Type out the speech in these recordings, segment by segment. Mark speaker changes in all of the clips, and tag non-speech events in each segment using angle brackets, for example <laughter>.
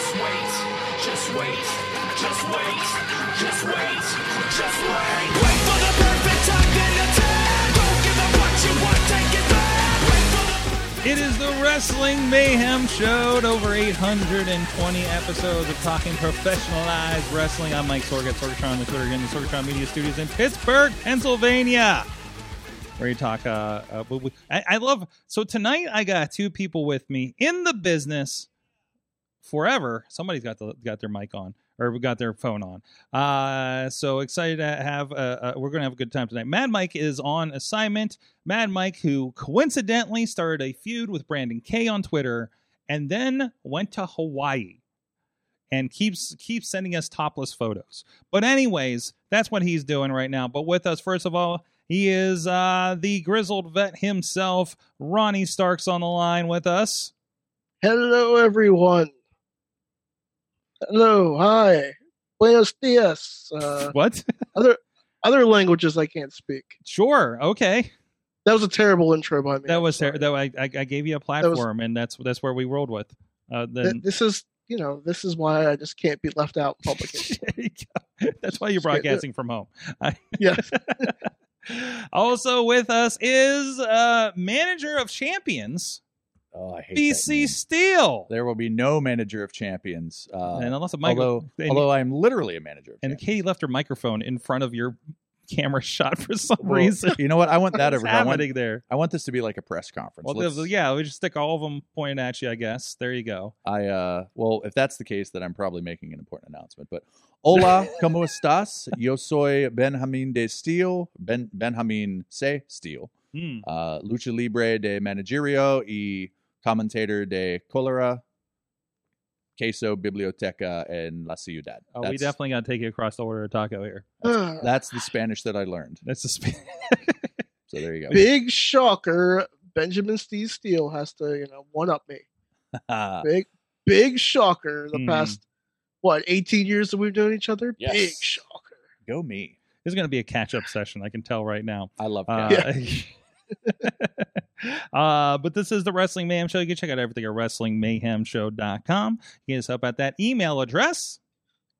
Speaker 1: just wait, just wait, just wait, just wait. Wait for the perfect time, then attack. Don't give up what you want, take it back. Wait for the
Speaker 2: It is the Wrestling Mayhem Show. To over 820 episodes of talking professionalized wrestling. I'm Mike Sorg at Sorgatron on the Twitter again, the Sorgatron Media Studios in Pittsburgh, Pennsylvania. Where you talk, uh, uh we- we- I, I love. So tonight I got two people with me in the business forever. Somebody's got the got their mic on or we got their phone on. Uh, so excited to have. Uh, uh, we're gonna have a good time tonight. Mad Mike is on assignment. Mad Mike, who coincidentally started a feud with Brandon K on Twitter, and then went to Hawaii, and keeps keeps sending us topless photos. But anyways, that's what he's doing right now. But with us, first of all. He is uh, the grizzled vet himself. Ronnie Stark's on the line with us.
Speaker 3: Hello, everyone. Hello, hi. Buenos dias. Uh,
Speaker 2: What? <laughs>
Speaker 3: other other languages I can't speak.
Speaker 2: sure. Okay.
Speaker 3: That was a terrible intro by me.
Speaker 2: that
Speaker 3: I'm
Speaker 2: was
Speaker 3: sorry.
Speaker 2: her, though I, I I gave you a
Speaker 3: was-
Speaker 2: platform and that's that's where we rolled with. Uh,
Speaker 3: Th-
Speaker 2: then
Speaker 3: This is you know this is why I just can't be left out in
Speaker 2: <laughs>
Speaker 3: public.
Speaker 2: that's why you're broadcasting from home.
Speaker 3: <laughs>
Speaker 2: I-
Speaker 3: Yes.
Speaker 2: <laughs> also with us is uh, manager of champions
Speaker 4: Oh, I hate that
Speaker 2: BC
Speaker 4: name.
Speaker 2: Steel.
Speaker 4: There will be no manager of champions. Uh,
Speaker 2: and unless a mic
Speaker 4: although,
Speaker 2: and-
Speaker 4: although I am literally a manager. Of
Speaker 2: and <laughs>
Speaker 4: champions.
Speaker 2: Katie left her microphone in front of your camera <laughs> shot for some
Speaker 4: Well,
Speaker 2: reason.
Speaker 4: you know what? I want that
Speaker 2: What's
Speaker 4: over. I want,
Speaker 2: happening there?
Speaker 4: I want this to be like a press conference.
Speaker 2: Well,
Speaker 4: Let's-
Speaker 2: th- yeah, we just stick all of them pointing at you. I guess there you go.
Speaker 4: I uh, well, if that's the case, then I'm probably making an important announcement. But
Speaker 2: <laughs>
Speaker 4: hola, cómo estás? Yo soy Benjamin de Steel. Ben Benjamin C. Steel.
Speaker 2: Hmm.
Speaker 4: Uh, lucha libre de managerio y commentator de cólera. Queso, biblioteca, en la ciudad.
Speaker 2: Oh, we
Speaker 4: That's-
Speaker 2: definitely got to take you across the order of taco here.
Speaker 3: Ah,
Speaker 4: That's the Spanish that I learned.
Speaker 2: That's a <laughs> sp-
Speaker 4: So there you <laughs>
Speaker 3: Big shocker. Benjamin Steve Steele has to you know one up me.
Speaker 4: go.
Speaker 3: Big big shocker. The
Speaker 2: Hmm.
Speaker 3: past what 18 years that we've known each other.
Speaker 4: Yes.
Speaker 3: Big shocker.
Speaker 4: go me.
Speaker 2: There's going to be a catch up session. I can tell right now.
Speaker 4: I love
Speaker 2: Uh,
Speaker 4: cats.
Speaker 2: <laughs> uh, but this is the Wrestling Mayhem Show. You can check out everything at WrestlingMayhemShow.com. You can just help out that email address.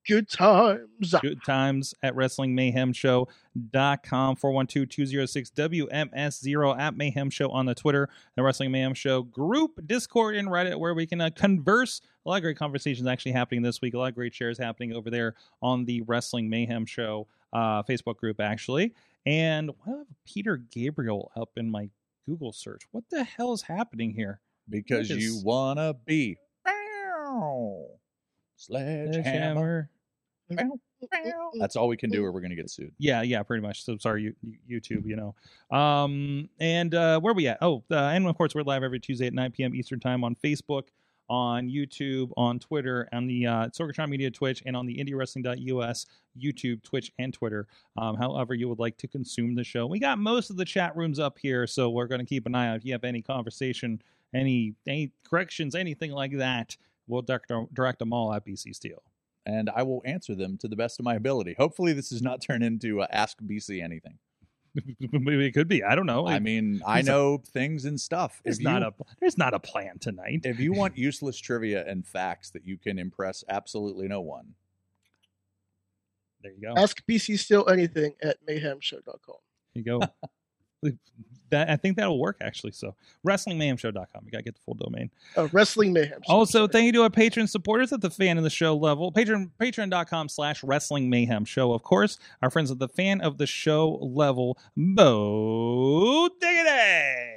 Speaker 3: Good times.
Speaker 2: Good times at WrestlingMayhemShow.com. 412-206-WMS0 at Mayhem Show on the Twitter. The Wrestling Mayhem Show group, Discord, and Reddit where we can uh, converse. A lot of great conversations actually happening this week. A lot of great shares happening over there on the Wrestling Mayhem Show uh, Facebook group, actually. And why do I have Peter Gabriel up in my Google search? What the hell is happening here?
Speaker 4: because
Speaker 2: It
Speaker 4: you
Speaker 2: is-
Speaker 4: wanna be. Bow. Sledgehammer. Bow, bow. That's all we can do, or we're gonna get sued.
Speaker 2: Yeah, yeah, pretty much. So sorry, you, you- YouTube, you know. Um, and uh, where we at? Oh, uh, and of course, we're live every Tuesday at 9 p.m. Eastern Time on Facebook, on YouTube, on Twitter, on the uh, Sorgatron Media Twitch, and on the IndieWrestling.us YouTube, Twitch, and Twitter. Um, however, you would like to consume the show. We got most of the chat rooms up here, so we're going to keep an eye out. If you have any conversation, any any corrections, anything like that, we'll direct, direct them all at BC Steel. <laughs>
Speaker 4: And I will answer them to the best of my ability. Hopefully, this does not turn into uh, ask BC anything.
Speaker 2: Maybe it could be. I don't know.
Speaker 4: I mean, I
Speaker 2: it's a-
Speaker 4: know things and stuff.
Speaker 2: There's
Speaker 4: If
Speaker 2: not
Speaker 4: you-
Speaker 2: a <laughs> there's not a plan tonight.
Speaker 4: if you want useless trivia and facts that you can impress absolutely no one,
Speaker 2: There you go. There
Speaker 3: Ask BC Steele anything at mayhemshow.com.
Speaker 2: you go. that I think that'll work actually. So WrestlingMayhemShow.com. You gotta get the full domain.
Speaker 3: Uh, Wrestling Mayhem. Show,
Speaker 2: Also,
Speaker 3: sorry.
Speaker 2: thank you to our patron supporters at the fan of the show level. Patron patreon.com slash wrestling mayhem show, of course. Our friends at the fan of the show level, Bo Diggity.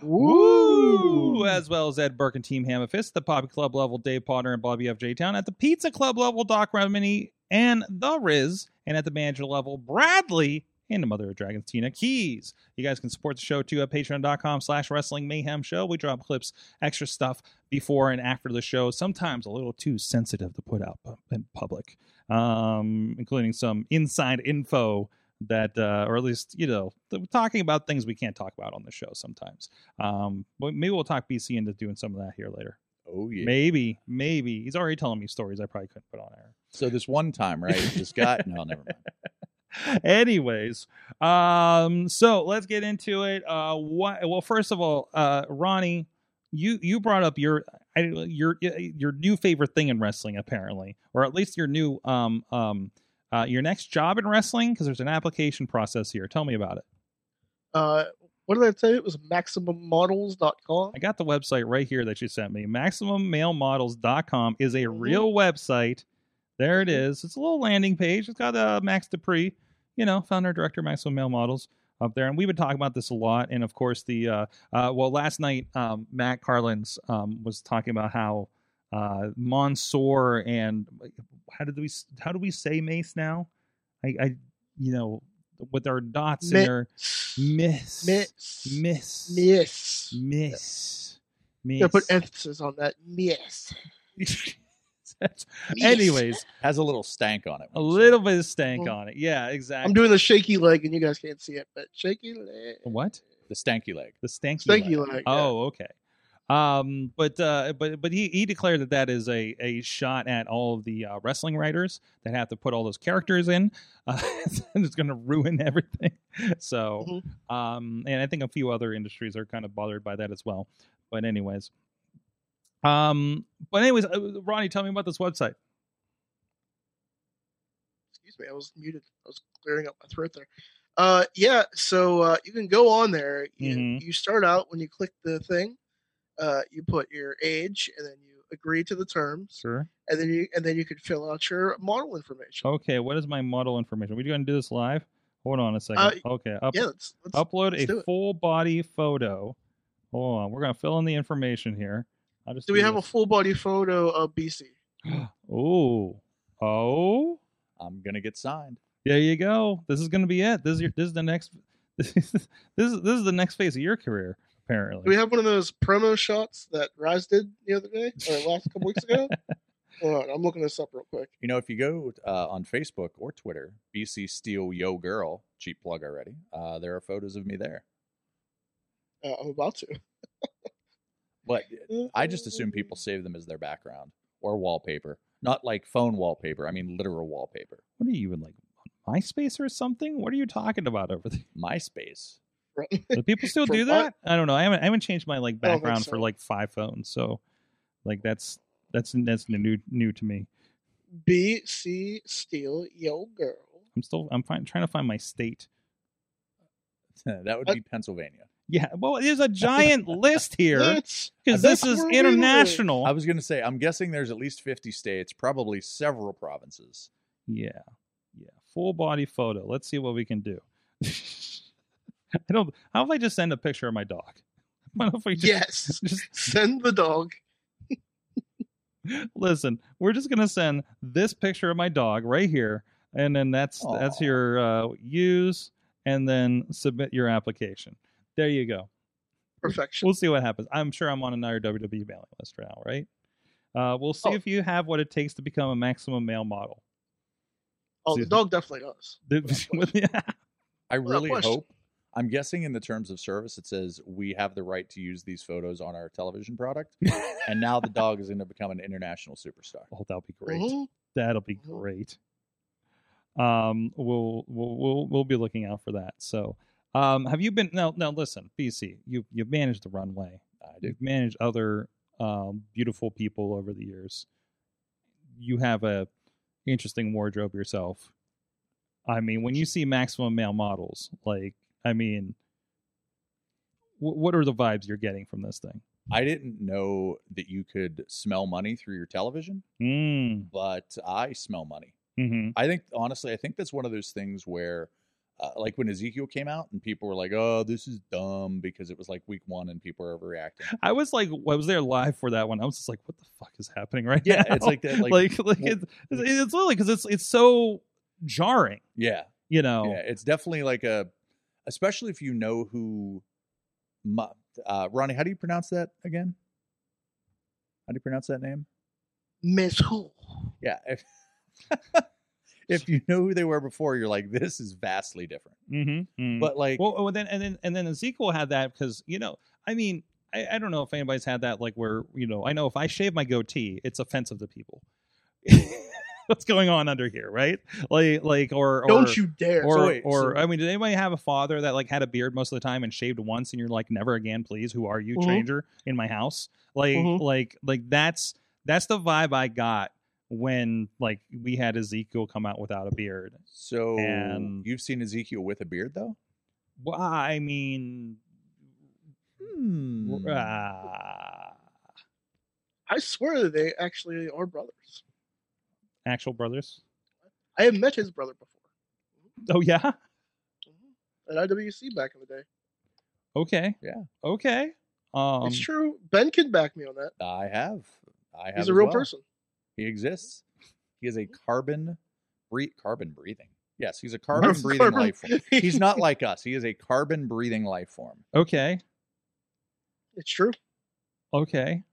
Speaker 2: Woo! As well as Ed Burke and Team Hammerfist, the Poppy Club level, Dave Potter and Bobby F. J. Town, at the Pizza Club level, Doc Remini and The Riz, and at the manager level, Bradley and the Mother of Dragons, Tina Keys. You guys can support the show too at patreon.com slash wrestling mayhem show. We drop clips, extra stuff before and after the show, sometimes a little too sensitive to put out pu- in public, um, including some inside info that, uh, or at least you know, th- talking about things we can't talk about on the show sometimes. Um, but maybe we'll talk BC into doing some of that here later.
Speaker 4: Oh yeah.
Speaker 2: Maybe, maybe he's already telling me stories I probably couldn't put on air. <laughs>
Speaker 4: So this one time, right? This got no, never mind.
Speaker 2: Anyways, um, so let's get into it. Uh, what? Well, first of all, uh, Ronnie, you you brought up your I, your your new favorite thing in wrestling, apparently, or at least your new um um uh, your next job in wrestling, because there's an application process here. Tell me about it.
Speaker 3: Uh, what did I say? It was MaximumModels.com.
Speaker 2: I got the website right here that you sent me. MaximumMaleModels.com is a real website. There it is. It's a little landing page. It's got uh, Max Dupree, you know, founder director of Maximum Male Models up there, and we've been talking about this a lot. And of course, the uh, uh, well, last night um, Matt Carlins um, was talking about how uh, Mansoor and how did we how do we say Mace now? I, I you know with our dots in
Speaker 3: Mi-
Speaker 2: there,
Speaker 3: Miss.
Speaker 2: miss, miss,
Speaker 3: Miss.
Speaker 2: Miss. Miss.
Speaker 3: Yeah, put <laughs> emphasis on that. Miss.
Speaker 2: That's-
Speaker 3: Miss.
Speaker 2: Anyways,
Speaker 4: Has a little stank on it.
Speaker 2: a little bit of stank
Speaker 3: Mm.
Speaker 2: on it. Yeah,
Speaker 3: I'm
Speaker 2: exactly.
Speaker 3: doing the shaky leg, and you guys can't see it, but shaky leg.
Speaker 2: what?
Speaker 4: the stanky leg.
Speaker 2: The stanky.
Speaker 3: Shaky
Speaker 2: leg.
Speaker 3: leg. yeah.
Speaker 2: Oh, okay. Um, but uh, but but he he declared that that is a a shot at all of the uh, wrestling writers that have to put all those characters in. Uh, <laughs> and it's going to ruin everything. <laughs> So, um, and I think a few other industries are kind of bothered by that as well. But anyways, um, but anyways, uh, Ronnie, tell me about this website.
Speaker 3: excuse me, I was muted. I was clearing up my throat there. Uh, yeah, so uh, you can go on there. You,
Speaker 4: Mm-hmm.
Speaker 2: Mhm.
Speaker 3: you start out when you click the thing, uh, you put your age, and then you agree to the terms,
Speaker 2: Sure.
Speaker 3: and then you and then you can fill out your model information.
Speaker 2: Okay, what is my model information? we going to do this live? Hold on a second. okay,
Speaker 4: Oh,
Speaker 2: up,
Speaker 3: Uh, yeah, let's, let's,
Speaker 2: upload
Speaker 3: let's do
Speaker 2: a
Speaker 3: it.
Speaker 2: full body photo. Hold on, we're going to fill in the information here. I just
Speaker 3: do we have a full body photo of BC?
Speaker 2: <gasps> a? Oh, oh,
Speaker 4: I'm gonna get signed.
Speaker 2: there you go. This is going to be it. This is your. This is the next. <laughs> This is this is, this is the next phase of your career. Apparently,
Speaker 3: Do we have one of those promo shots that Rise did the other day or last couple weeks
Speaker 4: <laughs>
Speaker 3: ago? Hold on, I'm looking this up real quick.
Speaker 4: You know, if you go uh, on Facebook or Twitter, BC Steel Yo Girl, cheap plug already. Uh, there are photos of me there.
Speaker 3: Uh, I'm about to.
Speaker 4: But I just assume people save them as their background or wallpaper, not like phone wallpaper. I mean, literal wallpaper.
Speaker 2: what are you in like MySpace or something? What are you talking about over there?
Speaker 4: MySpace. <laughs>
Speaker 2: Do people still
Speaker 3: For
Speaker 2: do
Speaker 3: what?
Speaker 2: that? I don't know. I haven't I haven't changed my like
Speaker 3: I don't think
Speaker 2: background for
Speaker 3: so.
Speaker 2: like five phones, so like that's that's that's new new to me.
Speaker 3: BC Steel, yo girl.
Speaker 2: I'm still I'm find, trying to find my state.
Speaker 4: that would
Speaker 3: Uh,
Speaker 4: be Pennsylvania.
Speaker 2: Yeah, well,
Speaker 3: <laughs>
Speaker 2: there's a giant list here
Speaker 3: That's
Speaker 2: because
Speaker 4: that's
Speaker 2: this is
Speaker 3: where we live.
Speaker 2: international.
Speaker 4: I was going to say, I'm guessing there's at least 50 states, probably several provinces.
Speaker 2: Yeah, yeah. Full body photo. Let's see what we can do. <laughs> I don't. How if I just send a picture of my dog? <laughs> What if we
Speaker 4: <laughs>
Speaker 2: just,
Speaker 3: yes.
Speaker 2: just
Speaker 3: Send the dog.
Speaker 2: Listen, we're just gonna send this picture of my dog right here, and then that's that's
Speaker 4: Aw.
Speaker 2: your uh, use, and then submit your application. There you go.
Speaker 3: Perfection.
Speaker 2: We'll see what happens. I'm sure I'm on another WWE mailing list right now, right? Uh, we'll see
Speaker 3: Oh.
Speaker 2: if you have what it takes to become a maximum male model. <laughs>
Speaker 3: Oh, the dog definitely does.
Speaker 2: With- yeah.
Speaker 4: I
Speaker 3: Well,
Speaker 4: really
Speaker 3: pushed.
Speaker 4: hope. I'm guessing in the terms of service, it says we have the right to use these photos on our television product. and now the dog is going to become an international superstar.
Speaker 2: Oh, that'll be great.
Speaker 3: Mhm.
Speaker 2: That'll be
Speaker 3: Mhm.
Speaker 2: great. Um, we'll we'll we'll we'll be looking out for that. So, um, have you been now? Now listen, BC, you you've managed the runway. Uh,
Speaker 4: I do.
Speaker 2: You've managed other um, beautiful people over the years. You have a interesting wardrobe yourself. I mean, when you see maximum male models, like I mean, wh- what are the vibes you're getting from this thing?
Speaker 4: I didn't know that you could smell money through your television,
Speaker 2: Mm.
Speaker 4: but I smell money.
Speaker 2: Mm-hmm.
Speaker 4: I think honestly, I think that's one of those things where, uh, like when Ezekiel came out and people were like, "Oh, this is dumb," because it was like week one and people are overreacting.
Speaker 2: <laughs> I was like, I was there live for that one. I was just like, what the fuck is happening right
Speaker 4: Yeah,
Speaker 2: now?
Speaker 4: it's like that. Like,
Speaker 2: like, like,
Speaker 4: w-
Speaker 2: it's, it's, it's literally because it's it's so jarring,
Speaker 4: yeah,
Speaker 2: you know.
Speaker 4: yeah, it's definitely like a, especially if you know who, mu- uh, Ronnie. How do you pronounce that again? How do you pronounce that name?
Speaker 3: Miss Who.
Speaker 4: Yeah. If, <laughs> if you know who they were before, you're like, this is vastly different.
Speaker 2: Mm-hmm.
Speaker 4: But like,
Speaker 2: well, well, then and then and then the sequel had that because you know, I mean, I, I don't know if anybody's had that like where you know, I know if I shave my goatee, it's offensive to people. <laughs> What's going on under here, right? Like, like, or, or
Speaker 3: Don't you dare.
Speaker 2: or,
Speaker 4: So wait,
Speaker 2: or
Speaker 4: so-
Speaker 2: I mean, did anybody have a father that like had a beard most of the time and shaved once, and you're like, never again, please? Who are you,
Speaker 4: Mm-hmm.
Speaker 3: Mhm.
Speaker 2: stranger, in my house? Like,
Speaker 3: Mhm.
Speaker 2: like, like that's that's the vibe I got when like we had Ezekiel come out without a beard.
Speaker 4: so
Speaker 2: uh, And-
Speaker 4: you've seen Ezekiel with a beard though?
Speaker 2: Well, I mean,
Speaker 4: Hmm.
Speaker 2: uh,
Speaker 3: I swear that they actually are brothers.
Speaker 2: actual brothers.
Speaker 3: I have met his brother before
Speaker 2: Oh yeah.
Speaker 3: at
Speaker 4: Mm-hmm.
Speaker 3: IWC back in the day.
Speaker 2: Okay.
Speaker 4: Yeah.
Speaker 2: Okay. Um,
Speaker 3: it's true. Ben can back me on that.
Speaker 2: uh,
Speaker 4: I have. I have.
Speaker 3: He's
Speaker 4: as
Speaker 3: a real
Speaker 4: well.
Speaker 3: person.
Speaker 4: He exists. He is a carbon, bre- carbon breathing. Yes, he's a carbon breathing
Speaker 3: Carbon-
Speaker 4: life form. He's not like us. He is a carbon breathing life form.
Speaker 2: Okay.
Speaker 3: It's true.
Speaker 2: Okay.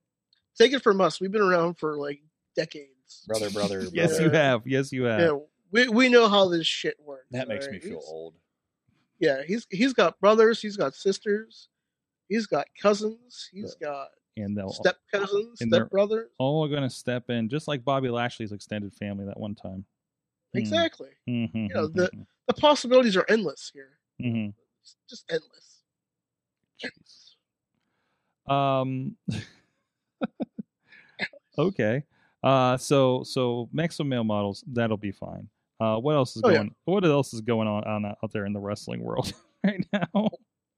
Speaker 3: Take it from us. We've been around for like decades.
Speaker 4: Brother, brother. brother.
Speaker 2: Yes, you
Speaker 3: Yeah.
Speaker 2: have. Yes, you have.
Speaker 3: Yeah, we we know how this shit works.
Speaker 4: That makes me
Speaker 3: alright?
Speaker 4: feel
Speaker 3: He's-
Speaker 4: old.
Speaker 3: Yeah, he's he's got brothers. He's got sisters. He's got cousins. He's got
Speaker 2: And they'll
Speaker 3: step cousins,
Speaker 2: and they're-
Speaker 3: step brothers.
Speaker 2: all going to step in, just like Bobby Lashley's extended family that one time. Hmm.
Speaker 3: Exactly.
Speaker 2: Mm-hmm,
Speaker 3: Yeah, the- The possibilities are endless here.
Speaker 2: mm-hmm.
Speaker 3: It's just endless.
Speaker 2: Um. <laughs> okay. Uh. So so maximum male models. That'll be fine. Uh. What else is
Speaker 3: Oh, yeah.
Speaker 2: going? What else is going on, on out there in the wrestling world <laughs> right now?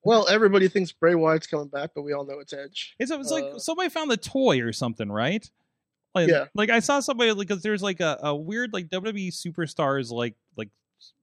Speaker 3: Well, everybody thinks Bray Wyatt's coming back, but we all know it's Edge.
Speaker 2: It's, it's like
Speaker 3: Uh,
Speaker 2: somebody found the toy or something, right? Like,
Speaker 3: Yeah.
Speaker 2: Like I saw somebody like because there's like a, a weird like WWE superstars like like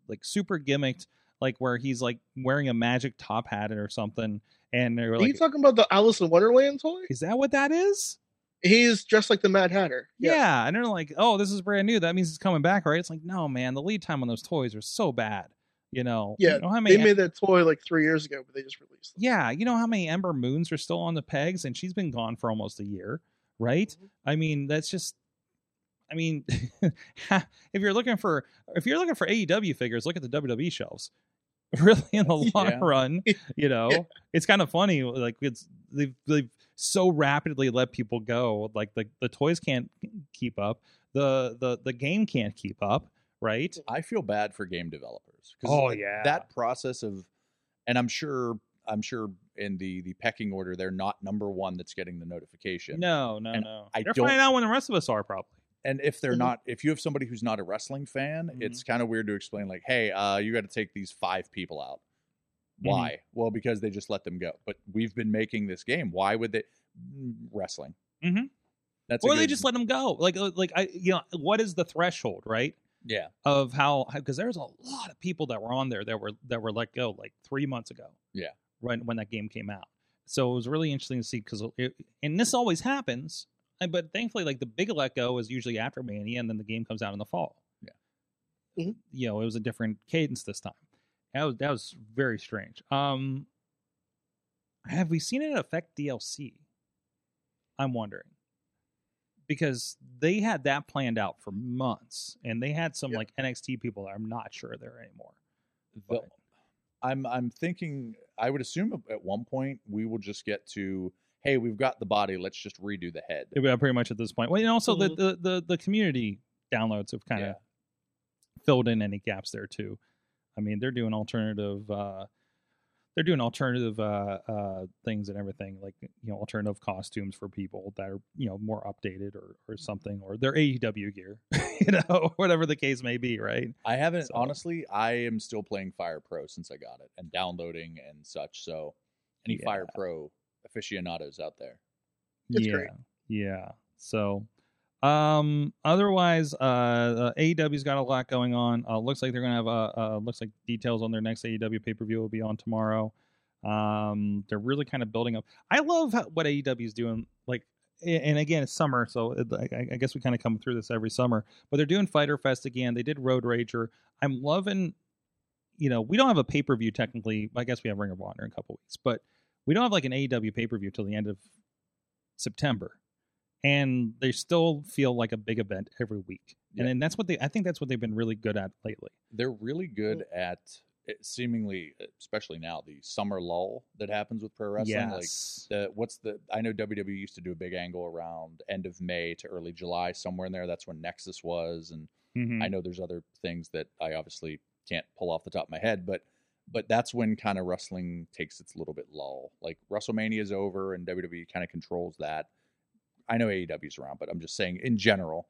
Speaker 2: like super gimmicked like where he's like wearing a magic top hat or something, and they're
Speaker 3: Are you
Speaker 2: like,
Speaker 3: talking about the Alice in Wonderland toy?
Speaker 2: "Is that what that is?"
Speaker 3: He's dressed like the Mad Hatter.
Speaker 2: Yeah. And they're like, "Oh, this is brand new. That means it's coming back, right?" It's like, no, man, the lead time on those toys are so bad. You know.
Speaker 3: Yeah,
Speaker 2: You know how
Speaker 3: They
Speaker 2: many?
Speaker 3: made that toy like three years ago, but they just released it.
Speaker 2: yeah, you know how many Ember Moons are still on the pegs, and she's been gone for almost a year, right?
Speaker 4: Mm-hmm.
Speaker 2: I mean, that's just. I mean, <laughs> if you're looking for if you're looking for AEW figures, look at the WWE shelves. <laughs> Really, in the long
Speaker 4: <laughs> Yeah.
Speaker 2: run, you know, it's kind of funny. Like it's they've they've so rapidly let people go. Like the the toys can't keep up. The the the game can't keep up. Right?
Speaker 4: I feel bad for game developers. 'cause
Speaker 2: yeah.
Speaker 4: that process of and i'm sure i'm sure in the the pecking order they're not number one that's getting the notification
Speaker 2: no no
Speaker 4: And
Speaker 2: no.
Speaker 4: I
Speaker 2: They're
Speaker 4: don't-
Speaker 2: finding out when the rest of us are probably.
Speaker 4: and if they're
Speaker 2: Mm-hmm.
Speaker 3: Mhm.
Speaker 4: not if you have somebody who's not a wrestling fan
Speaker 2: Mhm.
Speaker 4: it's kind of weird to explain like hey uh you got to take these five people out
Speaker 2: Mhm.
Speaker 4: why well because they just let them go but we've been making this game why would they mm, wrestling
Speaker 2: Mhm.
Speaker 4: that's a
Speaker 2: or they
Speaker 4: good-
Speaker 2: just let them go. Like uh, like I you know what is the threshold right
Speaker 4: yeah
Speaker 2: of how because there's a lot of people that were on there that were that were let go like three months ago.
Speaker 4: Yeah.
Speaker 2: when when that game came out. So it was really interesting to see because and this always happens, and- but thankfully like the big let go is usually after Mania and then the game comes out in the fall.
Speaker 4: Yeah.
Speaker 3: Mhm.
Speaker 2: you know it was a different cadence this time. That was that was very strange. Um, have we seen it affect DLC? I'm wondering because they had that planned out for months, and they had some
Speaker 3: Yeah.
Speaker 2: like NXT people that I'm not sure they're anymore.
Speaker 4: The-
Speaker 2: But-
Speaker 4: I'm I'm thinking I would assume at one point we will just get to hey we've got the body let's just redo the head
Speaker 2: Yeah, pretty much at this point. Well, and also
Speaker 3: Mhm.
Speaker 2: the, the the the community downloads have kind of filled in any gaps there too. I mean, they're doing alternative. uh they're doing alternative uh, uh, things and everything, like you know, alternative costumes for people that are you know more updated or, or something, or their AEW gear, <laughs> you know, whatever the case may be, right?
Speaker 4: I haven't
Speaker 2: So-
Speaker 4: honestly. I am still playing Fire Pro since I got it and downloading and such. So, any
Speaker 2: Yeah.
Speaker 4: Fire Pro aficionados out there?
Speaker 3: It's
Speaker 2: yeah,
Speaker 3: great.
Speaker 2: yeah. So, um, otherwise, uh, uh, AEW's got a lot going on. Uh, looks like they're gonna have uh, uh, looks like details on their next AEW pay per view will be on tomorrow. Um, they're really kind of building up. I love how, what AEW's doing. Like, a- and again, it's summer, so it, I, I guess we kind of come through this every summer. But they're doing Fighter Fest again. They did Road Rager. I'm loving. You know, we don't have a pay per view technically. I guess we have Ring of Honor in E a couple weeks, but we don't have like an AEW pay per view till the end of September. and they still feel like a big event every week.
Speaker 4: Yeah.
Speaker 2: And then that's what they I think that's what they've been really good at lately.
Speaker 4: They're really good at it seemingly, eh, especially now, the summer lull that happens with pro wrestling. Like
Speaker 2: Yes.
Speaker 4: the what's the I know WWE used to do a big angle around end of May to early July somewhere in there. That's when Nexus was, and
Speaker 2: Mhm.
Speaker 4: I know there's other things that I obviously can't pull off the top of my head, but but that's when kind of wrestling takes its little bit lull. Like WrestleMania is over and WWE kind of controls that. I know AEW's around, but I'm just saying in general,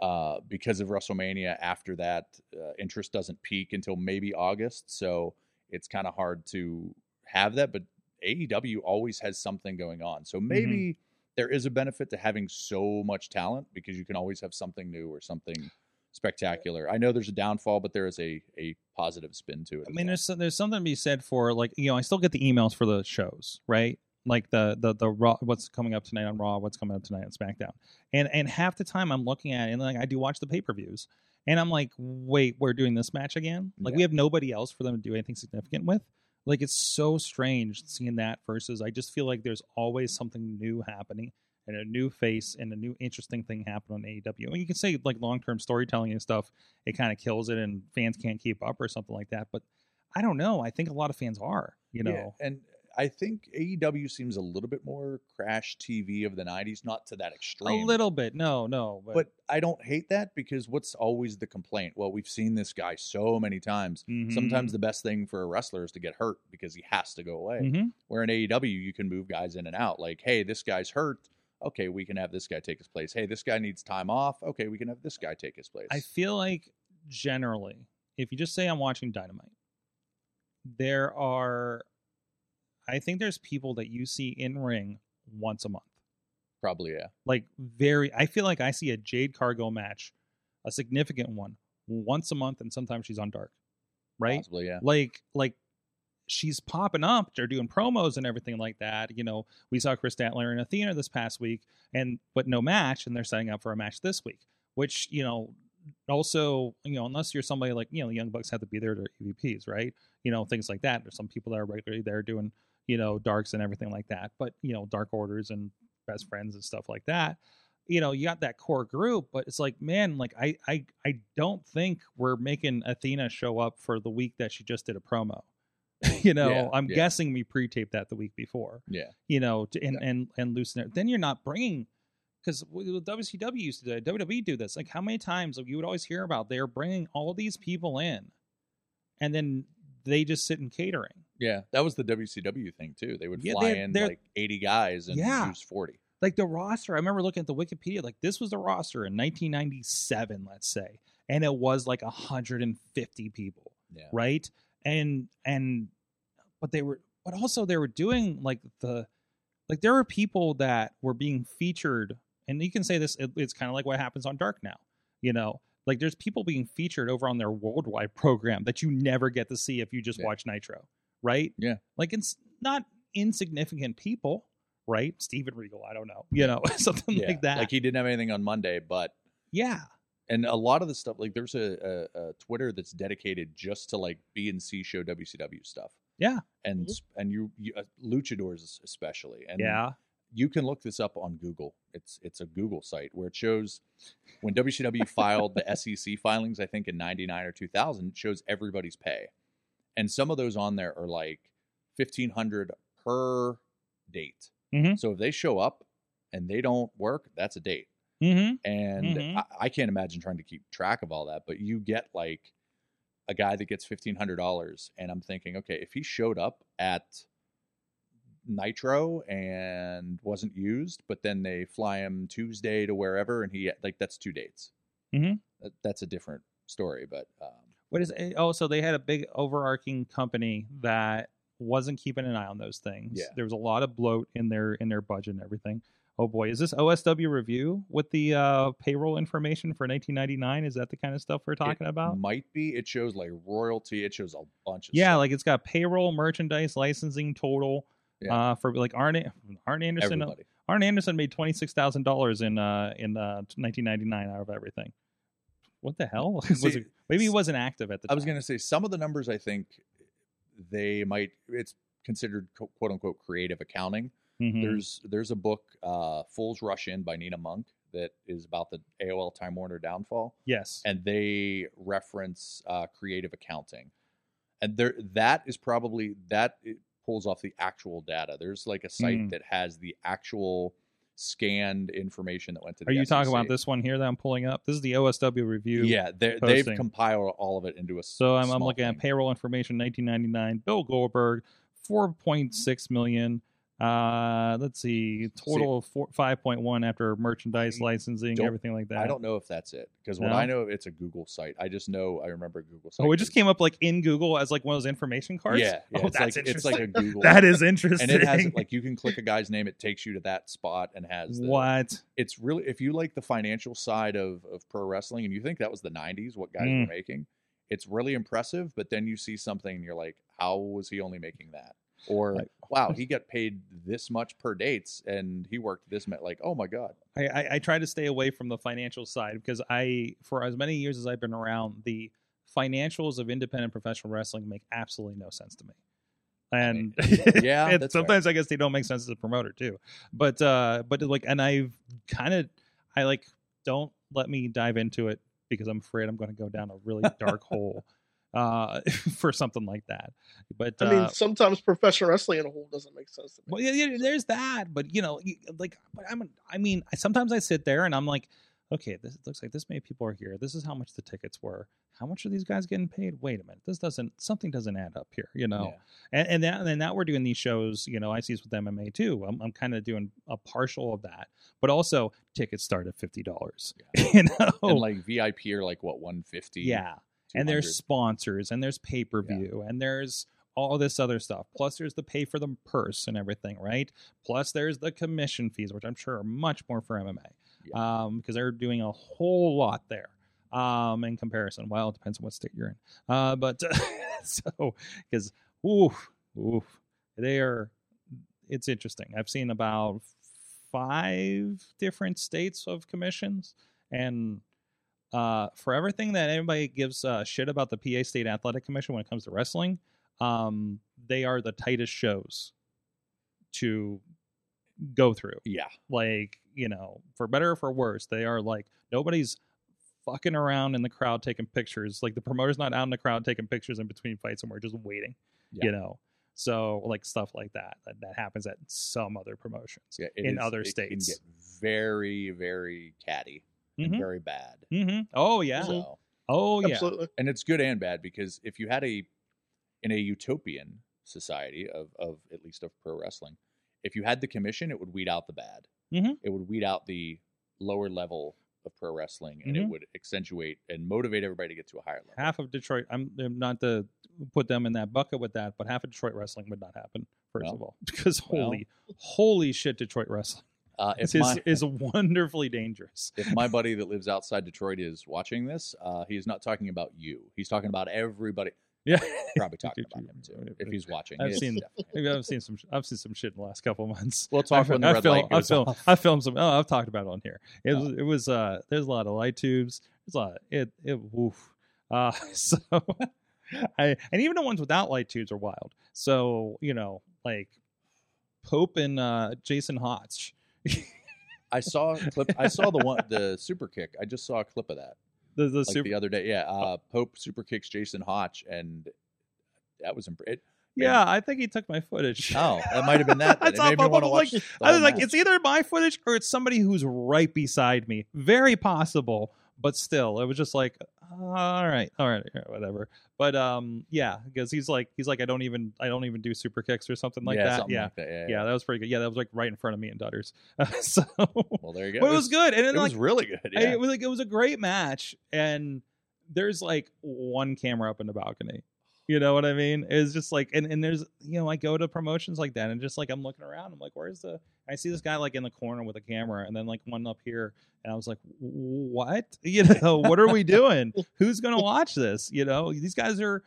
Speaker 4: uh, because of WrestleMania, after that uh, interest doesn't peak until maybe August, so it's kind of hard to have that. But AEW always has something going on, so maybe. there is a benefit to having so much talent because you can always have something new or something spectacular. I know there's a downfall, but there is a a positive spin to it.
Speaker 2: I mean,
Speaker 4: as well.
Speaker 2: there's some- there's something to be said for like you know I still get the emails for the shows, right? Like the the the raw, what's coming up tonight on Raw, what's coming up tonight on SmackDown, and and half the time I'm looking at it, and like I do watch the pay per views, and I'm like, wait, we're doing this match again? Like we
Speaker 4: Yeah.
Speaker 2: have nobody else for them to do anything significant with. Like it's so strange seeing that versus I just feel like there's always something new happening and a new face and a new interesting thing happen on AEW. And you can say like long term storytelling and stuff, it kind of kills it and fans can't keep up or something like that. But I don't know. I think a lot of fans are, you
Speaker 4: Yeah,
Speaker 2: know.
Speaker 4: and I think AEW seems a little bit more crash TV of the '90s, not to that extreme.
Speaker 2: A little bit. No, no. But,
Speaker 4: But I don't hate that because what's always the complaint? Well, we've seen this guy so many times.
Speaker 2: Mm-hmm.
Speaker 4: Sometimes the best thing for a wrestler is to get hurt because he has to go away.
Speaker 2: Mhm.
Speaker 4: Where in AEW, you can move guys in and out. Like, hey, this guy's hurt. Okay, we can have this guy take his place. Hey, this guy needs time off. Okay, we can have this guy take his place.
Speaker 2: I feel like generally, if you just say I'm watching Dynamite, there are I think there's people that you see in ring once a month.
Speaker 4: Probably, yeah.
Speaker 2: like very i feel like i see a jade cargo match a significant one once a month and sometimes she's on dark right
Speaker 4: Possibly, yeah.
Speaker 2: like like she's popping up they're doing promos and everything like that you know we saw chris statler and athena this past week and but no match and they're setting up for a match this week which you know also you know unless you're somebody like you know the young bucks have to be there to evps right you know things like that there's some people that are regularly there doing you know darks and everything like that but you know dark orders and best friends and stuff like that you know you got that core group but it's like man like i i i don't think we're making athena show up for the week that she just did a promo <laughs> you know
Speaker 4: Yeah,
Speaker 2: i'm
Speaker 4: yeah.
Speaker 2: guessing we pre-taped that the week before
Speaker 4: Yeah.
Speaker 2: you know to, and, and and loosen it then you're not bringing because wcw used to do that wwe do this like how many times like, you would always hear about they're bringing all these people in and then they just sit in catering
Speaker 4: Yeah. That was the WCW thing, too. They would
Speaker 2: Yeah,
Speaker 4: fly
Speaker 2: they're-
Speaker 4: in
Speaker 2: they're-
Speaker 4: like 80 guys and
Speaker 2: Yeah.
Speaker 4: use 40.
Speaker 2: like the roster. I remember looking at the Wikipedia, like this was the roster in 1997, let's say, and it was like 150 people,
Speaker 4: Yeah.
Speaker 2: right? And and but they were, but also they were doing like the, like there were people that were being featured, and you can say this, it, it's kind of like what happens on Dark now, you know. Like there's people being featured over on their worldwide program that you never get to see if you just
Speaker 4: Yeah.
Speaker 2: watch Nitro, right?
Speaker 4: Yeah.
Speaker 2: Like it's not insignificant people, right? Steven Regal, I don't know, you know, <laughs> something
Speaker 4: Yeah.
Speaker 2: like that.
Speaker 4: Like, he didn't have anything on Monday, but
Speaker 2: yeah,
Speaker 4: and a lot of the stuff like there's a, a, a twitter that's dedicated just to like b and c show wcw stuff
Speaker 2: Yeah.
Speaker 4: and
Speaker 3: Mhm.
Speaker 4: sp- and you, you uh, luchadors especially and
Speaker 2: yeah,
Speaker 4: you can look this up on google it's it's a google site where it shows when wcw filed the sec filings i think in 99 or 2000 it shows everybody's pay and some of those on there are like 1500 per date
Speaker 2: Mhm.
Speaker 4: so if they show up and they don't work that's a date
Speaker 2: mm-hmm.
Speaker 4: and
Speaker 2: Mhm.
Speaker 4: I, I can't imagine trying to keep track of all that but you get like a guy that gets $1500 and i'm thinking okay if he showed up at nitro and wasn't used but then they fly him tuesday to wherever and he like that's two dates
Speaker 2: Mhm.
Speaker 4: That- that's a different story but um,
Speaker 2: What is? it? Oh, so they had a big overarching company that wasn't keeping an eye on those things.
Speaker 4: Yeah.
Speaker 2: There was a lot of bloat in their in their budget and everything. Oh boy, is this OSW review with the uh, payroll information for 1999? Is that the kind of stuff we're talking
Speaker 4: it
Speaker 2: about?
Speaker 4: might be it shows like royalty it shows a bunch of
Speaker 2: Yeah,
Speaker 4: stuff.
Speaker 2: like it's got payroll, merchandise, licensing total.
Speaker 4: Yeah.
Speaker 2: Uh, for like Arn Arn Anderson
Speaker 4: everybody
Speaker 2: Arn Anderson made twenty six thousand dollars in uh in uh nineteen ninety nine out of everything. What the hell? <laughs> Was
Speaker 4: See,
Speaker 2: it- maybe he wasn't active at the time.
Speaker 4: I was going to say some of the numbers I think they might it's considered co- quote unquote creative accounting
Speaker 2: Mhm.
Speaker 4: There's there's a book, uh, Fools Rush In by Nina Monk, that is about the AOL Time Warner downfall,
Speaker 2: yes.
Speaker 4: and they reference uh, creative accounting, and there that is probably that it pulls off the actual data. There's like a site
Speaker 2: Mm.
Speaker 4: that has the actual scanned information that went to. The
Speaker 2: Are you talking about
Speaker 4: SEC.
Speaker 2: this one here that I'm pulling up? This is the OSW review.
Speaker 4: yeah, they, they've
Speaker 2: posting.
Speaker 4: compiled all of it into a. s-
Speaker 2: So I'm, I'm
Speaker 4: small
Speaker 2: looking
Speaker 4: thing.
Speaker 2: at payroll information 1999. Bill Goldberg, 4.6 million. Uh, let's see, total of four, 5.1 after merchandise licensing,
Speaker 4: Mm, Don't-
Speaker 2: everything like that.
Speaker 4: I don't know if that's it because when
Speaker 2: No?
Speaker 4: I know it's a Google site, I just know I remember a Google site.
Speaker 2: Oh, it just
Speaker 4: is-
Speaker 2: came up like in Google as like one of those information cards.
Speaker 4: Yeah, yeah,
Speaker 2: oh,
Speaker 4: it's
Speaker 2: that's
Speaker 4: like,
Speaker 2: interesting.
Speaker 4: It's like a
Speaker 2: <laughs>
Speaker 4: Google.
Speaker 2: that is interesting.
Speaker 4: and it has like you can click a guy's name, it takes you to that spot and has the,
Speaker 2: what?
Speaker 4: It's really if you like the financial side of of pro wrestling and you think that was the '90s, what guys
Speaker 2: Mm.
Speaker 4: were making, it's really impressive. But then you see something and you're like, how was he only making that? Or
Speaker 2: <laughs> Like-
Speaker 4: wow, he got paid this much per dates and he worked this much. Like, oh my god,
Speaker 2: I, I, I try to stay away from the financial side because I, for as many years as I've been around, the financials of independent professional wrestling make absolutely no sense to me. And
Speaker 4: <laughs>
Speaker 2: <laughs>
Speaker 4: yeah,
Speaker 2: and
Speaker 4: that's fair.
Speaker 2: sometimes I guess they don't make sense as a promoter too. But uh, but like, and I've kind of, I like, don't let me dive into it because I'm afraid I'm going to go down a really dark
Speaker 4: <laughs>
Speaker 2: hole uh, <laughs> for something like that. But
Speaker 3: I
Speaker 2: uh,
Speaker 3: mean, sometimes professional wrestling in a whole doesn't make sense to me.
Speaker 2: well, yeah, yeah, there's that, but you know, you- like, but I'm, I mean, I, sometimes I sit there and I'm like, okay, this it looks like this many people are here. This is how much the tickets were. How much are these guys getting paid? Wait a minute, this doesn't, something doesn't add up here, you know.
Speaker 4: Yeah.
Speaker 2: And and that, and then now we're doing these shows, you know, I see this with MMA too. I'm, I'm kind of doing a partial of that, but also tickets start at fifty dollars, <laughs> you know.
Speaker 4: and like VIP are like what 150.
Speaker 2: Oh. yeah, and there's
Speaker 4: 200.
Speaker 2: sponsors and there's pay per view and there's all this other stuff plus there's the pay for the purse and everything right plus there's the commission fees which i'm sure are much more for mma um because they're doing a whole lot there um in comparison well it depends on what state you're in uh but <laughs> so because oof oof they are it's interesting i've seen about five different states of commissions and uh, for everything that anybody gives uh, shit about the PA State Athletic Commission when it comes to wrestling, um, they are the tightest shows to go through.
Speaker 4: yeah.
Speaker 2: Like, you know, for better or for worse, they are like nobody's fucking around in the crowd taking pictures. Like the promoter's not out in the crowd taking pictures in between fights and we're just waiting,
Speaker 4: Yeah.
Speaker 2: you know. So like stuff like that, that that happens at some other promotions.
Speaker 4: Yeah, it
Speaker 2: in other
Speaker 4: it
Speaker 2: states.
Speaker 4: Can get very, very catty and
Speaker 2: Mhm.
Speaker 4: very bad.
Speaker 2: Mm-hmm. Oh yeah.
Speaker 4: So-
Speaker 2: Oh yeah.
Speaker 3: Absolutely.
Speaker 4: and it's good and bad because if you had a in a utopian society of of at least of pro wrestling, if you had the commission, it would weed out the bad.
Speaker 2: Mhm.
Speaker 4: It would weed out the lower level of pro wrestling, and it
Speaker 2: Mhm.
Speaker 4: would accentuate and motivate everybody to get to a higher level.
Speaker 2: half of Detroit. I'm, I'm not to put them in that bucket with that, but half of Detroit wrestling would not happen. First
Speaker 4: Well,
Speaker 2: of all, <laughs> because
Speaker 4: well.
Speaker 2: holy, holy shit, Detroit wrestling
Speaker 4: Uh, if
Speaker 2: is
Speaker 4: my-
Speaker 2: is wonderfully dangerous. <laughs>
Speaker 4: if my buddy that lives outside Detroit is watching this, uh, he's not talking about you. He's talking about everybody.
Speaker 2: Yeah, <laughs>
Speaker 4: Probably talking
Speaker 2: Did
Speaker 4: about
Speaker 2: you-
Speaker 4: him too, if he's watching.
Speaker 2: I've
Speaker 4: It's
Speaker 2: seen-
Speaker 4: definitely-
Speaker 2: Maybe <laughs> I've seen some. I've seen some shit in the last couple of
Speaker 4: <laughs>
Speaker 2: months.
Speaker 4: We'll talk
Speaker 2: I,
Speaker 4: when the
Speaker 2: I
Speaker 4: red
Speaker 2: film-
Speaker 4: light
Speaker 2: I
Speaker 4: goes
Speaker 2: film-
Speaker 4: off.
Speaker 2: I filmed some. Oh, I've talked about it on here. It
Speaker 4: Oh.
Speaker 2: was. It was. Uh, there's a lot of light tubes. There's a lot. Of, it. It. Woof. Uh, <laughs> so, I and even the ones without light tubes are wild. So you know, like Pope and uh, Jason Hotch.
Speaker 4: I saw a clip. I saw the one the super kick. I just saw a clip of that
Speaker 2: The, the Oh.
Speaker 4: like
Speaker 2: super,
Speaker 4: the other day. Yeah, uh, Pope super kicks Jason Hotch, and that was imp- it.
Speaker 2: <laughs> yeah, I think he took my footage.
Speaker 4: <laughs> Oh, that might have been that.
Speaker 2: I
Speaker 4: then. It
Speaker 2: thought
Speaker 4: made me
Speaker 2: about
Speaker 4: want to
Speaker 2: what
Speaker 4: watch.
Speaker 2: it
Speaker 4: the
Speaker 2: I was
Speaker 4: whole
Speaker 2: like,
Speaker 4: match.
Speaker 2: it's either my footage or it's somebody who's right beside me. Very possible, but still, it was just like, all right, all right, all right, whatever. But um, yeah, because he's like, he's like, I don't even, I don't even do super kicks or something like
Speaker 4: yeah,
Speaker 2: that.
Speaker 4: something
Speaker 2: yeah,
Speaker 4: like that. Yeah,
Speaker 2: yeah,
Speaker 4: yeah.
Speaker 2: that was pretty good. Yeah, that was like right in front of me and Dutters. <laughs> so, but
Speaker 4: Well, there you
Speaker 2: it
Speaker 4: go.
Speaker 2: was good, and then
Speaker 4: It
Speaker 2: like,
Speaker 4: was really good.
Speaker 2: and
Speaker 4: Yeah.
Speaker 2: it was like it was a great match, and there's like one camera up in the balcony. You know what I mean? It's just like, and, and there's, you know, I go to promotions like that, and just like I'm looking around, I'm like, where's the? I see this guy like in the corner with a camera, and then like one up here, and I was like, what? <laughs> You know, what are we doing?
Speaker 4: <laughs>
Speaker 2: Who's gonna watch this? You know, these guys are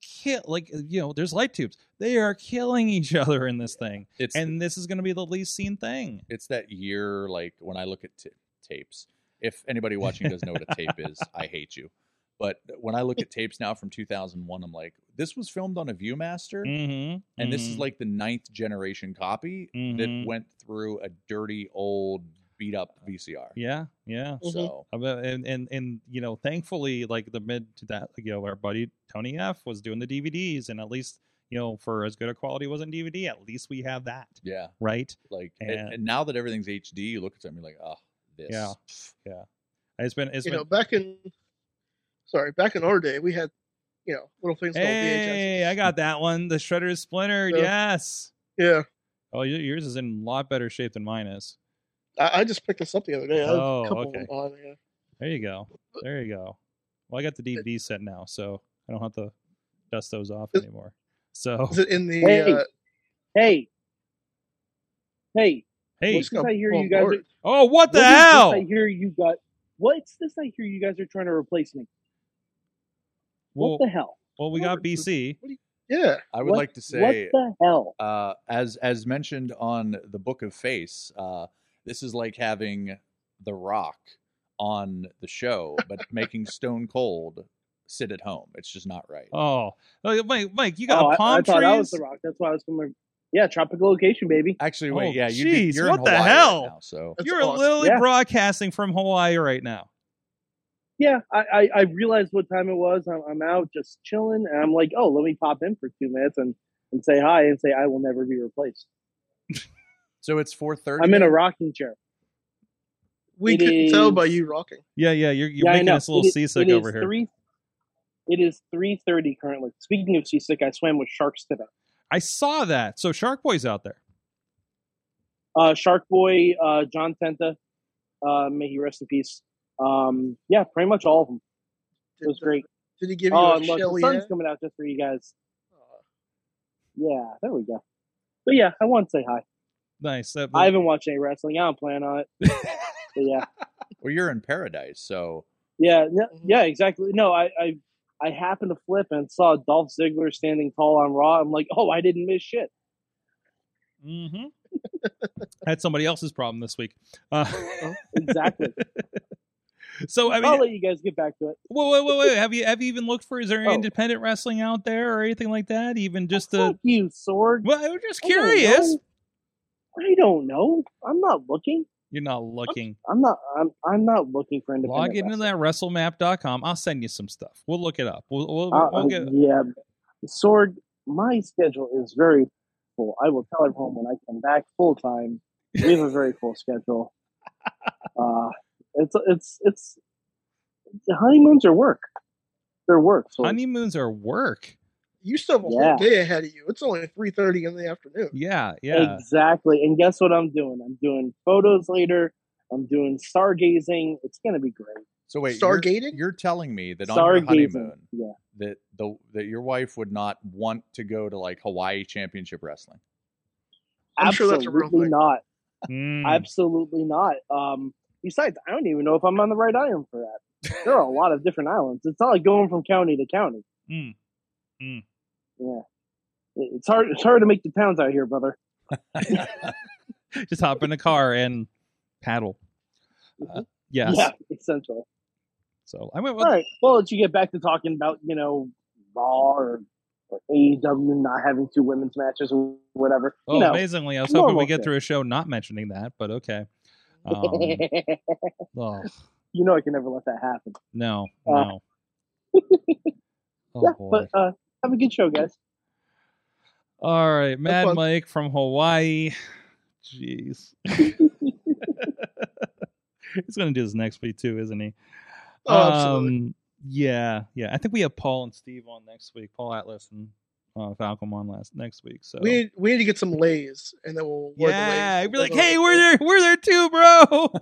Speaker 2: kill like you know, there's light tubes. They are killing each <laughs> other in this thing,
Speaker 4: It's
Speaker 2: and this is gonna be the least seen thing.
Speaker 4: it's
Speaker 2: <laughs>
Speaker 4: that year like when I look at t- tapes. If anybody watching doesn't know what a tape is, I hate you. But when I look at tapes now from 2001, I'm like, this was filmed on a ViewMaster,
Speaker 2: Mm-hmm.
Speaker 4: and this is like the ninth generation copy
Speaker 2: Mhm.
Speaker 4: that went through a dirty old beat up VCR.
Speaker 2: yeah, yeah.
Speaker 3: Mhm.
Speaker 4: So
Speaker 2: I bet- And and and you know, thankfully, like the mid to that, you know, our buddy Tony F was doing the DVDs, and at least you know, for as good a quality was in DVD, at least we have that,
Speaker 4: yeah,
Speaker 2: right?
Speaker 4: like and,
Speaker 2: And-
Speaker 4: and now that everything's HD, you look at something you're like, oh, this.
Speaker 2: Yeah. It's been it's
Speaker 3: you
Speaker 2: been
Speaker 3: know, back in sorry, back in our day, we had you know little things called VHS.
Speaker 2: Hey, I got that one. The shredder's splintered.
Speaker 3: Yeah.
Speaker 2: Yes.
Speaker 3: Yeah,
Speaker 2: Oh, y- yours is in a lot better shape than mine is.
Speaker 3: I, I just picked this up the other day. I have
Speaker 2: Oh,
Speaker 3: a couple
Speaker 2: okay.
Speaker 3: of them on here.
Speaker 2: There you go.
Speaker 3: Uh,
Speaker 2: There you go. Well, I got the DVD set now, so I don't have to dust those off
Speaker 3: Is-
Speaker 2: anymore. So
Speaker 3: Is it in the?
Speaker 5: Hey,
Speaker 3: uh,
Speaker 5: Hey, hey,
Speaker 2: hey,
Speaker 3: what's
Speaker 5: Since
Speaker 3: up,
Speaker 5: I hear
Speaker 3: Paul
Speaker 5: you guys are-
Speaker 3: Blart?
Speaker 2: oh, what the
Speaker 5: what is this
Speaker 2: hell?
Speaker 5: I hear you got. What's this? I hear you guys are trying to replace me.
Speaker 2: Well,
Speaker 5: What the hell?
Speaker 2: well, we got BC.
Speaker 3: Yeah,
Speaker 4: I would
Speaker 5: What-
Speaker 4: like to say,
Speaker 5: what the hell?
Speaker 4: uh, as as mentioned on the Book of Face, uh, this is like having The Rock on the show, but making Stone Cold sit at home. It's just not right.
Speaker 2: Oh, Like, Mike, Mike, you got
Speaker 5: oh, I-
Speaker 2: palm
Speaker 5: I, thought
Speaker 2: trees.
Speaker 5: that was the rock. That's why I was coming. Yeah, tropical location, baby.
Speaker 4: Actually,
Speaker 2: Oh,
Speaker 4: wait, yeah, you
Speaker 2: jeez,
Speaker 4: did, you're in
Speaker 2: what the
Speaker 4: Hawaii right
Speaker 2: hell?
Speaker 4: now, so
Speaker 3: that's
Speaker 2: You're
Speaker 3: awesome.
Speaker 2: literally
Speaker 5: Yeah.
Speaker 2: broadcasting from Hawaii right now.
Speaker 5: Yeah, I, I, I realized what time it was. I'm, I'm out just chilling, and I'm like, oh, let me pop in for two minutes and, and say hi and say I will never be replaced.
Speaker 4: so it's four thirty.
Speaker 5: I'm in a rocking chair.
Speaker 3: We
Speaker 5: It
Speaker 3: couldn't tell by
Speaker 5: is-
Speaker 3: you rocking.
Speaker 2: Yeah, yeah, you're, you're
Speaker 5: yeah, I
Speaker 2: making
Speaker 5: know.
Speaker 2: us a little
Speaker 5: It is-
Speaker 2: seasick
Speaker 5: it is
Speaker 2: over here.
Speaker 5: Three, it is three thirty currently. Speaking of seasick, I swam with sharks today.
Speaker 2: I saw that. So Shark Boy's out there.
Speaker 5: Uh, Shark Boy, uh, John Tenta, uh, may he rest in peace. Um, yeah, pretty much all of them. It
Speaker 3: Did,
Speaker 5: was great.
Speaker 3: Did he give you
Speaker 5: Oh,
Speaker 3: a
Speaker 5: and look, the
Speaker 3: shelly?
Speaker 5: sun's
Speaker 3: hand?
Speaker 5: coming out just for you guys.
Speaker 3: Aw,
Speaker 5: Yeah, there we go. But yeah, I want to say hi.
Speaker 2: Nice. That-
Speaker 5: I haven't watched any wrestling. I don't plan
Speaker 2: <laughs>
Speaker 5: on it. But yeah,
Speaker 4: Well, you're in paradise, so
Speaker 5: yeah, no,
Speaker 3: Mhm.
Speaker 5: yeah, exactly. No, I, I, I happened to flip and saw Dolph Ziggler standing tall on Raw. I'm like, oh, I didn't miss shit.
Speaker 2: Mm-hmm. <laughs> Had somebody else's problem this week. Uh, <laughs>
Speaker 5: Exactly.
Speaker 2: so I
Speaker 5: I
Speaker 2: mean,
Speaker 5: will let you guys get back to it.
Speaker 2: whoa, whoa, whoa, whoa! Have you have you even looked for? Is there any
Speaker 5: Oh.
Speaker 2: independent wrestling out there or anything like that? Even just
Speaker 5: Fuck
Speaker 2: the.
Speaker 5: you, Sorg.
Speaker 2: Well, I'm just
Speaker 5: I don't
Speaker 2: curious.
Speaker 5: know. I don't know. I'm not looking.
Speaker 2: You're not looking.
Speaker 5: I'm not. I'm. I'm not looking for independent.
Speaker 2: Log into
Speaker 5: wrestling.
Speaker 2: that WrestleMap.com. I'll send you some stuff. We'll look it up. We'll, we'll,
Speaker 5: Uh,
Speaker 2: we'll get.
Speaker 5: yeah, Sorg. My schedule is very full. I will tell everyone when I come back full time. We have a very full schedule. Uh, it's it's it's the honeymoons are work. They're work. So
Speaker 2: Honeymoons are work.
Speaker 3: You still have a
Speaker 5: Yeah.
Speaker 3: whole day ahead of you. It's only three thirty in the afternoon.
Speaker 2: Yeah, yeah.
Speaker 5: exactly. And guess what I'm doing? I'm doing photos later. I'm doing stargazing. It's gonna be great.
Speaker 4: so wait. you're- You're,
Speaker 3: Stargating?
Speaker 4: telling me that on your
Speaker 5: Stargazing.
Speaker 4: honeymoon
Speaker 5: Yeah.
Speaker 4: that the that your wife would not want to go to like Hawaii Championship Wrestling.
Speaker 3: I'm sure
Speaker 5: Absolutely
Speaker 3: that's a real thing.
Speaker 5: not.
Speaker 2: Mm.
Speaker 5: Absolutely not. Um, besides, I don't even know if I'm on the right island for that. There are a lot of different islands. It's not like going from county to county.
Speaker 2: Mm. Mm.
Speaker 5: Yeah, It- it's hard. It's hard to make the towns out here, brother.
Speaker 2: <laughs> Just hop in a car and paddle. Uh, yes.
Speaker 5: Mm-hmm. Yeah, <laughs> essentially.
Speaker 2: So I went with
Speaker 5: All right. Well, let you get back to talking about you know Raw or, or AEW not having two women's matches or whatever.
Speaker 2: Oh,
Speaker 5: you know.
Speaker 2: amazingly! I was hoping we
Speaker 5: normal
Speaker 2: get
Speaker 5: shit.
Speaker 2: through a show not mentioning that, but
Speaker 5: <laughs>
Speaker 2: okay. Um,
Speaker 5: Uh.
Speaker 2: oh
Speaker 5: you know I can never let that happen. <laughs>
Speaker 2: no,
Speaker 5: Uh,
Speaker 2: no. Oh
Speaker 5: yeah,
Speaker 2: boy!
Speaker 5: but uh, have a good show, guys.
Speaker 2: All right, Mad
Speaker 3: fun.
Speaker 2: Mike from Hawaii. Jeez,
Speaker 5: <laughs>
Speaker 2: <laughs> he's gonna do this next week too, isn't he?
Speaker 3: Oh, absolutely.
Speaker 2: Um, yeah, yeah. I think we have Paul and Steve on next week. Paul Atlas and uh, Falcom on last next week. So
Speaker 3: We need, we need to get some lays, and then we'll wear the
Speaker 2: yeah, he'd
Speaker 3: lays. Uh,
Speaker 2: be like, "Hey, we're there, we're there too, bro."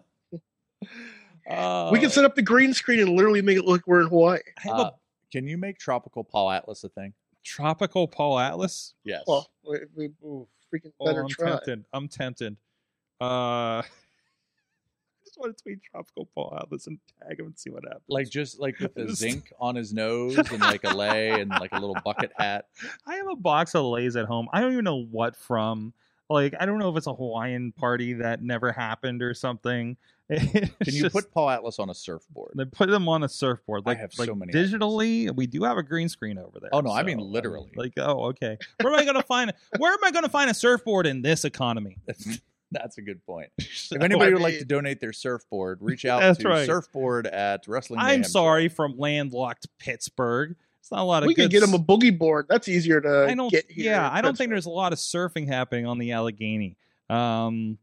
Speaker 2: <laughs> Uh,
Speaker 3: We can set up the green screen and literally make it look we're in Hawaii.
Speaker 2: I have a
Speaker 4: Uh, can you make Tropical Paul Atlas a thing?
Speaker 2: tropical Paul Atlas.
Speaker 4: Yes.
Speaker 3: Well, we, we freaking
Speaker 2: Oh,
Speaker 3: better
Speaker 2: I'm
Speaker 3: try.
Speaker 2: tempted. I'm tempted. Uh, <laughs> I just want to tweet Tropical Paul Atlas and tag him and see what happens.
Speaker 4: like just like
Speaker 3: <laughs>
Speaker 4: with the
Speaker 2: Just-
Speaker 4: zinc on his nose and like a lay and like a little bucket
Speaker 3: <laughs>
Speaker 4: hat.
Speaker 2: I have a box of Lay's at home. I don't even know what from. Like, I don't know if it's a Hawaiian party that never happened or something. <laughs> Can
Speaker 4: Can you put Paul Atlas on a surfboard?
Speaker 2: They put them on a surfboard.
Speaker 4: I
Speaker 2: Like,
Speaker 4: have
Speaker 2: like
Speaker 4: so many
Speaker 2: digitally, we do have a green screen over there.
Speaker 4: Oh, no, I mean
Speaker 2: so,
Speaker 4: literally.
Speaker 2: like, oh, okay. Where am I gonna find? Where am I gonna find a surfboard in this economy?
Speaker 4: That's, that's a good
Speaker 3: <laughs>
Speaker 4: point.
Speaker 2: So,
Speaker 4: <laughs> if anybody
Speaker 3: I
Speaker 4: would
Speaker 2: <laughs>
Speaker 4: like to
Speaker 3: mean-
Speaker 4: donate their surfboard, reach out
Speaker 2: That's
Speaker 4: to
Speaker 2: right.
Speaker 4: surfboard at wrestling.
Speaker 2: I'm sorry from landlocked Pittsburgh. It's not a lot of.
Speaker 3: we could
Speaker 2: good
Speaker 3: get him a
Speaker 2: s-
Speaker 3: boogie board. That's easier to
Speaker 2: I don't.
Speaker 3: get here.
Speaker 2: yeah,
Speaker 3: in
Speaker 2: I don't think
Speaker 3: Pittsburgh.
Speaker 2: there's a lot of surfing happening on the Allegheny. Um,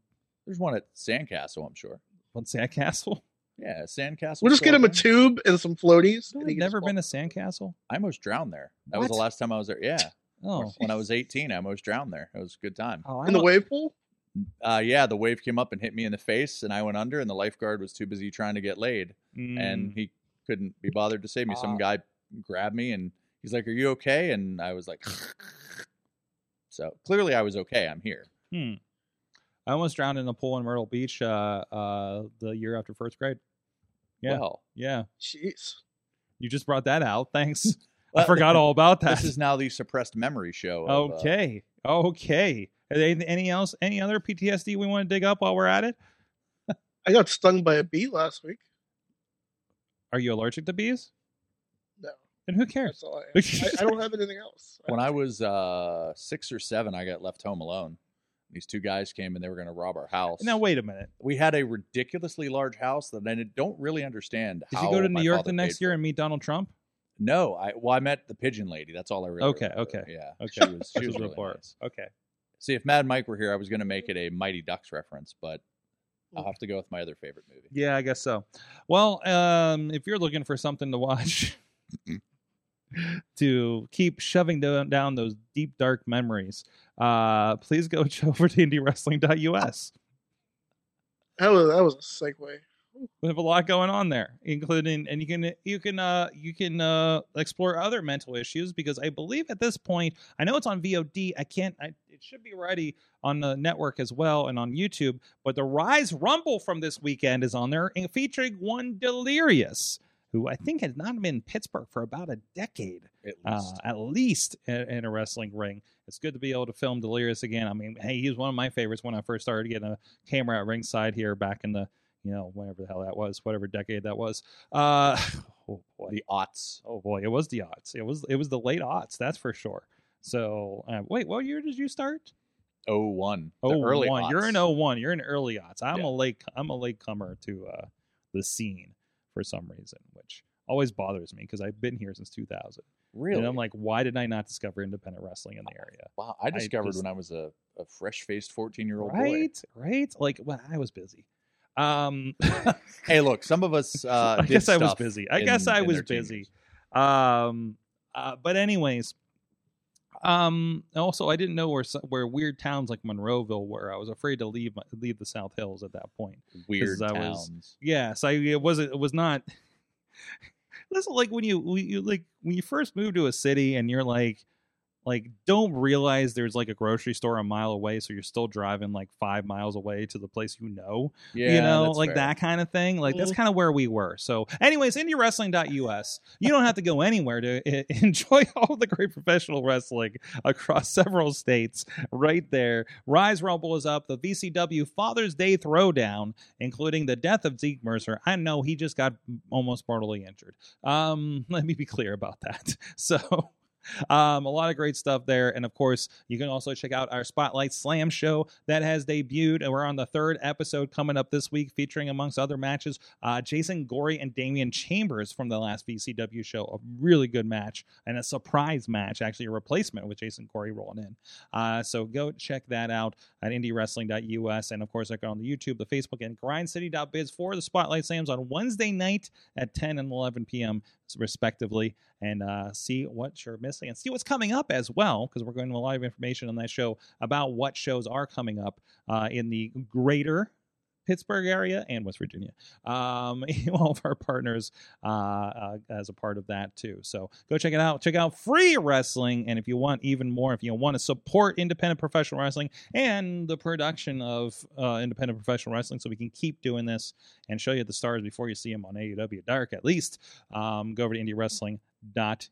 Speaker 4: There's one at Sandcastle, I'm sure.
Speaker 2: on Sandcastle.
Speaker 4: Yeah, Sandcastle.
Speaker 3: We'll just get him a
Speaker 4: surfing.
Speaker 3: tube and some floaties.
Speaker 2: No,
Speaker 3: and
Speaker 2: I've
Speaker 3: he can just
Speaker 2: never
Speaker 3: walk.
Speaker 2: been to Sandcastle.
Speaker 4: I almost drowned there. That was
Speaker 2: What?
Speaker 4: the last time I was there. Yeah,
Speaker 2: Oh,
Speaker 4: when I was 18, I almost drowned there. It was a good time.
Speaker 2: oh I
Speaker 3: in the
Speaker 2: don't-
Speaker 3: wave pool.
Speaker 4: Uh, yeah, the wave came up and hit me in the face, and I went under, and the lifeguard was too busy trying to get laid, and
Speaker 2: Mm.
Speaker 4: he couldn't be bothered to save me.
Speaker 2: Ah.
Speaker 4: Some guy grabbed me, and he's like, "Are you okay?" And I was like, "So clearly, I was okay. I'm here."
Speaker 2: Hmm. I almost drowned in a pool in Myrtle Beach uh, uh, the year after first grade. Yeah.
Speaker 4: Well,
Speaker 2: Yeah,
Speaker 3: Jeez.
Speaker 2: you just brought that out. Thanks. I
Speaker 4: well, <laughs>
Speaker 2: forgot all about that.
Speaker 4: uh, This is now the suppressed memory show. of, uh,
Speaker 2: okay. Okay. Are there any- any else? Any other PTSD we want to dig up while we're at it?
Speaker 3: I got stung by a bee last week.
Speaker 2: Are you allergic to bees?
Speaker 3: No.
Speaker 2: Then who
Speaker 3: That's
Speaker 2: cares?
Speaker 3: all I, I, I don't have anything else.
Speaker 4: <laughs> when I was uh, six or seven, I got left home alone. These two guys came and they were going to rob our house.
Speaker 2: Now wait a minute.
Speaker 4: we had a ridiculously large house that I don't really understand.
Speaker 2: Did
Speaker 4: how
Speaker 2: you go to
Speaker 4: my
Speaker 2: New York
Speaker 4: father
Speaker 2: the next
Speaker 4: paid
Speaker 2: year
Speaker 4: for it.
Speaker 2: and meet Donald Trump?
Speaker 4: No, I well, I met the pigeon lady. That's all I really.
Speaker 2: Okay,
Speaker 4: remember.
Speaker 2: okay,
Speaker 4: yeah,
Speaker 2: okay.
Speaker 4: She was,
Speaker 2: This
Speaker 4: she
Speaker 2: is
Speaker 4: was
Speaker 2: the
Speaker 4: really
Speaker 2: part.
Speaker 4: nice.
Speaker 2: Okay.
Speaker 4: See, if Mad Mike were here, I was going to make it a Mighty Ducks reference, but I'll have to go with my other favorite movie.
Speaker 2: Yeah, I guess so. Well, um, if you're looking for something to watch to keep shoving do- down those deep, dark memories, uh, please go <laughs> over to indiewrestling.us.
Speaker 3: That was, that was a segue.
Speaker 2: We have a lot going on there, including and you can you can uh you can uh explore other mental issues because I believe at this point I know it's on VOD. I can't. I, it should be ready on the network as well and on YouTube. But the Rise Rumble from this weekend is on there, and featuring one Delirious, who I think has not been in Pittsburgh for about a decade
Speaker 4: At
Speaker 2: uh,
Speaker 4: least.
Speaker 2: at least in, in a wrestling ring. It's good to be able to film Delirious again. I mean, hey, he was one of my favorites when I first started getting a camera at ringside here back in the, you know, whatever the hell that was, whatever decade that was. Uh, <laughs> oh boy,
Speaker 4: the aughts.
Speaker 2: oh boy, it was the odds. It was it was the late odds, that's for sure. So uh, wait, what year did you start?
Speaker 4: Oh one. The
Speaker 2: Oh,
Speaker 4: early
Speaker 2: one. You're
Speaker 4: aughts.
Speaker 2: in oh one. You're in early odds. I'm
Speaker 4: Yeah.
Speaker 2: a late. I'm a late comer to uh, the scene for some reason, which always bothers me because I've been here since 2000.
Speaker 4: Really?
Speaker 2: And I'm like, why did I not discover independent wrestling in the area?
Speaker 4: wow. I discovered
Speaker 2: just-
Speaker 4: when I was a, a fresh faced fourteen year old Oh, boy.
Speaker 2: Right, right. Like, well, I was busy.
Speaker 4: <laughs>
Speaker 2: Um,
Speaker 4: Hey, look, some of us. Uh,
Speaker 2: <laughs> I
Speaker 4: did
Speaker 2: guess I was
Speaker 4: stuff
Speaker 2: busy. I
Speaker 4: in-
Speaker 2: guess I
Speaker 4: in
Speaker 2: was
Speaker 4: their teen
Speaker 2: busy.
Speaker 4: years.
Speaker 2: um, uh, but anyways, um, also I didn't know where so- where weird towns like Monroeville were. I was afraid to leave my, leave the South Hills at that point.
Speaker 4: Weird
Speaker 2: I was-
Speaker 4: towns.
Speaker 2: Yeah, so I, it wasn't. It was not. <laughs> This is like when you, when you like when you first move to a city and you're like, like don't realize there's like a grocery store a mile away, so you're still driving like five miles away to the place you know.
Speaker 4: Yeah,
Speaker 2: you know,
Speaker 4: that's
Speaker 2: like
Speaker 4: fair.
Speaker 2: that kind of thing. Like that's
Speaker 3: Mhm.
Speaker 2: kind of where we were. So, anyways, indiewrestling.us. You don't have to go anywhere to e- <laughs> enjoy all the great professional wrestling across several states right there. Rise Rumble is up. The VCW Father's Day Throwdown, including the death of Zeke Mercer. I know he just got almost mortally injured. Um, <laughs> let me be clear about that. <laughs> So. Um, a lot of great stuff there. And of course, you can also check out our Spotlight Slam show that has debuted. And we're on the third episode coming up this week, featuring, amongst other matches, uh, Jason Gorey and Damian Chambers from the last VCW show. A really good match and a surprise match, actually, a replacement with Jason Gorey rolling in. Uh, so go check that out at indiewrestling.us. And of course, like on the YouTube, the Facebook, and grindcity.biz for the Spotlight Slams on Wednesday night at 10 and 11 p.m., respectively and uh, see what you're missing and see what's coming up as well, because we're going to have a lot of information on that show about what shows are coming up uh, in the greater Pittsburgh area and West Virginia. Um, <laughs> all of our partners uh, uh, as a part of that too. So go check it out. Check out free wrestling, and if you want even more, if you want to support independent professional wrestling and the production of uh, independent professional wrestling, so we can keep doing this and show you the stars before you see them on AEW Dark at least. Um, go over to Indie Wrestling dot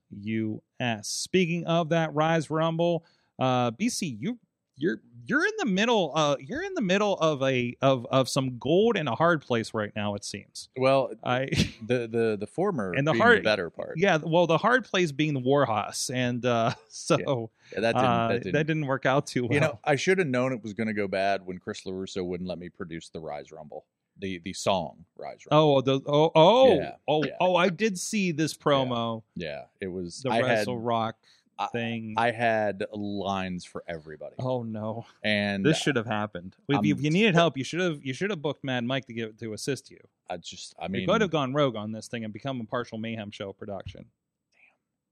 Speaker 2: us. Speaking of that Rise Rumble, uh, BC, you you're you're in the middle uh you're in the middle of a of of some gold and a hard place right now it seems
Speaker 4: Well,
Speaker 2: i <laughs>
Speaker 4: the the the former
Speaker 2: And the
Speaker 4: being
Speaker 2: hard-
Speaker 4: better part.
Speaker 2: yeah well the hard place being the warhas and uh <laughs> so
Speaker 4: Yeah, that didn't,
Speaker 2: uh,
Speaker 4: that didn't,
Speaker 2: work out too <laughs> well
Speaker 4: You know, I should have known it was going to go bad when Chris Larusso wouldn't let me produce the Rise Rumble, the the song Rise Rumble.
Speaker 2: oh the oh oh
Speaker 4: Yeah,
Speaker 2: oh,
Speaker 4: yeah.
Speaker 2: oh i did see this promo
Speaker 4: yeah, it was.
Speaker 2: the
Speaker 4: I had
Speaker 2: wrestle rock
Speaker 4: I-
Speaker 2: thing
Speaker 4: I had lines for everybody,
Speaker 2: oh no
Speaker 4: and
Speaker 2: this should have happened if, you-
Speaker 4: I'm-
Speaker 2: if you needed help you should have you should have booked mad mike to get to assist you
Speaker 4: I just, I
Speaker 2: you
Speaker 4: mean,
Speaker 2: could have gone rogue on this thing and become a partial mayhem show production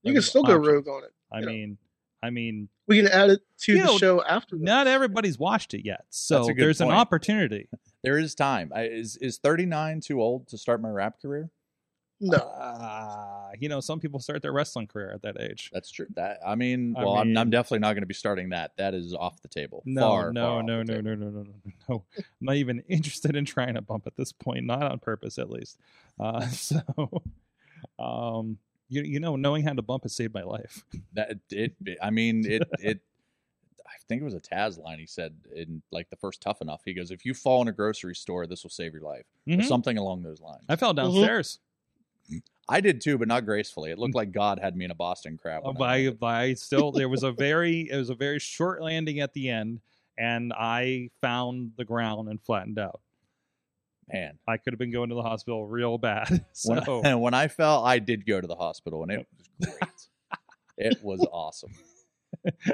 Speaker 3: You
Speaker 2: That
Speaker 3: can
Speaker 2: was
Speaker 3: still go
Speaker 2: optional.
Speaker 3: rogue on it.
Speaker 2: I
Speaker 3: Yeah.
Speaker 2: mean, I mean,
Speaker 3: We can add it to
Speaker 2: You know,
Speaker 3: the show after.
Speaker 2: not
Speaker 3: this.
Speaker 2: everybody's watched it yet, so
Speaker 4: That's a good
Speaker 2: there's an
Speaker 4: point.
Speaker 2: opportunity.
Speaker 4: there is time. I, is is thirty nine too old to start my rap career?
Speaker 3: No,
Speaker 2: Uh, you know, some people start their wrestling career at that age.
Speaker 4: That's true. That I mean,
Speaker 2: I
Speaker 4: well, I am I'm
Speaker 2: mean-
Speaker 4: definitely not going to be starting that. That is off the table.
Speaker 2: No,
Speaker 4: Far,
Speaker 2: no,
Speaker 4: far off
Speaker 2: no,
Speaker 4: the
Speaker 2: no,
Speaker 4: table.
Speaker 2: no, no, no, no, no. I'm not even <laughs> interested in trying to bump at this point, not on purpose, at least. Uh, <laughs> so, um, you you know, knowing how to bump has saved my life.
Speaker 4: That it. I mean, it. It. I think it was a Taz line. He said in like the first Tough Enough. He goes, "If you fall in a grocery store, this will save your life," or
Speaker 2: Mhm.
Speaker 4: something along those lines.
Speaker 2: I fell downstairs.
Speaker 4: I did too, but not gracefully. It looked like God had me in a Boston crab.
Speaker 2: Uh,
Speaker 4: when I
Speaker 2: but I,
Speaker 4: landed.
Speaker 2: but I still there was a very it was a very short landing at the end, and I found the ground and flattened out.
Speaker 4: Man,
Speaker 2: I could have been going to the hospital real bad. <laughs>
Speaker 4: when,
Speaker 2: So
Speaker 4: when I <laughs> fell, I did go to the hospital, and it was great. it was awesome.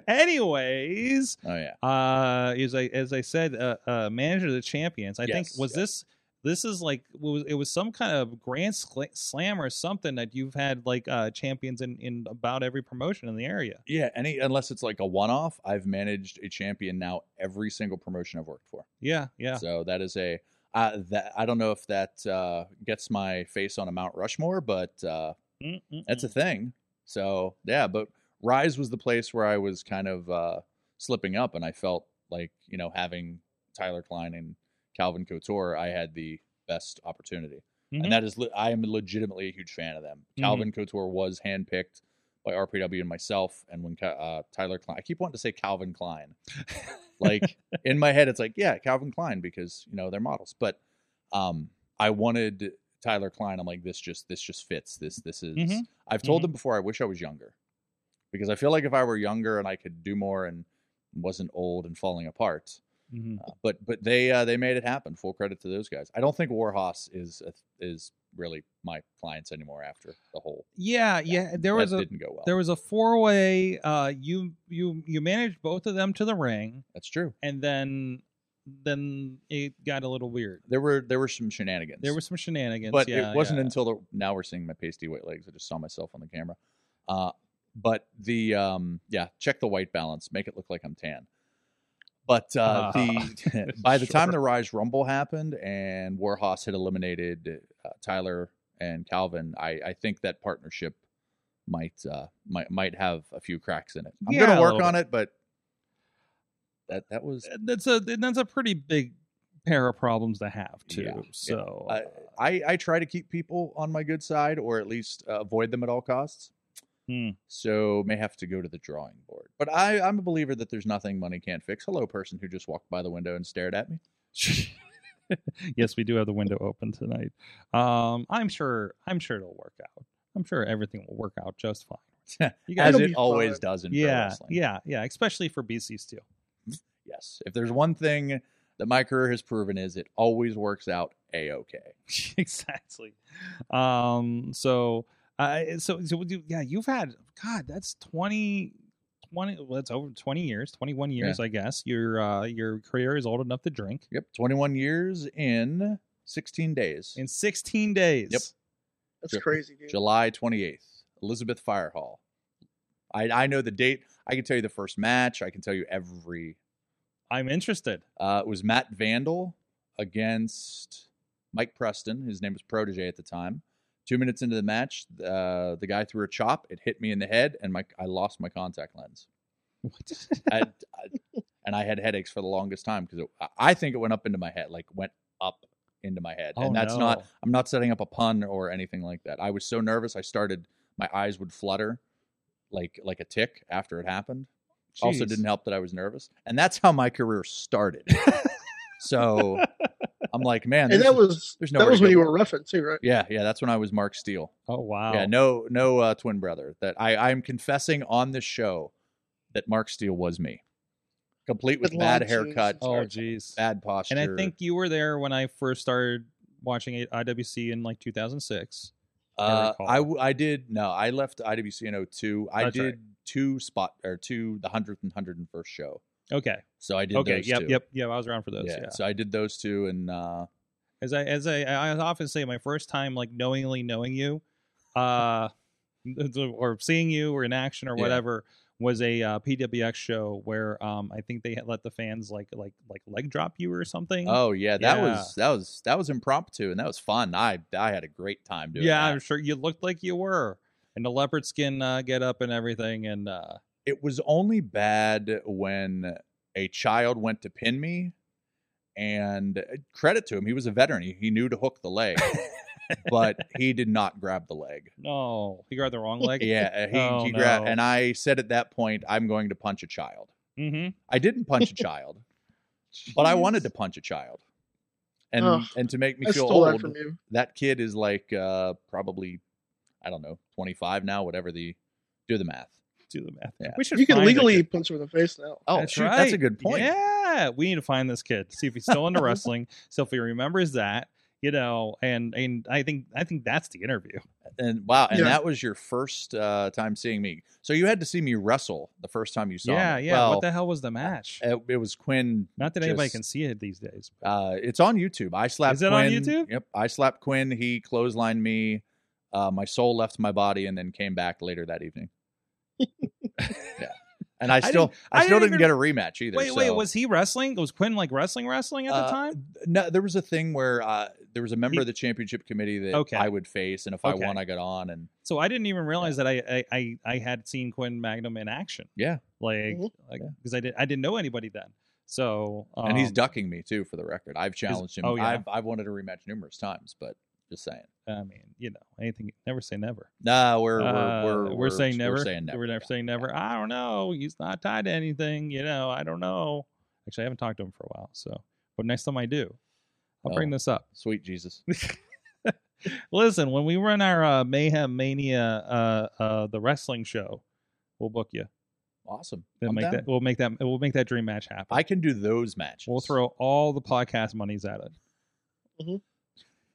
Speaker 2: anyways,
Speaker 4: Oh yeah,
Speaker 2: uh as I as I said, uh, uh manager of the champions. I think
Speaker 4: Yes,
Speaker 2: was
Speaker 4: yes.
Speaker 2: this this is like it was, it was some kind of grand sl- slam or something that you've had like uh champions in in about every promotion in the area.
Speaker 4: yeah. Any unless it's like a one off, I've managed a champion now every single promotion I've worked for.
Speaker 2: Yeah, yeah.
Speaker 4: So that is a uh, that I don't know if that uh, gets my face on a Mount Rushmore, but uh,
Speaker 2: Mm-mm-mm.
Speaker 4: that's a thing. So yeah, but Rise was the place where I was kind of uh, slipping up, and I felt like you know having Tyler Klein and Calvin Couture, I had the best opportunity,
Speaker 2: Mhm.
Speaker 4: and that is le- I am legitimately a huge fan of them. Calvin Couture was handpicked by RPW and myself, and when Ca- uh, Tyler Klein, I keep wanting to say Calvin Klein, like in my head, it's like yeah, Calvin Klein because you know they're models, but um, I wanted Tyler Klein. I'm like this just this just fits this this is.
Speaker 2: Mhm.
Speaker 4: I've told
Speaker 2: Mhm.
Speaker 4: them before I wish I was younger. Because I feel like if I were younger and I could do more and wasn't old and falling apart.
Speaker 2: Mhm.
Speaker 4: Uh, but but they uh, they made it happen. Full credit to those guys. I don't think Warhorse is a, is really my clients anymore after the whole.
Speaker 2: Yeah, Uh, yeah. There was
Speaker 4: that
Speaker 2: a
Speaker 4: didn't go well.
Speaker 2: there was a four way. Uh, you you you managed both of them to the ring,
Speaker 4: That's true.
Speaker 2: and then then it got a little weird.
Speaker 4: There were there were some shenanigans.
Speaker 2: There were some shenanigans,
Speaker 4: but
Speaker 2: yeah,
Speaker 4: it wasn't
Speaker 2: yeah.
Speaker 4: until the, now we're seeing my pasty white legs. I just saw myself on the camera. Uh, but the um, yeah, check the white balance. Make it look like I'm tan. But
Speaker 2: Ah,
Speaker 4: uh,
Speaker 2: <laughs>
Speaker 4: the <laughs> by the time
Speaker 2: sure.
Speaker 4: the Rise Rumble happened and Warhorse had eliminated uh, Tyler and Calvin, I, I think that partnership might uh, might might have a few cracks in it. I'm
Speaker 2: Yeah,
Speaker 4: gonna
Speaker 2: a
Speaker 4: work
Speaker 2: little
Speaker 4: on it, but that that was
Speaker 2: that's a that's a pretty big pair of problems to have too.
Speaker 4: Yeah, yeah.
Speaker 2: so
Speaker 4: I- I, I try to keep people on my good side or at least uh, avoid them at all costs.
Speaker 2: Hmm.
Speaker 4: So may have to go to the drawing board. But I, I'm a believer that there's nothing money can't fix. Hello, person who just walked by the window and stared at me.
Speaker 2: <laughs> yes, we do have the window open tonight. Um, I'm sure I'm sure it'll work out. I'm sure everything will work out just
Speaker 4: <laughs>
Speaker 2: fine. You guys,
Speaker 4: As
Speaker 3: It'll
Speaker 4: it
Speaker 3: be
Speaker 4: always
Speaker 3: fine.
Speaker 4: does in pro
Speaker 2: yeah,
Speaker 4: wrestling.
Speaker 2: yeah, yeah. Especially for BC Steel.
Speaker 4: Yes. If there's one thing that my career has proven is it always works out a okay.
Speaker 2: <laughs> exactly. Um, so I so, so would you, yeah, you've had God, that's 20, 20 well, that's over twenty years, twenty one years, I guess. Your uh your career is old enough to drink
Speaker 4: Yep. 21 years in 16 days.
Speaker 2: in sixteen days.
Speaker 4: Yep.
Speaker 3: that's
Speaker 4: Ju-
Speaker 3: crazy, dude.
Speaker 4: July 28th, Elizabeth Firehall. I, I know the date. I can tell you the first match. I can tell you every
Speaker 2: I'm interested. <laughs>
Speaker 4: Uh, it was Matt Vandal against Mike Preston. His name was Protege at the time. Two minutes into the match, uh, the guy threw a chop. It hit me in the head, and my I lost my contact lens. <laughs> I, I- and I had headaches for the longest time because I think it went up into my head, like went up into my head.
Speaker 2: Oh,
Speaker 4: and that's
Speaker 2: no.
Speaker 4: not. I'm not setting up a pun or anything like that. I was so nervous. I started. My eyes would flutter, like like a tick after it happened. Also
Speaker 2: Jeez.
Speaker 4: didn't help that I was nervous. And that's how my
Speaker 2: <laughs>
Speaker 4: career started. so I'm like, man,
Speaker 3: And
Speaker 4: this
Speaker 3: that
Speaker 4: is-
Speaker 3: was
Speaker 4: there's
Speaker 3: that
Speaker 4: nowhere
Speaker 3: was
Speaker 4: to
Speaker 3: when
Speaker 4: go.
Speaker 3: you were refing too, right?
Speaker 4: yeah, yeah, that's when I was Mark Steele.
Speaker 2: Oh wow.
Speaker 4: Yeah, no, no uh, twin brother. That I, I'm confessing on this show that Mark Steele was me, complete with
Speaker 3: With
Speaker 4: bad
Speaker 3: long
Speaker 4: haircut,
Speaker 3: jeans.
Speaker 2: Oh
Speaker 3: Sorry.
Speaker 2: jeez.
Speaker 4: bad posture.
Speaker 2: And I think you were there when I first started watching it- IWC in like 2006.
Speaker 4: uh,
Speaker 2: recall.
Speaker 4: I, w- I did no, I left IWC in 02. I
Speaker 2: That's
Speaker 4: did
Speaker 2: right.
Speaker 4: two spot or two the hundredth and hundred and first show.
Speaker 2: Okay.
Speaker 4: So I did
Speaker 2: Okay.
Speaker 4: those
Speaker 2: Yep.
Speaker 4: two.
Speaker 2: Yep. Yep. I was around for those. Yeah.
Speaker 4: So I did those two, and uh,
Speaker 2: As I as I I often say, my first time like knowingly knowing you, uh, <laughs> or seeing you or in action or
Speaker 4: Yeah.
Speaker 2: whatever was a uh, PWX show where um I think they had let the fans like like like leg drop you or something.
Speaker 4: oh yeah, that
Speaker 2: Yeah.
Speaker 4: was that was that was impromptu, and that was fun. I I had a great time doing.
Speaker 2: yeah,
Speaker 4: that.
Speaker 2: I'm sure you looked like you were in the leopard skin uh, get up and everything, and uh,
Speaker 4: it was only bad when a child went to pin me and uh, credit to him he was a veteran he, he knew to hook
Speaker 3: <laughs>
Speaker 4: the leg but he did not grab the leg
Speaker 2: no, he grabbed the wrong leg.
Speaker 4: <laughs> yeah uh, he,
Speaker 2: Oh,
Speaker 4: he grabbed
Speaker 2: no.
Speaker 4: and i said at that point i'm going to punch a child
Speaker 2: Mm-hmm.
Speaker 4: i didn't
Speaker 3: <laughs>
Speaker 4: punch a child but i wanted to punch a child and
Speaker 3: Ugh.
Speaker 4: and to make me
Speaker 3: I
Speaker 4: feel
Speaker 3: stole
Speaker 4: old
Speaker 3: that from you.
Speaker 4: that kid is like uh probably i don't know 25 now whatever the do the math
Speaker 2: Do the math.
Speaker 4: Yeah.
Speaker 2: We should
Speaker 3: You can
Speaker 2: find a
Speaker 3: legally
Speaker 2: kid.
Speaker 3: punch him in the face now.
Speaker 4: oh
Speaker 2: that's
Speaker 4: shoot
Speaker 2: right.
Speaker 4: that's a good point
Speaker 2: Yeah, we need to find this kid. See if he's
Speaker 4: <laughs>
Speaker 2: still into wrestling. So if he remembers that, you know, and and I think I think that's the interview.
Speaker 4: and wow, and
Speaker 3: Yeah.
Speaker 4: that was your first uh, time seeing me. So you had to see me wrestle the first time you saw
Speaker 2: yeah,
Speaker 4: me.
Speaker 2: yeah.
Speaker 4: Well,
Speaker 2: what the hell was the match?
Speaker 4: It, it was Quinn.
Speaker 2: Not that anybody
Speaker 4: just-
Speaker 2: can see it these days.
Speaker 4: Uh, it's on YouTube. I slapped.
Speaker 2: it
Speaker 4: Quinn.
Speaker 2: on YouTube?
Speaker 4: Yep. I slapped Quinn. He clotheslined me. Uh, my soul left my body and then came back later that
Speaker 2: <laughs>
Speaker 4: evening. yeah, and I
Speaker 2: didn't-
Speaker 4: still, I,
Speaker 2: I
Speaker 4: still
Speaker 2: didn't
Speaker 4: didn't get a rematch either.
Speaker 2: wait, wait.
Speaker 4: so-
Speaker 2: Was he wrestling? Was Quinn like wrestling, wrestling at the
Speaker 4: Uh,
Speaker 2: time?
Speaker 4: no? There was a thing where uh, there was a member
Speaker 2: He-
Speaker 4: of the championship committee that
Speaker 2: Okay.
Speaker 4: I would face, and if
Speaker 2: Okay.
Speaker 4: I won, I got on. And
Speaker 2: So I didn't even realize that I I, I, I had seen Quinn Magnum in action.
Speaker 4: Yeah. Mm-hmm.
Speaker 2: like
Speaker 3: Mhm.
Speaker 2: like
Speaker 4: Yeah.
Speaker 2: because I did I didn't know anybody then. So um,
Speaker 4: and he's ducking me too for the record i've challenged him
Speaker 2: oh, yeah.
Speaker 4: I've, I've wanted a rematch numerous times but just saying
Speaker 2: I mean, you know, anything. Never say never.
Speaker 4: nah we're we're,
Speaker 2: Uh,
Speaker 4: we're,
Speaker 2: we're saying never.
Speaker 4: we're saying never
Speaker 2: We're never saying never. I don't know. He's not tied to anything. You know, I don't know. Actually, I haven't talked to him for a while. So, but next time I do, I'll bring
Speaker 4: Oh.
Speaker 2: this up. <laughs>
Speaker 4: sweet jesus
Speaker 2: Listen, when we run our uh, Mayhem Mania, uh, uh, the wrestling show, we'll book you.
Speaker 4: awesome
Speaker 2: We'll
Speaker 4: I'm
Speaker 2: make
Speaker 4: down.
Speaker 2: that. We'll make that. We'll make that dream match happen.
Speaker 4: i can do those matches
Speaker 2: we'll throw all the podcast monies at it.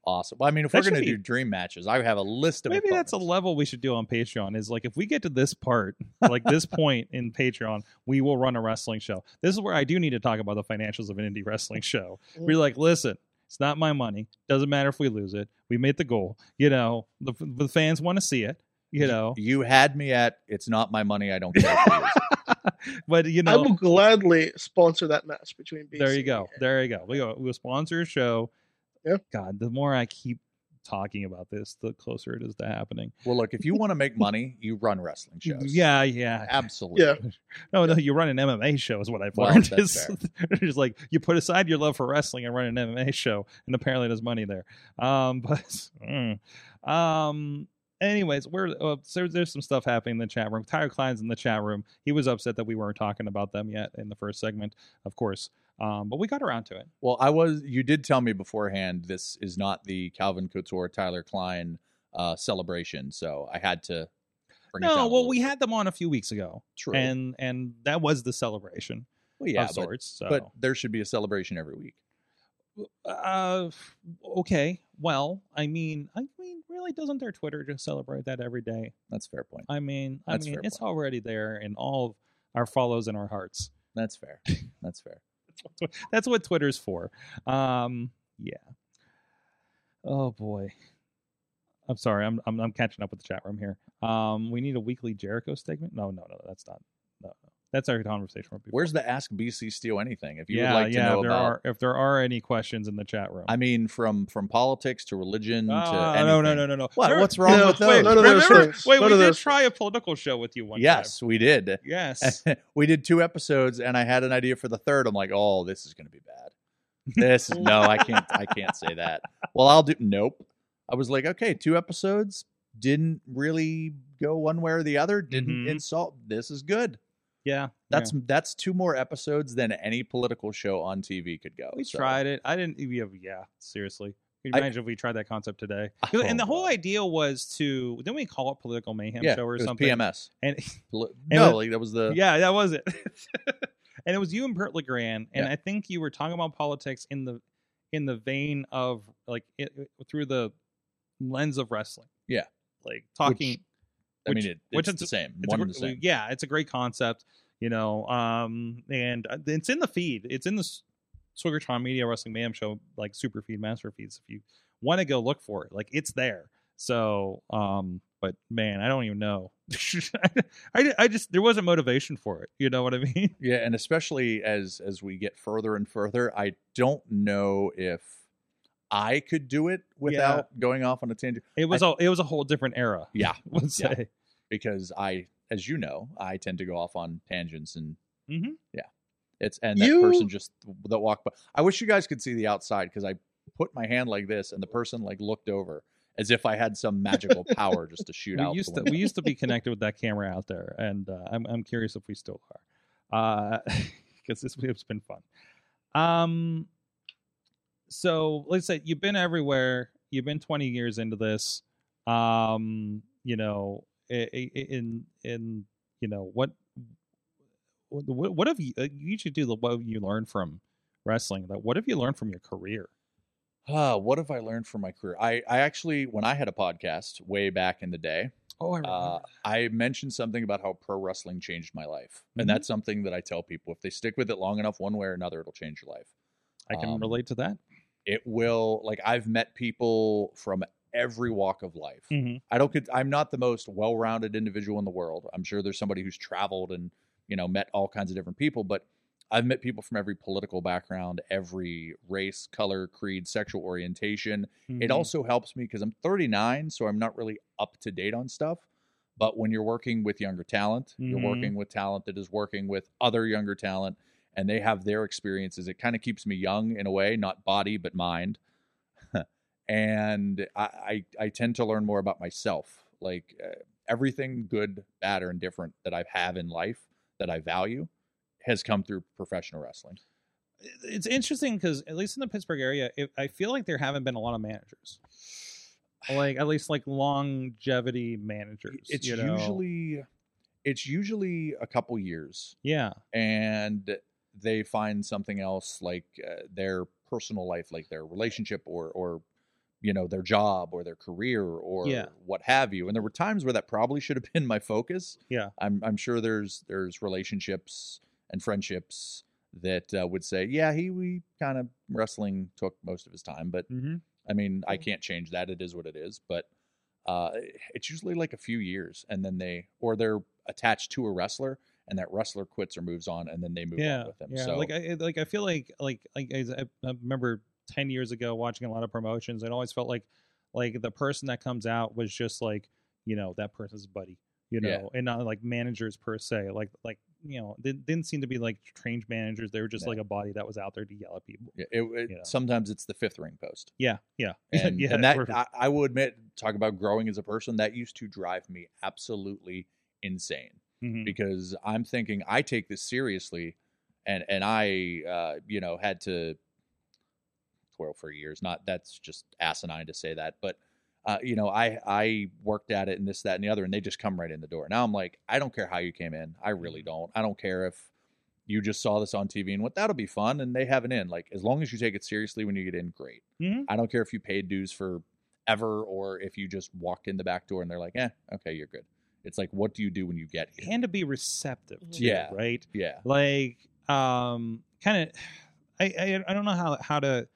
Speaker 4: awesome well i mean if
Speaker 2: That
Speaker 4: we're gonna
Speaker 2: should be-
Speaker 4: do dream matches i have a list of
Speaker 2: Maybe that's a
Speaker 4: opponents.
Speaker 2: level we should do on Patreon. Is like if we get to this part, like
Speaker 3: <laughs>
Speaker 2: this point in Patreon, we will run a wrestling show. This is where I do need to talk about the financials of an indie wrestling show.
Speaker 3: Mm.
Speaker 2: We're like, listen, it's not my money. Doesn't matter if we lose it. We made the goal. You know, the, the fans want to see it. You know,
Speaker 4: you had me at it's not my money i don't care if you lose.
Speaker 2: <laughs> but you
Speaker 3: I
Speaker 2: know,
Speaker 3: will gladly sponsor that match between BC.
Speaker 2: there you go. There you go. We go. We'll sponsor a show.
Speaker 3: Yeah.
Speaker 2: God, the more I keep talking about this, the closer it is to happening.
Speaker 4: well look if you want to make money you run wrestling shows
Speaker 2: Yeah, yeah.
Speaker 4: absolutely
Speaker 3: Yeah,
Speaker 2: Oh, No, no, you run an MMA show is what I've
Speaker 4: Well,
Speaker 2: learned. <laughs>
Speaker 4: that's
Speaker 2: It's- it's just like you put aside your love for wrestling and run an MMA show, and apparently there's money there. Um, <laughs> but mm. um, anyways, we're uh, so there's some stuff happening in the chat room. Tyler Klein's in the chat room. He was upset that we weren't talking about them yet in the first segment, of course. Um, but we got around to it.
Speaker 4: Well, I was. You did tell me beforehand this is not the Calvin Couture Tyler Klein uh, celebration, so I had to. Bring it down
Speaker 2: No,
Speaker 4: a
Speaker 2: well,
Speaker 4: little
Speaker 2: we
Speaker 4: bit.
Speaker 2: had them on a few weeks ago,
Speaker 4: true,
Speaker 2: and and that was the celebration
Speaker 4: well, yeah,
Speaker 2: of
Speaker 4: but,
Speaker 2: sorts. So.
Speaker 4: but there should be a celebration every week.
Speaker 2: uh okay well i mean i mean really doesn't their twitter just celebrate that every day
Speaker 4: That's a fair
Speaker 2: <laughs>
Speaker 4: point.
Speaker 2: i mean i
Speaker 4: That's
Speaker 2: mean
Speaker 4: fair
Speaker 2: it's
Speaker 4: point.
Speaker 2: already there in all of our follows and our hearts
Speaker 4: That's fair. That's fair.
Speaker 2: that's what twitter's for um yeah oh boy i'm sorry i'm i'm, I'm catching up with the chat room here um we need a weekly jericho segment no no no that's not no no that's our conversation from before.
Speaker 4: Where's the Ask BC Steel anything? If you
Speaker 2: yeah
Speaker 4: would like to
Speaker 2: yeah
Speaker 4: know
Speaker 2: if there
Speaker 4: about,
Speaker 2: are if there are any questions in the chat room
Speaker 4: I mean, from from politics to religion to
Speaker 2: Ah,
Speaker 4: anything.
Speaker 2: no no no no no
Speaker 4: What?
Speaker 2: There-
Speaker 4: What's wrong
Speaker 3: No,
Speaker 4: with
Speaker 3: wait,
Speaker 4: those?
Speaker 3: no, no, no. those
Speaker 2: Remember,
Speaker 3: things.
Speaker 2: wait, we
Speaker 3: None of
Speaker 2: did
Speaker 3: those
Speaker 2: try a political show with you one
Speaker 4: yes, we did.
Speaker 2: time.
Speaker 4: <laughs>
Speaker 2: Yes.
Speaker 4: we did two episodes, and I had an idea for the third. I'm like, oh, this is going to be bad. This is no, I can't. I can't say that. <laughs> Well, I'll do. Nope. I was like, okay, two episodes didn't really go one way or the other. Didn't
Speaker 2: Mhm.
Speaker 4: insult. This is good.
Speaker 2: Yeah,
Speaker 4: That's that's two more episodes than any political show on TV could go.
Speaker 2: We
Speaker 4: so.
Speaker 2: tried it. I didn't. Yeah, yeah seriously. Can you
Speaker 4: I-
Speaker 2: imagine if we tried that concept today?
Speaker 4: Oh,
Speaker 2: and the whole
Speaker 4: God.
Speaker 2: idea was to didn't we call it political mayhem
Speaker 4: yeah,
Speaker 2: show or
Speaker 4: it was
Speaker 2: something?
Speaker 4: PMS.
Speaker 2: And <laughs>
Speaker 4: Poli-
Speaker 2: And
Speaker 4: no,
Speaker 2: it-
Speaker 4: like that was the
Speaker 2: yeah, that was it. <laughs> and it was you and Bert Legrand, and
Speaker 4: Yeah.
Speaker 2: I think you were talking about politics in the in the vein of like it, it- through the lens of wrestling.
Speaker 4: Yeah.
Speaker 2: like talking.
Speaker 4: I
Speaker 2: which-
Speaker 4: mean, it,
Speaker 2: which
Speaker 4: it's
Speaker 2: it's
Speaker 4: the
Speaker 2: a-
Speaker 4: same.
Speaker 2: it's
Speaker 4: One
Speaker 2: a,
Speaker 4: and the
Speaker 2: gr-
Speaker 4: same.
Speaker 2: Yeah, it's a great concept, you know. Um, and uh, it's in the feed. It's in the S- Swiggertron Media Wrestling Mayhem Show like super feed, master feeds. If you want to go look for it, like it's there. So, um, but man, I don't even know. <laughs> I, I just there wasn't motivation for it. You know what I mean?
Speaker 4: Yeah, and especially as as we get further and further, I don't know if I could do it without going off on a tangent.
Speaker 2: It was a it was a whole different era.
Speaker 4: Yeah,
Speaker 2: <laughs> Let's
Speaker 4: yeah.
Speaker 2: say.
Speaker 4: because I, as you know, I tend to go off on tangents and
Speaker 2: Mhm.
Speaker 4: yeah, it's and that
Speaker 3: You-
Speaker 4: person just that walked by. I wish you guys could see the outside because I put my hand like this and the person like looked over as if I had
Speaker 2: <laughs>
Speaker 4: some magical power just to shoot out.
Speaker 2: We used
Speaker 4: the
Speaker 2: to
Speaker 4: window.
Speaker 2: we used to
Speaker 4: <laughs>
Speaker 2: be connected with that camera out there, and uh, I'm I'm curious if we still <laughs> are, because this it's been fun. Um, so let's say you've been everywhere. You've been 20 years into this. Um, you know, i- i- i- in in you know what what what have you uh, you should do the what have you learned from wrestling that what have you learned from your career
Speaker 4: Ah, what have I learned from my career? I I actually when I had a podcast way back in the day,
Speaker 2: oh i <laughs>
Speaker 4: uh, I mentioned something about how pro wrestling changed my life, and
Speaker 2: Mhm.
Speaker 4: that's something that I tell people if they stick with it long enough, one way or another, it'll change your life.
Speaker 2: i can
Speaker 4: um,
Speaker 2: relate to that
Speaker 4: it will like i've met people from every walk of life
Speaker 2: Mhm.
Speaker 4: i don't could i'm not the most well-rounded individual in the world i'm sure there's somebody who's traveled and you know met all kinds of different people but i've met people from every political background every race color creed sexual orientation it
Speaker 2: Mhm.
Speaker 4: also helps me because i'm 39 so i'm not really up to date on stuff but when you're working with younger talent
Speaker 2: Mhm.
Speaker 4: you're working with talent that is working with other younger talent and they have their experiences it kind of keeps me young in a way not body but mind <laughs> and I, I i tend to learn more about myself like uh, everything good bad or indifferent that i have in life that i value has come through professional wrestling
Speaker 2: it's interesting because at least in the Pittsburgh area, it, I feel like there haven't been a lot of managers, like at least like longevity managers.
Speaker 4: it's
Speaker 2: you know?
Speaker 4: usually it's usually a couple years
Speaker 2: yeah,
Speaker 4: and they find something else like uh, their personal life like their relationship or or you know their job or their career or
Speaker 2: Yeah.
Speaker 4: what have you and there were times where that probably should have <laughs> been my focus
Speaker 2: Yeah.
Speaker 4: i'm i'm sure there's there's relationships and friendships that uh, would say yeah he we kind of wrestling took most of his time but
Speaker 2: mm-hmm.
Speaker 4: I mean, I can't change that. It is what it is. But uh, it's usually like a few years, and then they or they're attached to a wrestler, and that wrestler quits or moves on, and then they move
Speaker 2: yeah,
Speaker 4: on with them.
Speaker 2: yeah.
Speaker 4: So
Speaker 2: Like I I- like I feel like like like as I, I remember ten years ago watching a lot of promotions. It always felt like like the person that comes out was just like you know that person's buddy, you know,
Speaker 4: Yeah.
Speaker 2: and not like managers per se. Like like you know, they didn't seem to be like trained managers. They were just
Speaker 4: No.
Speaker 2: like a body that was out there to yell at people.
Speaker 4: yeah, it, it-
Speaker 2: Yeah.
Speaker 4: sometimes it's the fifth ring post,
Speaker 2: Yeah, <laughs> yeah,
Speaker 4: and,
Speaker 2: yeah.
Speaker 4: and that
Speaker 2: perfect.
Speaker 4: I, I will admit, talk about growing as a person, that used to drive me absolutely insane.
Speaker 2: Mhm.
Speaker 4: because I'm thinking I take this seriously, and and I uh, you know had to twirl for years. Not that's just asinine to say that, but uh, you know I I worked at it and this that and the other, and they just come right in the door. Now I'm like I don't care how you came in. I really don't. I don't care if you just saw this on TV and what that'll be fun, and they have an in. Like as long as you take it seriously when you get in, great.
Speaker 2: Mhm.
Speaker 4: I don't care if you paid dues for ever or if you just walked in the back door and they're like, eh, okay, you're good. It's like, what do you do when you get here?
Speaker 2: and to be receptive to
Speaker 4: Yeah.
Speaker 2: right
Speaker 4: Yeah.
Speaker 2: like um kind of <sighs> I, I i don't know how how to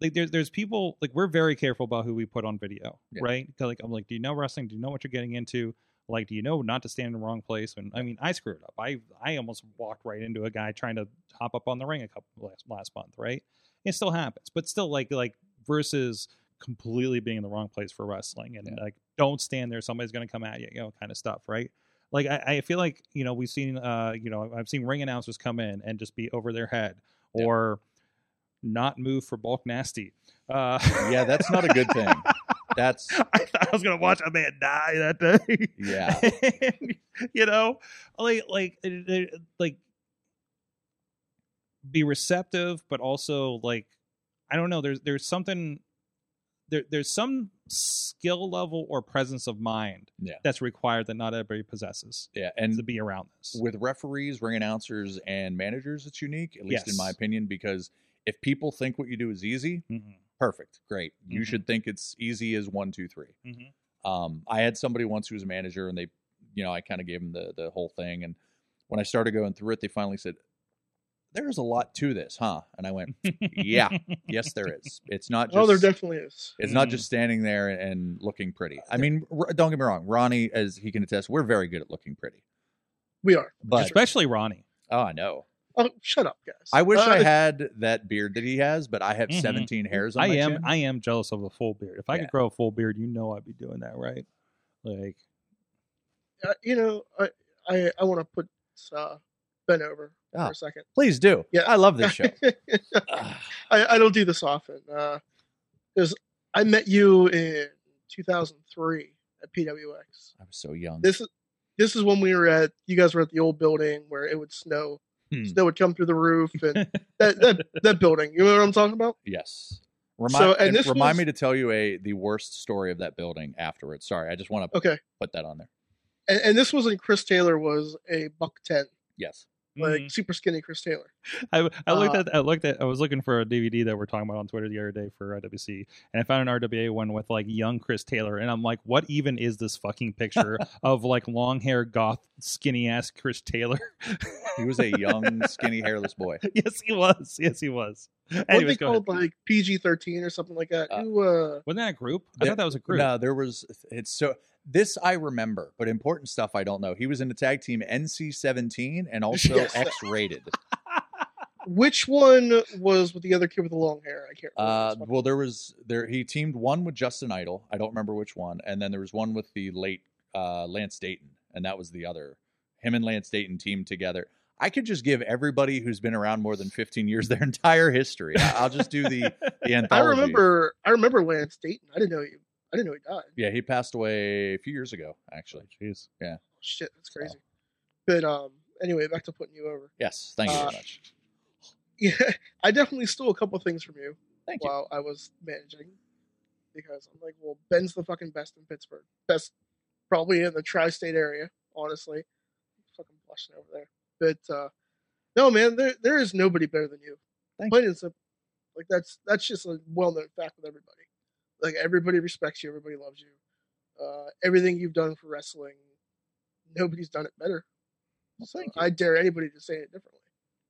Speaker 2: like there's there's people like we're very careful about who we put on video
Speaker 4: Yeah.
Speaker 2: right 'Cause, like i'm like do you know wrestling do you know what you're getting into like do you know not to stand in the wrong place and i mean i screwed up i i almost walked right into a guy trying to hop up on the ring a couple last last month right it still happens but still like like versus completely being in the wrong place for wrestling and
Speaker 4: Yeah.
Speaker 2: like don't stand there somebody's going to come at you you know kind of stuff right like I, I feel like you know we've seen uh you know i've seen ring announcers come in and just be over their head
Speaker 4: Yeah.
Speaker 2: or not move for bulk nasty uh
Speaker 4: Yeah, that's not a good thing. That's
Speaker 2: <laughs> I thought I was gonna watch a man die that
Speaker 4: <laughs>
Speaker 2: day.
Speaker 4: yeah.
Speaker 2: And, <laughs> you know, like like it- it- like be receptive, but also like I don't know. There's there's something there there's some skill level or presence of mind
Speaker 4: Yeah.
Speaker 2: that's required that not everybody possesses
Speaker 4: Yeah,
Speaker 2: to
Speaker 4: and
Speaker 2: be around this.
Speaker 4: with referees, ring announcers, and managers, it's unique, at least in my
Speaker 2: Yes.
Speaker 4: opinion, because if people think what you do is easy,
Speaker 2: Mhm,
Speaker 4: perfect, great. You
Speaker 2: Mhm.
Speaker 4: should think it's easy as one, two, three.
Speaker 2: mhm.
Speaker 4: Um, I had somebody once who was a manager, and they, you know, I kind of gave them the the whole thing. And when I started going through it, they finally said, "There's a lot to this, huh?" And I went,
Speaker 2: <laughs>
Speaker 4: "Yeah, yes, there is. It's not just
Speaker 3: <laughs> oh, there definitely is.
Speaker 4: it's not
Speaker 2: Mm.
Speaker 4: just standing there and looking pretty. I mean, r- don't get me wrong, Ronnie, as he can attest, we're very good at looking pretty.
Speaker 3: We are.
Speaker 4: But
Speaker 2: Especially Ronnie.
Speaker 4: oh, I know.
Speaker 3: Oh, shut up, guys.
Speaker 4: I wish
Speaker 3: Uh, Mm-hmm.
Speaker 4: I had that beard that he has, but I have
Speaker 2: Mhm.
Speaker 4: 17 hairs on
Speaker 2: I
Speaker 4: my
Speaker 2: am
Speaker 4: chin.
Speaker 2: I am jealous of the full beard. If I
Speaker 4: Yeah.
Speaker 2: could grow a full beard, you know I'd be doing that, right? Like
Speaker 3: uh, you know, I I, I want to put uh, Ben over
Speaker 4: Ah.
Speaker 3: for a
Speaker 4: <laughs>
Speaker 3: second. <laughs>
Speaker 4: Please do.
Speaker 3: Yeah.
Speaker 4: I love
Speaker 3: <laughs>
Speaker 4: this show. Ah,
Speaker 3: I, I don't do this often. Uh, 'cause I met you in 2003 at PWX.
Speaker 4: I'm so young.
Speaker 3: This is this is when we were at you guys were at the old building where it would snow.
Speaker 4: Hmm.
Speaker 3: Snow would come through the roof and
Speaker 2: <laughs>
Speaker 3: that, that that building. You know what I'm talking about?
Speaker 4: yes. Remind,
Speaker 3: So, and
Speaker 4: and
Speaker 3: this was-
Speaker 4: remind me to tell you a the worst story of that building afterwards. Sorry, I just want to
Speaker 3: Okay.
Speaker 4: put that on there.
Speaker 3: And, and this was when Chris Taylor was a buck ten,
Speaker 4: Yes.
Speaker 3: like
Speaker 4: Mm-hmm.
Speaker 2: mhm.
Speaker 3: super skinny Chris Taylor.
Speaker 2: I, I looked
Speaker 3: Uh,
Speaker 2: at I looked at I was looking for a DVD that we're talking about on Twitter the other day for IWC, and I found an RWA one with like young Chris Taylor, and I'm like, what even is this fucking
Speaker 4: <laughs>
Speaker 2: picture of like long hair goth skinny ass Chris Taylor?
Speaker 4: He was
Speaker 2: <laughs>
Speaker 4: a young, skinny, hairless boy.
Speaker 2: yes, he was. Yes, he was.
Speaker 3: What
Speaker 2: Anyways,
Speaker 3: they
Speaker 2: go ahead.
Speaker 3: called like PG thirteen or something like that.
Speaker 4: Uh,
Speaker 3: Who, uh,
Speaker 2: Wasn't that a group? I
Speaker 4: There-
Speaker 2: thought that was a group.
Speaker 4: No, there was it's so this I remember, but important stuff I don't know. He was in the tag team NC seventeen
Speaker 3: <laughs>
Speaker 4: and also
Speaker 3: Yes.
Speaker 4: X
Speaker 3: <laughs>
Speaker 4: rated.
Speaker 3: which one was with the other kid with the long hair? I can't remember.
Speaker 4: Uh,
Speaker 3: his fucking-
Speaker 4: well, there was there he teamed one with Justin Idol. I don't remember which one, and then there was one with the late uh, Lance Dayton, and that was the other. Him and Lance Dayton teamed together. I could just give everybody who's been around more than fifteen years <laughs> their entire history. I- I'll just do
Speaker 3: <laughs>
Speaker 4: the the anthology.
Speaker 3: I remember. I remember Lance Dayton. I didn't know he. I didn't know he died.
Speaker 4: Yeah, he passed away a few years ago, actually.
Speaker 3: Oh,
Speaker 2: Jeez.
Speaker 3: Shit, that's crazy. But um, anyway, back to putting you over. <laughs>
Speaker 4: Yes, thank you
Speaker 3: Uh,
Speaker 4: very much.
Speaker 3: Yeah, I definitely stole a couple things from you
Speaker 4: Thank you.
Speaker 3: while I was managing, because I'm like, well, Ben's the fucking best in Pittsburgh, best probably in the tri-state area. Honestly, fucking blushing over there. But uh, no, man, there there is nobody better than you.
Speaker 4: Thank
Speaker 3: Plain and simple. Like that's that's just a well-known fact with everybody. Like everybody respects you, everybody loves you. Uh, everything you've done for wrestling, nobody's done it better.
Speaker 4: Well,
Speaker 3: So
Speaker 4: thank you.
Speaker 3: I dare anybody to say it differently.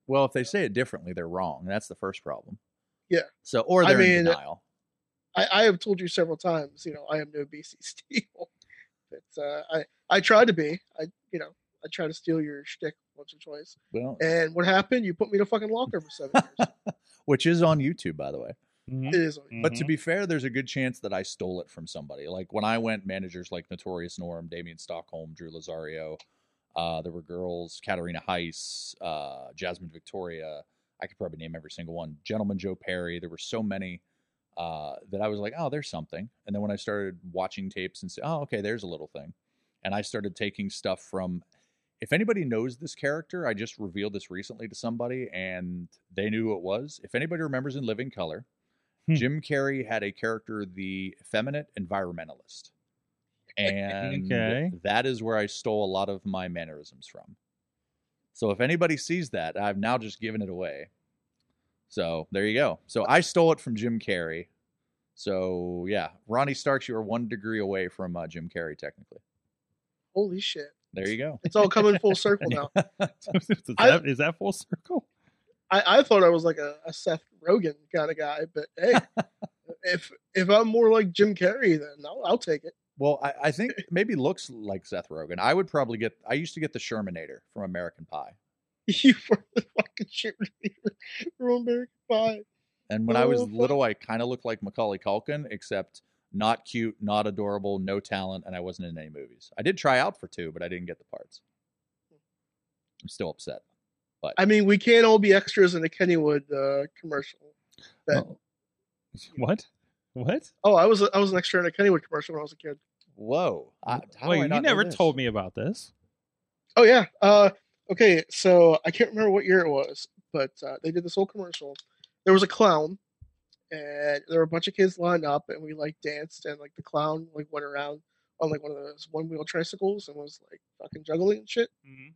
Speaker 4: Well, if they say it differently, they're wrong. That's the first problem.
Speaker 3: Yeah.
Speaker 4: So, or
Speaker 3: I
Speaker 4: they're
Speaker 3: mean-
Speaker 4: in denial.
Speaker 3: I, I have told you several times, you know, I am no BC <laughs> Steel. But uh, I, I tried to be. I, you know, I tried to steal your shtick once or twice.
Speaker 4: Well,
Speaker 3: And what happened? You put me in a fucking locker for seven years.
Speaker 4: <laughs> which is on YouTube, by the way.
Speaker 2: Mhm.
Speaker 3: It is.
Speaker 4: But to be fair, there's a good chance that I stole it from somebody. Like when I went, managers like Notorious Norm, Damien Stockholm, Drew Lazario. Uh, there were girls, Katarina Heiss, uh, Jasmine Victoria. I could probably name every single one. Gentleman Joe Perry. There were so many uh, that I was like, oh, there's something. And then when I started watching tapes and say, oh, okay, there's a little thing. And I started taking stuff from. If anybody knows this character, I just revealed this recently to somebody and they knew who it was. If anybody remembers in Living Color,
Speaker 2: Hmm.
Speaker 4: Jim Carrey had a character, the effeminate environmentalist. And
Speaker 2: Okay.
Speaker 4: that is where I stole a lot of my mannerisms from. So if anybody sees that, I've now just given it away. So there you go. So I stole it from Jim Carrey. So yeah, Ronnie Starks, you are one degree away from uh, Jim Carrey, technically.
Speaker 3: Holy shit.
Speaker 4: There you go.
Speaker 3: It's all coming full circle now.
Speaker 2: Mm-hmm. <laughs> is, that,
Speaker 3: I-
Speaker 2: is that full circle?
Speaker 3: I, I thought I was like a, a Seth Rogen kind of guy, but hey, if if I'm more like Jim Carrey, then I'll, I'll take it. <laughs>
Speaker 4: Well, I, I think maybe looks like Seth Rogen. I would probably get. I used to get the Shermanator from American Pie,
Speaker 3: You were the fucking shit. Roman Pie.
Speaker 4: and when I was
Speaker 3: Oh, fuck.
Speaker 4: little, I kind of looked like Macaulay Culkin, except not cute, not adorable, no talent, and I wasn't in any movies. I did try out for two, but I didn't get the parts. I'm still upset.
Speaker 3: I mean, we can't all be extras in a Kennywood uh, commercial. That-
Speaker 2: Oh. What? What?
Speaker 3: Oh, I was I was an extra in a Kennywood commercial when I was a kid.
Speaker 4: Whoa! I, how do I
Speaker 2: Wait, you
Speaker 4: not know
Speaker 2: never
Speaker 4: this?
Speaker 2: told me about this.
Speaker 3: Oh yeah. Uh, okay, so I can't remember what year it was, but uh, they did this whole commercial. There was a clown, and there were a bunch of kids lined up, and we like danced, and like the clown like went around on like one of those one wheel tricycles and was like fucking juggling and shit.
Speaker 4: Mm-hmm.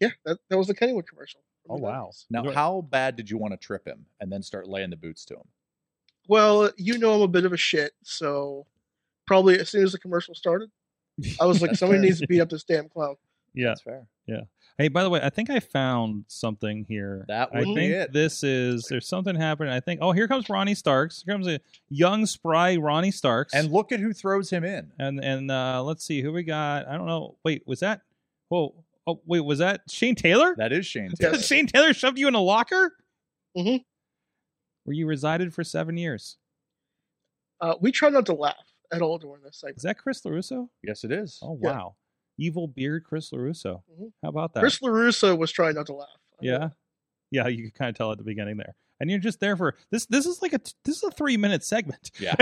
Speaker 3: Yeah, that, that was the Kennywood commercial. from
Speaker 2: Oh
Speaker 3: the
Speaker 2: wow!
Speaker 3: 90s.
Speaker 4: Now,
Speaker 2: You're-
Speaker 4: how bad did you want to trip him and then start laying the boots to him?
Speaker 3: Well, you know I'm a bit of a shit, so probably as soon as the commercial started, I was
Speaker 2: <laughs>
Speaker 3: like, somebody needs to beat up this damn clown.
Speaker 2: yeah.
Speaker 4: That's fair.
Speaker 2: Hey, by the way, I think I found something here.
Speaker 4: That
Speaker 2: I
Speaker 4: would be
Speaker 2: think
Speaker 4: it.
Speaker 2: this is there's something happening. I think. Oh, here comes Ronnie Starks. Here comes a young, spry Ronnie Starks.
Speaker 4: And look at who throws
Speaker 2: <laughs>
Speaker 4: him in.
Speaker 2: and and uh, let's see who we got. I don't know. Wait, was that? Whoa! Oh, wait, was that Shane Taylor? <laughs>
Speaker 4: That is Shane
Speaker 3: Yes.
Speaker 4: Taylor.
Speaker 2: Shane Taylor shoved you in a locker.
Speaker 4: Mm-hmm.
Speaker 3: Mhm.
Speaker 2: Where you resided for seven years.
Speaker 3: Uh, we try not to laugh at all during this segment.
Speaker 2: Is that Chris Larusso?
Speaker 4: Yes, it is.
Speaker 2: Oh
Speaker 3: Yeah.
Speaker 2: wow, evil beard Chris Larusso.
Speaker 4: Mm-hmm.
Speaker 3: Mhm.
Speaker 2: How about that?
Speaker 3: Chris LaRusso was trying not to laugh.
Speaker 2: Yeah, yeah, you could kind of tell at the beginning there, and you're just there for this. This is like a t- this is a three minute segment. <laughs>
Speaker 4: Yeah.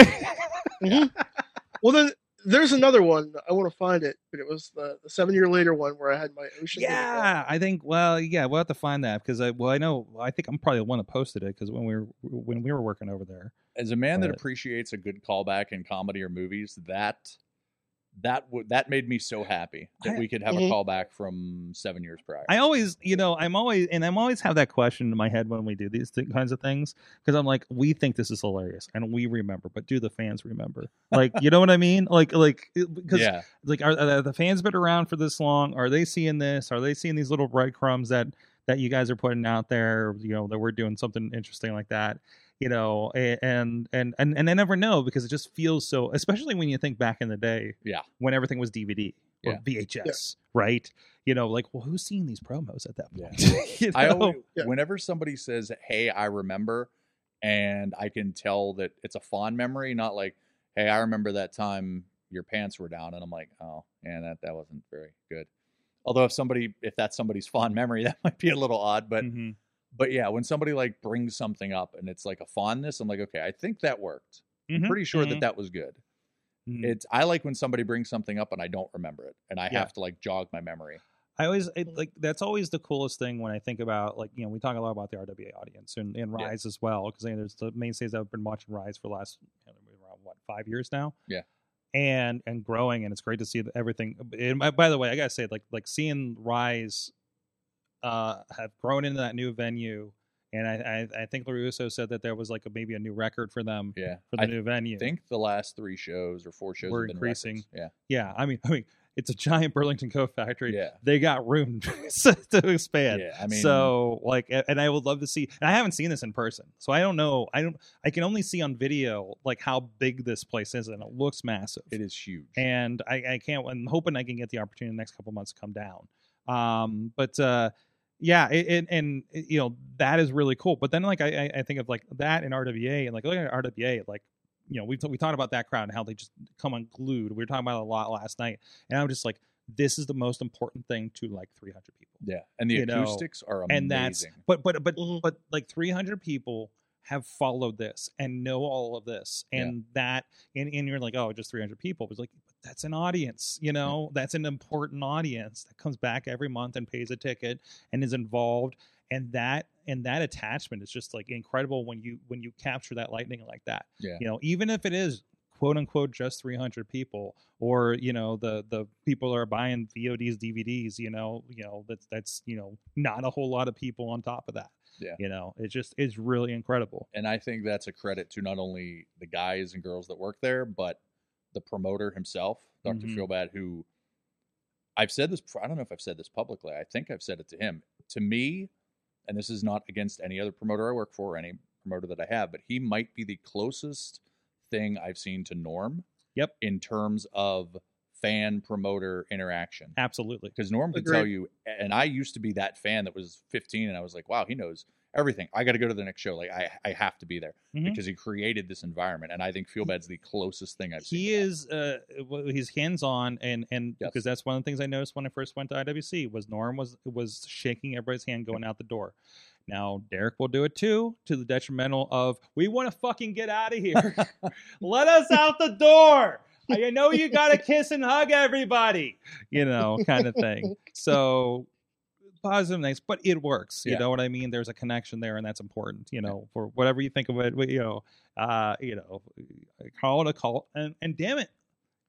Speaker 3: Well, then there's another one. I want to find it, but it was the, the seven year later one where I had my ocean. uniform.
Speaker 2: yeah, I think. Well, yeah, we'll have to find that because I well, I know I think I'm probably the one that posted it because when we were when we were working over there,
Speaker 4: As a man that
Speaker 2: But-
Speaker 4: appreciates a good callback in comedy or movies, that that would that made me so happy that
Speaker 2: I-
Speaker 4: we could have
Speaker 3: Mhm.
Speaker 4: a callback from seven years prior.
Speaker 2: I always, you know, I'm always, and I'm always have that question in my head when we do these th- kinds of things because I'm like, we think this is hilarious and we remember, but do the fans remember? Like, you know what I mean? Like, like because <laughs>
Speaker 4: yeah,
Speaker 2: like are, are the fans been around for this long? Are they seeing this? Are they seeing these little breadcrumbs that that you guys are putting out there? You know that we're doing something interesting like that. You know, a- and and and and I never know because it just feels so. Especially when you think back in the day,
Speaker 4: Yeah.
Speaker 2: when everything was DVD or
Speaker 4: Yeah.
Speaker 2: VHS, right? You know, like well, who's seeing these promos at that
Speaker 4: Yeah.
Speaker 2: point? <laughs> You
Speaker 4: I
Speaker 2: know?
Speaker 4: always,
Speaker 3: Yeah.
Speaker 4: whenever somebody says, "Hey, I remember," and I can tell that it's a fond memory, not like, "Hey, I remember that time your pants were down," and I'm like, "Oh, man, that that wasn't very good." Although if somebody, if that's somebody's fond memory, <laughs> that might be a little odd, but
Speaker 2: Mhm.
Speaker 4: but yeah, when somebody like brings something up and it's like a fondness, I'm like, okay, I think that worked.
Speaker 2: Mhm.
Speaker 4: I'm pretty sure
Speaker 2: Mhm.
Speaker 4: that that was good.
Speaker 2: Mhm.
Speaker 4: It's I like when somebody brings something up and I don't remember it, and I
Speaker 2: Yeah.
Speaker 4: have to like jog my memory.
Speaker 2: I always
Speaker 4: Mm-hmm.
Speaker 2: it, like that's always the coolest thing when I think about like you know we talk a lot about the RWA audience and, and
Speaker 4: Yeah.
Speaker 2: Rise as well because there's the mainstays I've been watching Rise for the last you know, around what five years now
Speaker 4: Yeah.
Speaker 2: and and growing and it's great to see that everything and by, by the way I gotta say like like seeing Rise uh have grown into that new venue and I I, I think Larusso said that there was like a, maybe a new record for them
Speaker 4: Yeah,
Speaker 2: for the
Speaker 4: I
Speaker 2: new venue
Speaker 4: think the last three shows or four shows
Speaker 2: We're
Speaker 4: have been
Speaker 2: increasing.
Speaker 4: records. Yeah,
Speaker 2: yeah I mean <laughs> I mean it's a giant Burlington Co factory
Speaker 4: yeah,
Speaker 2: they got room <laughs> to expand
Speaker 4: yeah. I mean,
Speaker 2: so like, a- and I would love to see. And I haven't seen this in person, so I don't know. I don't. I can only see on video like how big this place is, and it looks massive.
Speaker 4: it is huge.
Speaker 2: And I, I can't. I'm hoping I can get the opportunity in the next couple months to come down. Um, but uh, yeah, it, it, and it- you know that is really cool. But then like I, I- I think of like that and RWA, and like looking at RWA, like you know we we talked about that crowd and how they just come unglued. We were talking about it a lot last night, and I'm just like, this is the most important thing to like 300 people
Speaker 4: yeah, and the
Speaker 2: you know,
Speaker 4: acoustics are amazing. Mm-hmm.
Speaker 2: and that's but but but
Speaker 3: Mhm.
Speaker 2: but like 300 people have followed this and know all of this
Speaker 4: Yeah.
Speaker 2: and that and, and you're like oh just 300 people it's like that's an audience
Speaker 4: Mm-hmm.
Speaker 2: you know that's an important audience that comes back every month and pays a ticket and is involved and that and that attachment is just like incredible when you when you capture that lightning like that
Speaker 4: Yeah.
Speaker 2: you know even if it is quote unquote just 300 people or you know the the people are buying VODs DVDs you know you know that's that's you know not a whole lot of people on top of that
Speaker 4: Yeah.
Speaker 2: you know it's just it's really incredible
Speaker 4: and I think that's a credit to not only the guys and girls that work there, but the promoter himself, doctor
Speaker 2: Mhm.
Speaker 4: Feelbad, who I've said this. I don't know if I've said this publicly. I think I've said it to him. To me, and this is not against any other promoter I work for, or any promoter that I have, but he might be the closest thing I've seen to Norm.
Speaker 2: Yep.
Speaker 4: In terms of fan promoter interaction
Speaker 2: Absolutely.
Speaker 4: because Norm can tell
Speaker 3: Agreed.
Speaker 4: you, and I used to be that fan that was 15, and I was like, wow, he knows everything. I got to go to the next show. Like, I, I have to be there
Speaker 2: Mhm.
Speaker 4: because he created this environment, and I think Feel Bad's the closest thing I've seen.
Speaker 2: he is uh well, he's hands on and and
Speaker 4: Yes.
Speaker 2: because that's one of the things i noticed when i first went to iwc was norm was was shaking everybody's hand going out the door now derek will do it too to the detrimental of we want to fucking get out of
Speaker 4: <laughs>
Speaker 2: here let us out the door i know you gotta kiss and hug everybody you know kind of
Speaker 4: <laughs>
Speaker 2: thing so positive things but it works you
Speaker 4: Yeah.
Speaker 2: know what i mean there's a connection there and that's important you know for whatever you think of it you know uh, you know, call it a cult, and and damn it,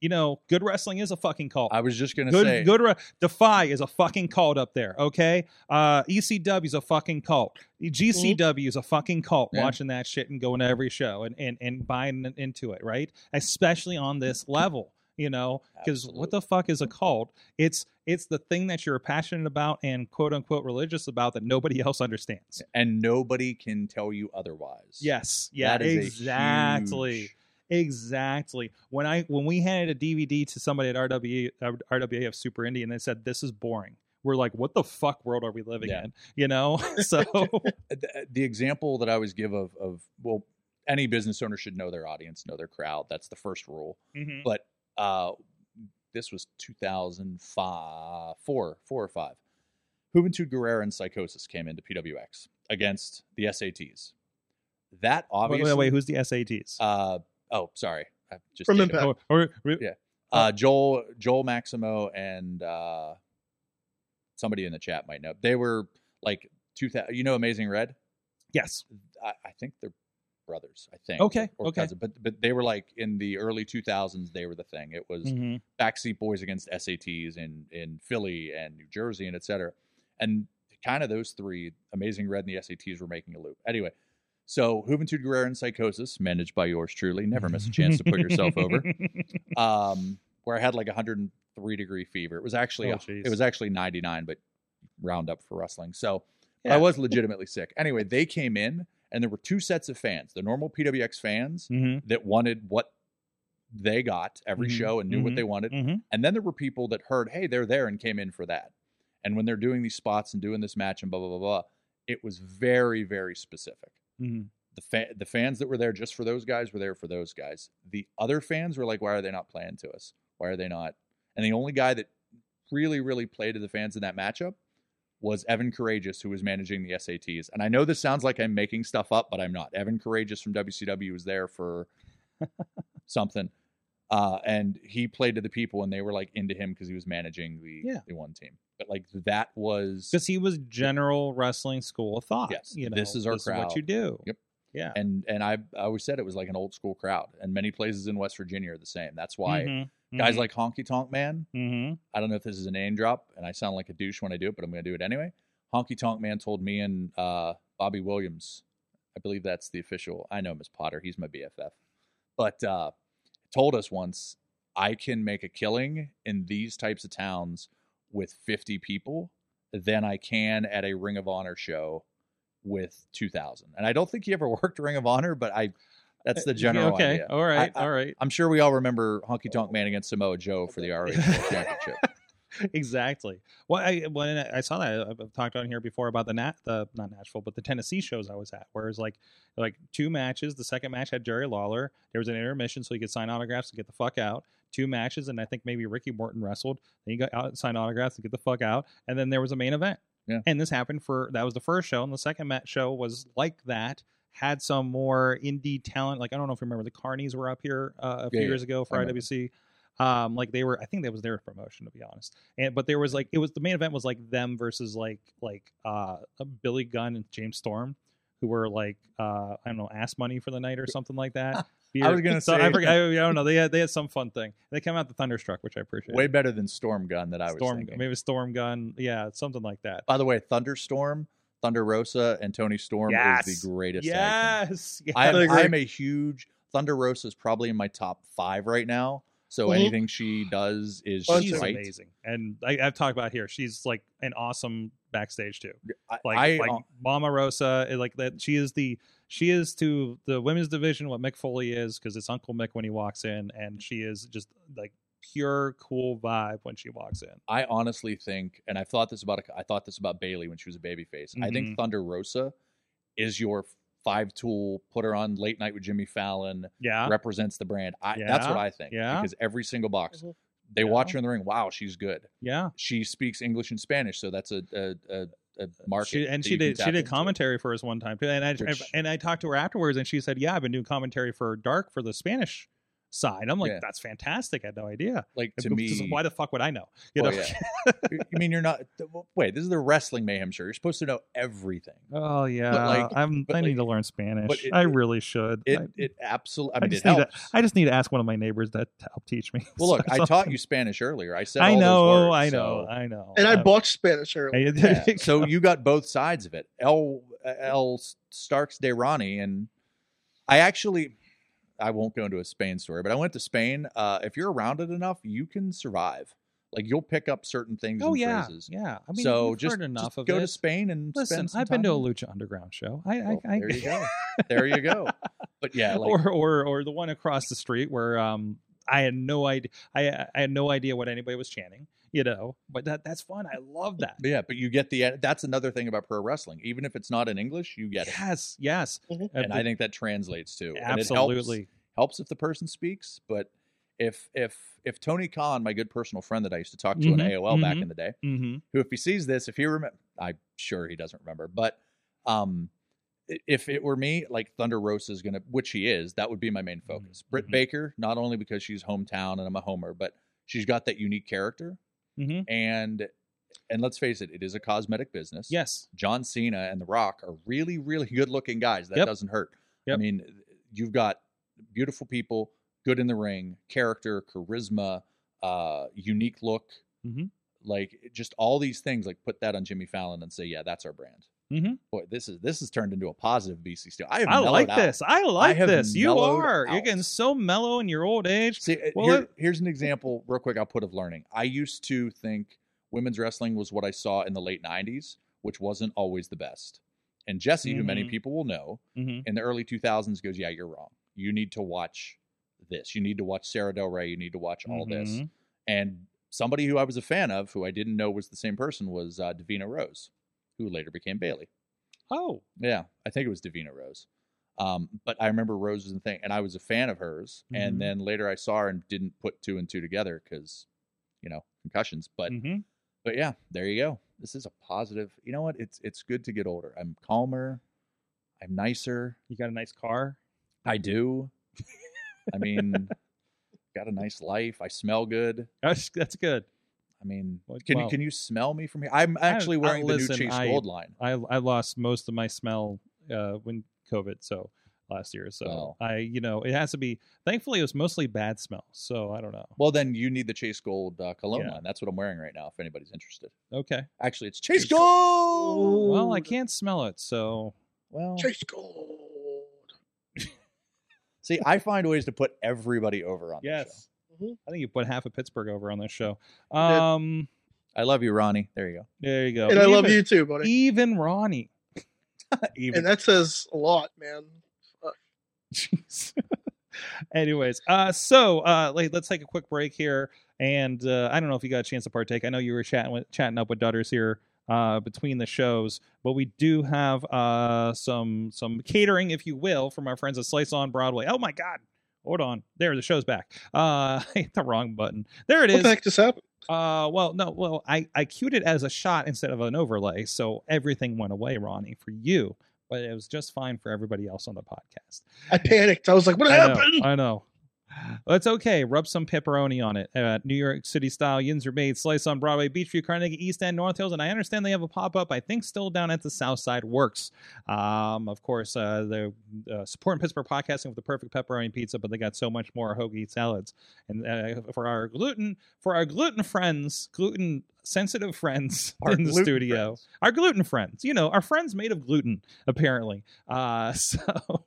Speaker 2: you know, good wrestling is a fucking cult.
Speaker 4: I was just going to
Speaker 2: good,
Speaker 4: say,
Speaker 2: good. Re- Defy is a fucking cult up there. Okay, uh, ECW is a fucking cult. GCW is a fucking cult.
Speaker 4: Mm-hmm. Yeah.
Speaker 2: Watching that shit and going to every show and and and buying into it, right? Especially on this level. You know, because what the fuck is a cult? It's it's the thing that you're passionate about and quote unquote religious about that nobody <laughs> else understands.
Speaker 4: and nobody can tell you otherwise.
Speaker 2: Yes, yeah,
Speaker 4: That is a
Speaker 2: exactly.
Speaker 4: huge-
Speaker 2: Exactly. When I when we handed a DVD to somebody at RW RWAF Super Indie and they said this is boring. We're like, what the fuck world are we living
Speaker 4: Yeah.
Speaker 2: in? You know? <laughs>
Speaker 4: <laughs>
Speaker 2: So
Speaker 4: uh, the, the example that I always give of, of, well, any business owner should know their audience, know their crowd. That's the first rule.
Speaker 2: mhm.
Speaker 4: but uh, this was 2005, four, four or five. Juventud Guerrera and Psychosis came into PWX against the SATs. That
Speaker 2: wait,
Speaker 4: obviously,
Speaker 2: wait, wait, who's the SATs?
Speaker 4: uh, oh, sorry, I just
Speaker 3: From
Speaker 4: did it.
Speaker 3: Impact.
Speaker 2: Or- or- re-
Speaker 4: Yeah. Uh, Joel, Joel Maximo, and uh, somebody in the chat might know. They were like 2000. You know, Amazing Red.
Speaker 2: Yes.
Speaker 4: I, I think they're brothers. I think.
Speaker 2: Okay,
Speaker 4: Or
Speaker 2: okay.
Speaker 4: cousins. But but they were like in the early 2000s. They were the thing. It was
Speaker 2: Mhm.
Speaker 4: backseat boys against SATs in in Philly and New Jersey and et cetera. And kind of those three, Amazing Red and the SATs were making a loop. Anyway, so Juventud Guerrera and Psychosis, managed by yours truly. Never miss a chance to
Speaker 2: <laughs>
Speaker 4: put yourself over.
Speaker 2: Mm-hmm.
Speaker 4: Um, where I had like 103 degree fever. It was actually
Speaker 2: Oh,
Speaker 4: a-
Speaker 2: jeez.
Speaker 4: it was actually 99, but round up for wrestling. So
Speaker 2: Yeah.
Speaker 4: I was legitimately sick. Anyway, they came in and there were two sets of fans, the normal PWX fans
Speaker 2: Mhm.
Speaker 4: that wanted what they got every
Speaker 2: Mhm.
Speaker 4: show and knew what
Speaker 2: Mhm.
Speaker 4: they wanted.
Speaker 2: Mhm.
Speaker 4: And then there were people that heard, hey, they're there and came in for that. And when they're doing these spots and doing this match and blah, blah, blah, blah, it was very, very specific.
Speaker 2: Mhm.
Speaker 4: The, fa- the fans that were there just for those guys were there for those guys. The other fans were like, why are they not playing to us? Why are they not? And the only guy that really, really played to the fans in that matchup was Evan Courageous, who was managing the SATs. And I know this sounds like I'm making stuff up, but I'm not. Evan Courageous from WCW was there for something. Uh, and he played to the people, and they were like into him because he was managing the,
Speaker 2: Yeah.
Speaker 4: the one team. But like that was,
Speaker 2: Because he was general wrestling school of thought.
Speaker 4: Yes.
Speaker 2: You know,
Speaker 4: This is our
Speaker 2: what
Speaker 4: crowd.
Speaker 2: you do.
Speaker 4: Yep.
Speaker 2: Yeah.
Speaker 4: and and I, I always said it was like an old school crowd, and many places in West Virginia are the same. That's why
Speaker 2: Mhm.
Speaker 4: guys
Speaker 2: Mhm.
Speaker 4: like Honky Tonk Man,
Speaker 2: Mhm.
Speaker 4: I don't know if this is a name drop, and I sound like a douche when I do it, but I'm going to do it anyway. Honky Tonk Man told me and uh, Bobby Williams, I believe that's the official. I know Miss Potter, he's my BFF, but uh, told us once I can make a killing in these types of towns with 50 people than I can at a Ring of Honor show with 2,000. And I don't think he ever <laughs> worked Ring of Honor, but I that's the
Speaker 2: Uh, yeah,
Speaker 4: general
Speaker 2: okay.
Speaker 4: idea.
Speaker 2: All right.
Speaker 4: I- I-
Speaker 2: all right.
Speaker 4: I'm sure we all remember Honky Tonk Man against Samoa Joe for the ROH
Speaker 2: <laughs>
Speaker 4: World Championship.
Speaker 2: exactly. Well, I uh, when I saw that, I've- I've talked on here before about the Nat, the not Nashville, but the Tennessee shows I was at, where it was like like two matches. The second match had Jerry Lawler. There was an intermission, so he could sign autographs and get the fuck out. Two matches, and I think maybe Ricky Morton wrestled. Then he got out and signed autographs and get the fuck out. And then there was a main event.
Speaker 4: Yeah.
Speaker 2: And this happened for that was the first show, and the second match show was like that. Had some more indie talent. Like I don't know if you remember the Carnies were up here uh, a few
Speaker 4: Yeah, yeah.
Speaker 2: years ago for
Speaker 4: I remember.
Speaker 2: IWC. Um, like they were, I think that was their promotion to be honest and but there was like it was the main event was like them versus like like uh Billy Gunn and James Storm who were like uh I don't know ass money for the night
Speaker 4: <laughs>
Speaker 2: or something like that.
Speaker 4: I was
Speaker 2: <laughs>
Speaker 4: gonna
Speaker 2: So
Speaker 4: say-
Speaker 2: I, forget, I, I don't know they had they had some fun thing. They came out the Thunderstruck, which I appreciate.
Speaker 4: Way better than Storm Gun that I was
Speaker 2: Storm,
Speaker 4: thinking.
Speaker 2: maybe Storm Gun, yeah, something like that.
Speaker 4: By the way, Thunderstorm, Thunder Rosa, and Tony Storm is
Speaker 2: Yes.
Speaker 4: the greatest. tag
Speaker 2: Yes, <laughs> yes.
Speaker 4: team. I
Speaker 3: I
Speaker 4: am,
Speaker 3: agree.
Speaker 4: I am a huge Thunder Rosa is probably in my top five right now. So
Speaker 3: Mhm.
Speaker 4: anything she does is
Speaker 3: Bunch
Speaker 4: she's
Speaker 2: she's
Speaker 3: of-
Speaker 4: right.
Speaker 2: Mm-hmm. amazing, and I, I've talked about it here. She's like an awesome backstage too.
Speaker 4: I,
Speaker 2: like
Speaker 4: I- uh,
Speaker 2: like Mama Rosa, eh, like that. She is the she is to the women's division what Mick Foley is because it's Uncle Mick when he walks in, and she is just like pure cool vibe when she walks in.
Speaker 4: I honestly think, and I've thought this about, I thought this about Bailey when she was a babyface. I
Speaker 2: Mhm.
Speaker 4: think Thunder Rosa is your five tool. Put her on late night with Jimmy Fallon.
Speaker 2: Yeah.
Speaker 4: Represents the brand. I, That's what
Speaker 2: Yeah,
Speaker 4: I think.
Speaker 2: yeah.
Speaker 4: Because every single box,
Speaker 3: Mhm.
Speaker 4: they
Speaker 2: Yeah.
Speaker 4: watch her in the ring. Wow, she's good.
Speaker 2: Yeah.
Speaker 4: She speaks English and Spanish, so that's a a, a, a market.
Speaker 2: She, and
Speaker 4: that
Speaker 2: she
Speaker 4: you can
Speaker 2: did she
Speaker 4: tap
Speaker 2: did
Speaker 4: into.
Speaker 2: commentary for us one time too. And I
Speaker 4: Which-
Speaker 2: and I talked to her afterwards and she said, "Yeah, I've been doing commentary for Dark for the Spanish side." I'm like,
Speaker 4: Yeah.
Speaker 2: "That's fantastic." I had no idea.
Speaker 4: Like to
Speaker 2: Because
Speaker 4: me, Oh,
Speaker 2: why the fuck would I know?
Speaker 4: Well,
Speaker 2: <laughs>
Speaker 4: you you mean you're not? th- Wait, this is the wrestling mayhem show. You're supposed to know everything.
Speaker 2: Oh yeah,
Speaker 4: like-
Speaker 2: I'm,
Speaker 4: but
Speaker 2: I need
Speaker 4: like-
Speaker 2: to learn Spanish.
Speaker 4: but it-
Speaker 2: I really should.
Speaker 4: It
Speaker 2: I,
Speaker 4: it absolutely. I
Speaker 2: I
Speaker 4: mean,
Speaker 2: just
Speaker 4: it
Speaker 2: need to-
Speaker 4: helps.
Speaker 2: I just need to ask one of my neighbors that to help teach me. <laughs>
Speaker 4: well, look,
Speaker 2: So-
Speaker 4: I taught you Spanish earlier. I said,
Speaker 2: I
Speaker 4: all those
Speaker 2: know,
Speaker 4: words,
Speaker 2: I know, <laughs>
Speaker 4: <laughs> so-
Speaker 2: I know.
Speaker 3: And I
Speaker 2: Um,
Speaker 3: botched Spanish earlier.
Speaker 2: I- there
Speaker 4: Yeah,
Speaker 2: you go.
Speaker 4: so you got both sides of it. L L Starks de Ronnie and I actually I won't go into a Spain story, but I went to Spain. Uh, if you're around it enough, you can survive. Like you'll pick up certain things
Speaker 2: <laughs> oh
Speaker 4: and
Speaker 2: yeah,
Speaker 4: phrases.
Speaker 2: yeah. I mean,
Speaker 4: so
Speaker 2: you've
Speaker 4: just,
Speaker 2: heard enough
Speaker 4: just
Speaker 2: of
Speaker 4: go
Speaker 2: it.
Speaker 4: to Spain and
Speaker 2: Listen,
Speaker 4: spend some
Speaker 2: I've been to
Speaker 4: time.
Speaker 2: a Lucha Underground show. I,
Speaker 4: Well,
Speaker 2: I, I <laughs>
Speaker 4: there you go. There you go. But yeah, like
Speaker 2: or or or the one across the street where um I had no idea I I had no idea what anybody was chanting, you know. But that that's fun. I love that.
Speaker 4: but yeah, but you get the that's another thing about pro wrestling. Even if it's not in English, you <laughs> get it.
Speaker 2: Yes, yes.
Speaker 3: Mhm.
Speaker 4: And I think that translates too. And it helps-
Speaker 2: absolutely.
Speaker 4: helps if the person speaks, but if if if Tony Khan, my good personal friend that I used to talk to on
Speaker 2: Mhm,
Speaker 4: AOL back
Speaker 2: mhm.
Speaker 4: in the day,
Speaker 2: mm-hmm.
Speaker 4: who if he sees this, if he remember, I'm sure he doesn't remember, but um, i- if it were me, like Thunder Rosa is gonna, which he is, that would be my main focus. Britt
Speaker 2: mhm.
Speaker 4: Baker, not only because she's hometown and I'm a homer, but she's got that unique character,
Speaker 2: Mm-hmm.
Speaker 4: and and let's face it, it is a cosmetic business.
Speaker 2: Yes.
Speaker 4: John Cena and The Rock are really, really <laughs> good looking guys. That
Speaker 2: Yep.
Speaker 4: doesn't hurt. I
Speaker 2: Yep.
Speaker 4: mean, you've got beautiful people, good in the ring, character, charisma, uh, unique look.
Speaker 2: Mhm.
Speaker 4: Like just all these things, like put that on Jimmy Fallon and say, yeah, that's our brand.
Speaker 2: Mhm.
Speaker 4: Boy, this is this has turned into a positive BC steel. I, have
Speaker 2: I
Speaker 4: mellowed
Speaker 2: like
Speaker 4: out.
Speaker 2: this. I like
Speaker 4: have
Speaker 2: this. You
Speaker 4: mellowed
Speaker 2: are. You're
Speaker 4: out.
Speaker 2: getting so mellow in your old age.
Speaker 4: See, uh,
Speaker 2: Well,
Speaker 4: here-
Speaker 2: it-
Speaker 4: here's an example, real quick. I'll put of learning. I used to think women's wrestling was what I saw in the late '90s, which wasn't always the best. And Jesse, who many
Speaker 2: Mhm.
Speaker 4: people will know,
Speaker 2: Mm-hmm.
Speaker 4: in the early 2000s, goes, "Yeah, you're wrong. You need to watch this. You need to watch Sarah Del Rey. You need to watch all this."
Speaker 2: Mm-hmm.
Speaker 4: And somebody who I was a fan of, who I didn't know was the same person, was uh, Davina Rose, who later became Bailey.
Speaker 2: Oh,
Speaker 4: Yeah, I think it was Davina Rose. Um, but I remember Rose was in the thing, and I was a fan of hers.
Speaker 2: Mhm.
Speaker 4: And then later I saw her and didn't put two and two together because, you know, concussions. But
Speaker 2: mhm.
Speaker 4: but yeah, there you go. This is a positive. You know what? It's it's good to get older. I'm calmer. I'm nicer.
Speaker 2: you got a nice car.
Speaker 4: I do.
Speaker 2: <laughs>
Speaker 4: I mean, got a nice life. I smell good.
Speaker 2: That's that's good.
Speaker 4: I mean,
Speaker 2: Well,
Speaker 4: can
Speaker 2: wow.
Speaker 4: you can you smell me from here? I'm
Speaker 2: I-
Speaker 4: actually
Speaker 2: I-
Speaker 4: wearing the
Speaker 2: listen,
Speaker 4: new Chase
Speaker 2: I-
Speaker 4: Gold line.
Speaker 2: I I lost most of my smell uh, when COVID, so last year. So
Speaker 4: Wow.
Speaker 2: I, you know, it has to be. Thankfully, it was mostly bad smell. So I don't know.
Speaker 4: Well, then you need the Chase Gold uh, cologne
Speaker 2: Yeah.
Speaker 4: line. That's what I'm wearing right now. If anybody's interested.
Speaker 2: Okay.
Speaker 4: Actually, it's Chase
Speaker 3: Chase
Speaker 4: Gold.
Speaker 2: Well, I
Speaker 3: Ooh.
Speaker 2: can't smell it, so
Speaker 4: Well,
Speaker 3: Chase gold.
Speaker 2: Oh,
Speaker 4: see, I find ways to put everybody over on. Yes,
Speaker 2: yes.
Speaker 3: Mhm.
Speaker 2: I think you put half of Pittsburgh over on this show. Um,
Speaker 4: I love you, Ronnie. There you
Speaker 2: there you go.
Speaker 3: And I love
Speaker 2: Even-
Speaker 3: you too, buddy.
Speaker 2: Even Ronnie. <laughs>
Speaker 4: go. Even
Speaker 3: And that says a lot, man.
Speaker 2: <laughs> Jeez. Anyways, uh, so uh, like, let's take a quick break here, and uh, I don't know if you got a chance to partake. I know you were chatting with, chatting up with Dutters here uh, between the shows, but we do have uh, some some catering, if you will, from our friends at Slice on Broadway. Oh my God! Hold on, there the show's back. Uh, <laughs> I hit the wrong button. There it
Speaker 3: What
Speaker 2: is.
Speaker 3: the heck just happened?
Speaker 2: Uh, well, no, well, I I queued it as a shot instead of an overlay, so everything went away, Ronnie, for you, but it was just fine for everybody else on the podcast.
Speaker 3: I panicked. I was like, what
Speaker 2: I know,
Speaker 3: happened?
Speaker 2: I know. Well, it's okay. Rub some pepperoni on it. Uh, New York City style yins are made. Slice on Broadway, Beachview, Carnegie, East End, North Hills, and I understand they have a pop up. I think still down at the South Side Works. Um, of course, uh, the uh, supporting Pittsburgh podcasting with the perfect pepperoni pizza, but they got so much more hoagie salads. And uh, for our gluten, for our gluten friends, gluten sensitive friends <laughs>
Speaker 4: Our
Speaker 2: in the
Speaker 4: gluten
Speaker 2: studio,
Speaker 4: friends.
Speaker 2: our gluten friends, you know, our friends made of gluten, apparently. Uh, <laughs> so,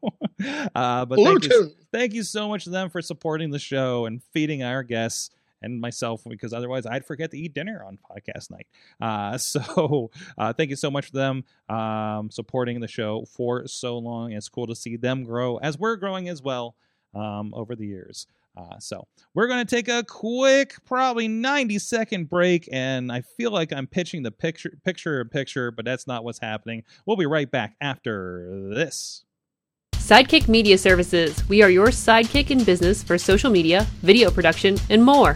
Speaker 2: uh, but thank you,
Speaker 3: Bluetooth.
Speaker 2: thank you so much to them for supporting the show and feeding our guests and myself because otherwise I'd forget to eat dinner on podcast night. Uh, <laughs> so uh, thank you so much for them um, supporting the show for so long. It's cool to see them grow as we're growing as well um, over the years. Uh, so we're going to take a quick, probably 90 second break. And I feel like I'm pitching the picture, picture, picture, but that's not what's happening. We'll be right back after this.
Speaker 6: Sidekick Media Services. We are your sidekick in business for social media, video production, and more.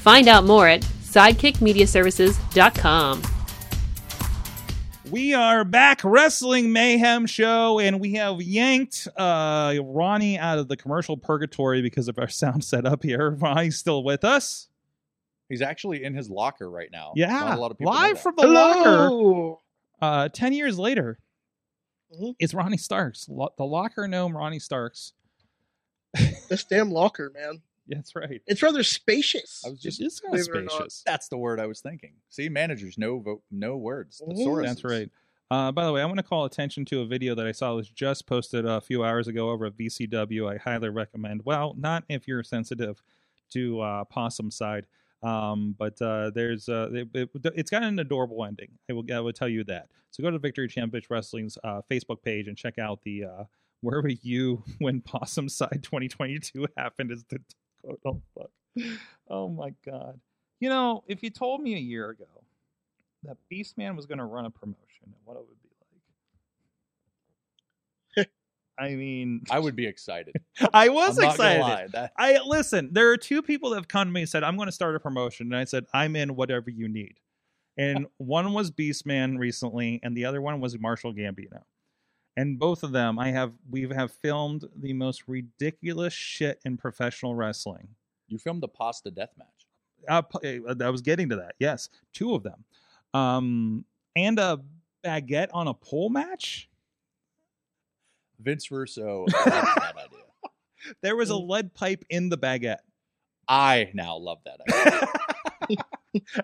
Speaker 6: Find out more at sidekickmediaservices.com.
Speaker 2: We are back, Wrestling Mayhem Show, and we have yanked uh, Ronnie out of the commercial purgatory because of our <laughs> sound setup here. Ronnie's still with us.
Speaker 4: He's actually in his locker right now.
Speaker 2: Yeah,
Speaker 4: Not a lot of people know
Speaker 2: live
Speaker 4: that.
Speaker 2: from the locker. Uh, Ten years later,
Speaker 3: Mhm.
Speaker 2: it's Ronnie Starks, lo- the locker gnome, Ronnie Starks.
Speaker 3: This damn locker, man.
Speaker 2: That's right.
Speaker 3: It's rather spacious.
Speaker 4: I was
Speaker 2: It
Speaker 4: just
Speaker 2: is kind of
Speaker 3: believe it or not.
Speaker 2: spacious.
Speaker 4: that's the word I was thinking. See, managers, no vote, no words.
Speaker 3: Mhm.
Speaker 4: Thesauruses.
Speaker 2: That's right. Uh, by the way, I want to call attention to a video that I saw was just posted a few hours ago over at VCW. I highly recommend. Well, not if you're sensitive to uh, possum side, um, but uh, there's uh, it, it, has got an adorable ending. I will I will tell you that. So go to Victory Championship Wrestling's uh, Facebook page and check out the uh, "Where Were You <laughs> When Possum Side 2022 Happened" is the <laughs> quote. Oh fuck! Oh my god! You know, if you told me a year ago that Beastman was going to run a promotion and what it would be like. I mean,
Speaker 4: I would be excited.
Speaker 2: <laughs> I was
Speaker 4: I'm not gonna
Speaker 2: excited.
Speaker 4: lie. That-
Speaker 2: I listen. There are two people that have come to me and said, "I'm going to start a promotion," and I said, "I'm in whatever you need." <laughs> And one was Beastman recently, and the other one was Marshall Gambino. And both of them, I have we have filmed the most ridiculous shit in professional wrestling.
Speaker 4: you filmed the pasta death match.
Speaker 2: Uh, p- uh, I was getting to that. Yes, two of them, um, and a baguette on a pole match.
Speaker 4: Vince Russo. I
Speaker 2: <laughs>
Speaker 4: love that idea.
Speaker 2: There was a
Speaker 3: Mm.
Speaker 2: lead pipe in the baguette.
Speaker 4: I now love that idea.
Speaker 2: <laughs>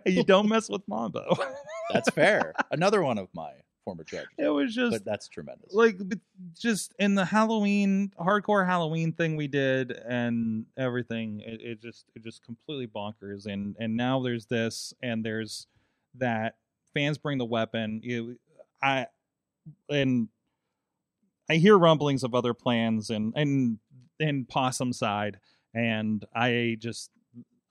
Speaker 2: you don't mess with Mambo. <laughs>
Speaker 4: That's fair. Another one of my former judges.
Speaker 2: it was just
Speaker 4: But that's tremendous.
Speaker 2: like but just in the Halloween hardcore Halloween thing we did and everything. It, it just it just completely bonkers. And and now there's this and there's that. Fans bring the weapon. You, I, and I hear rumblings of other plans and and and Possum side. And I just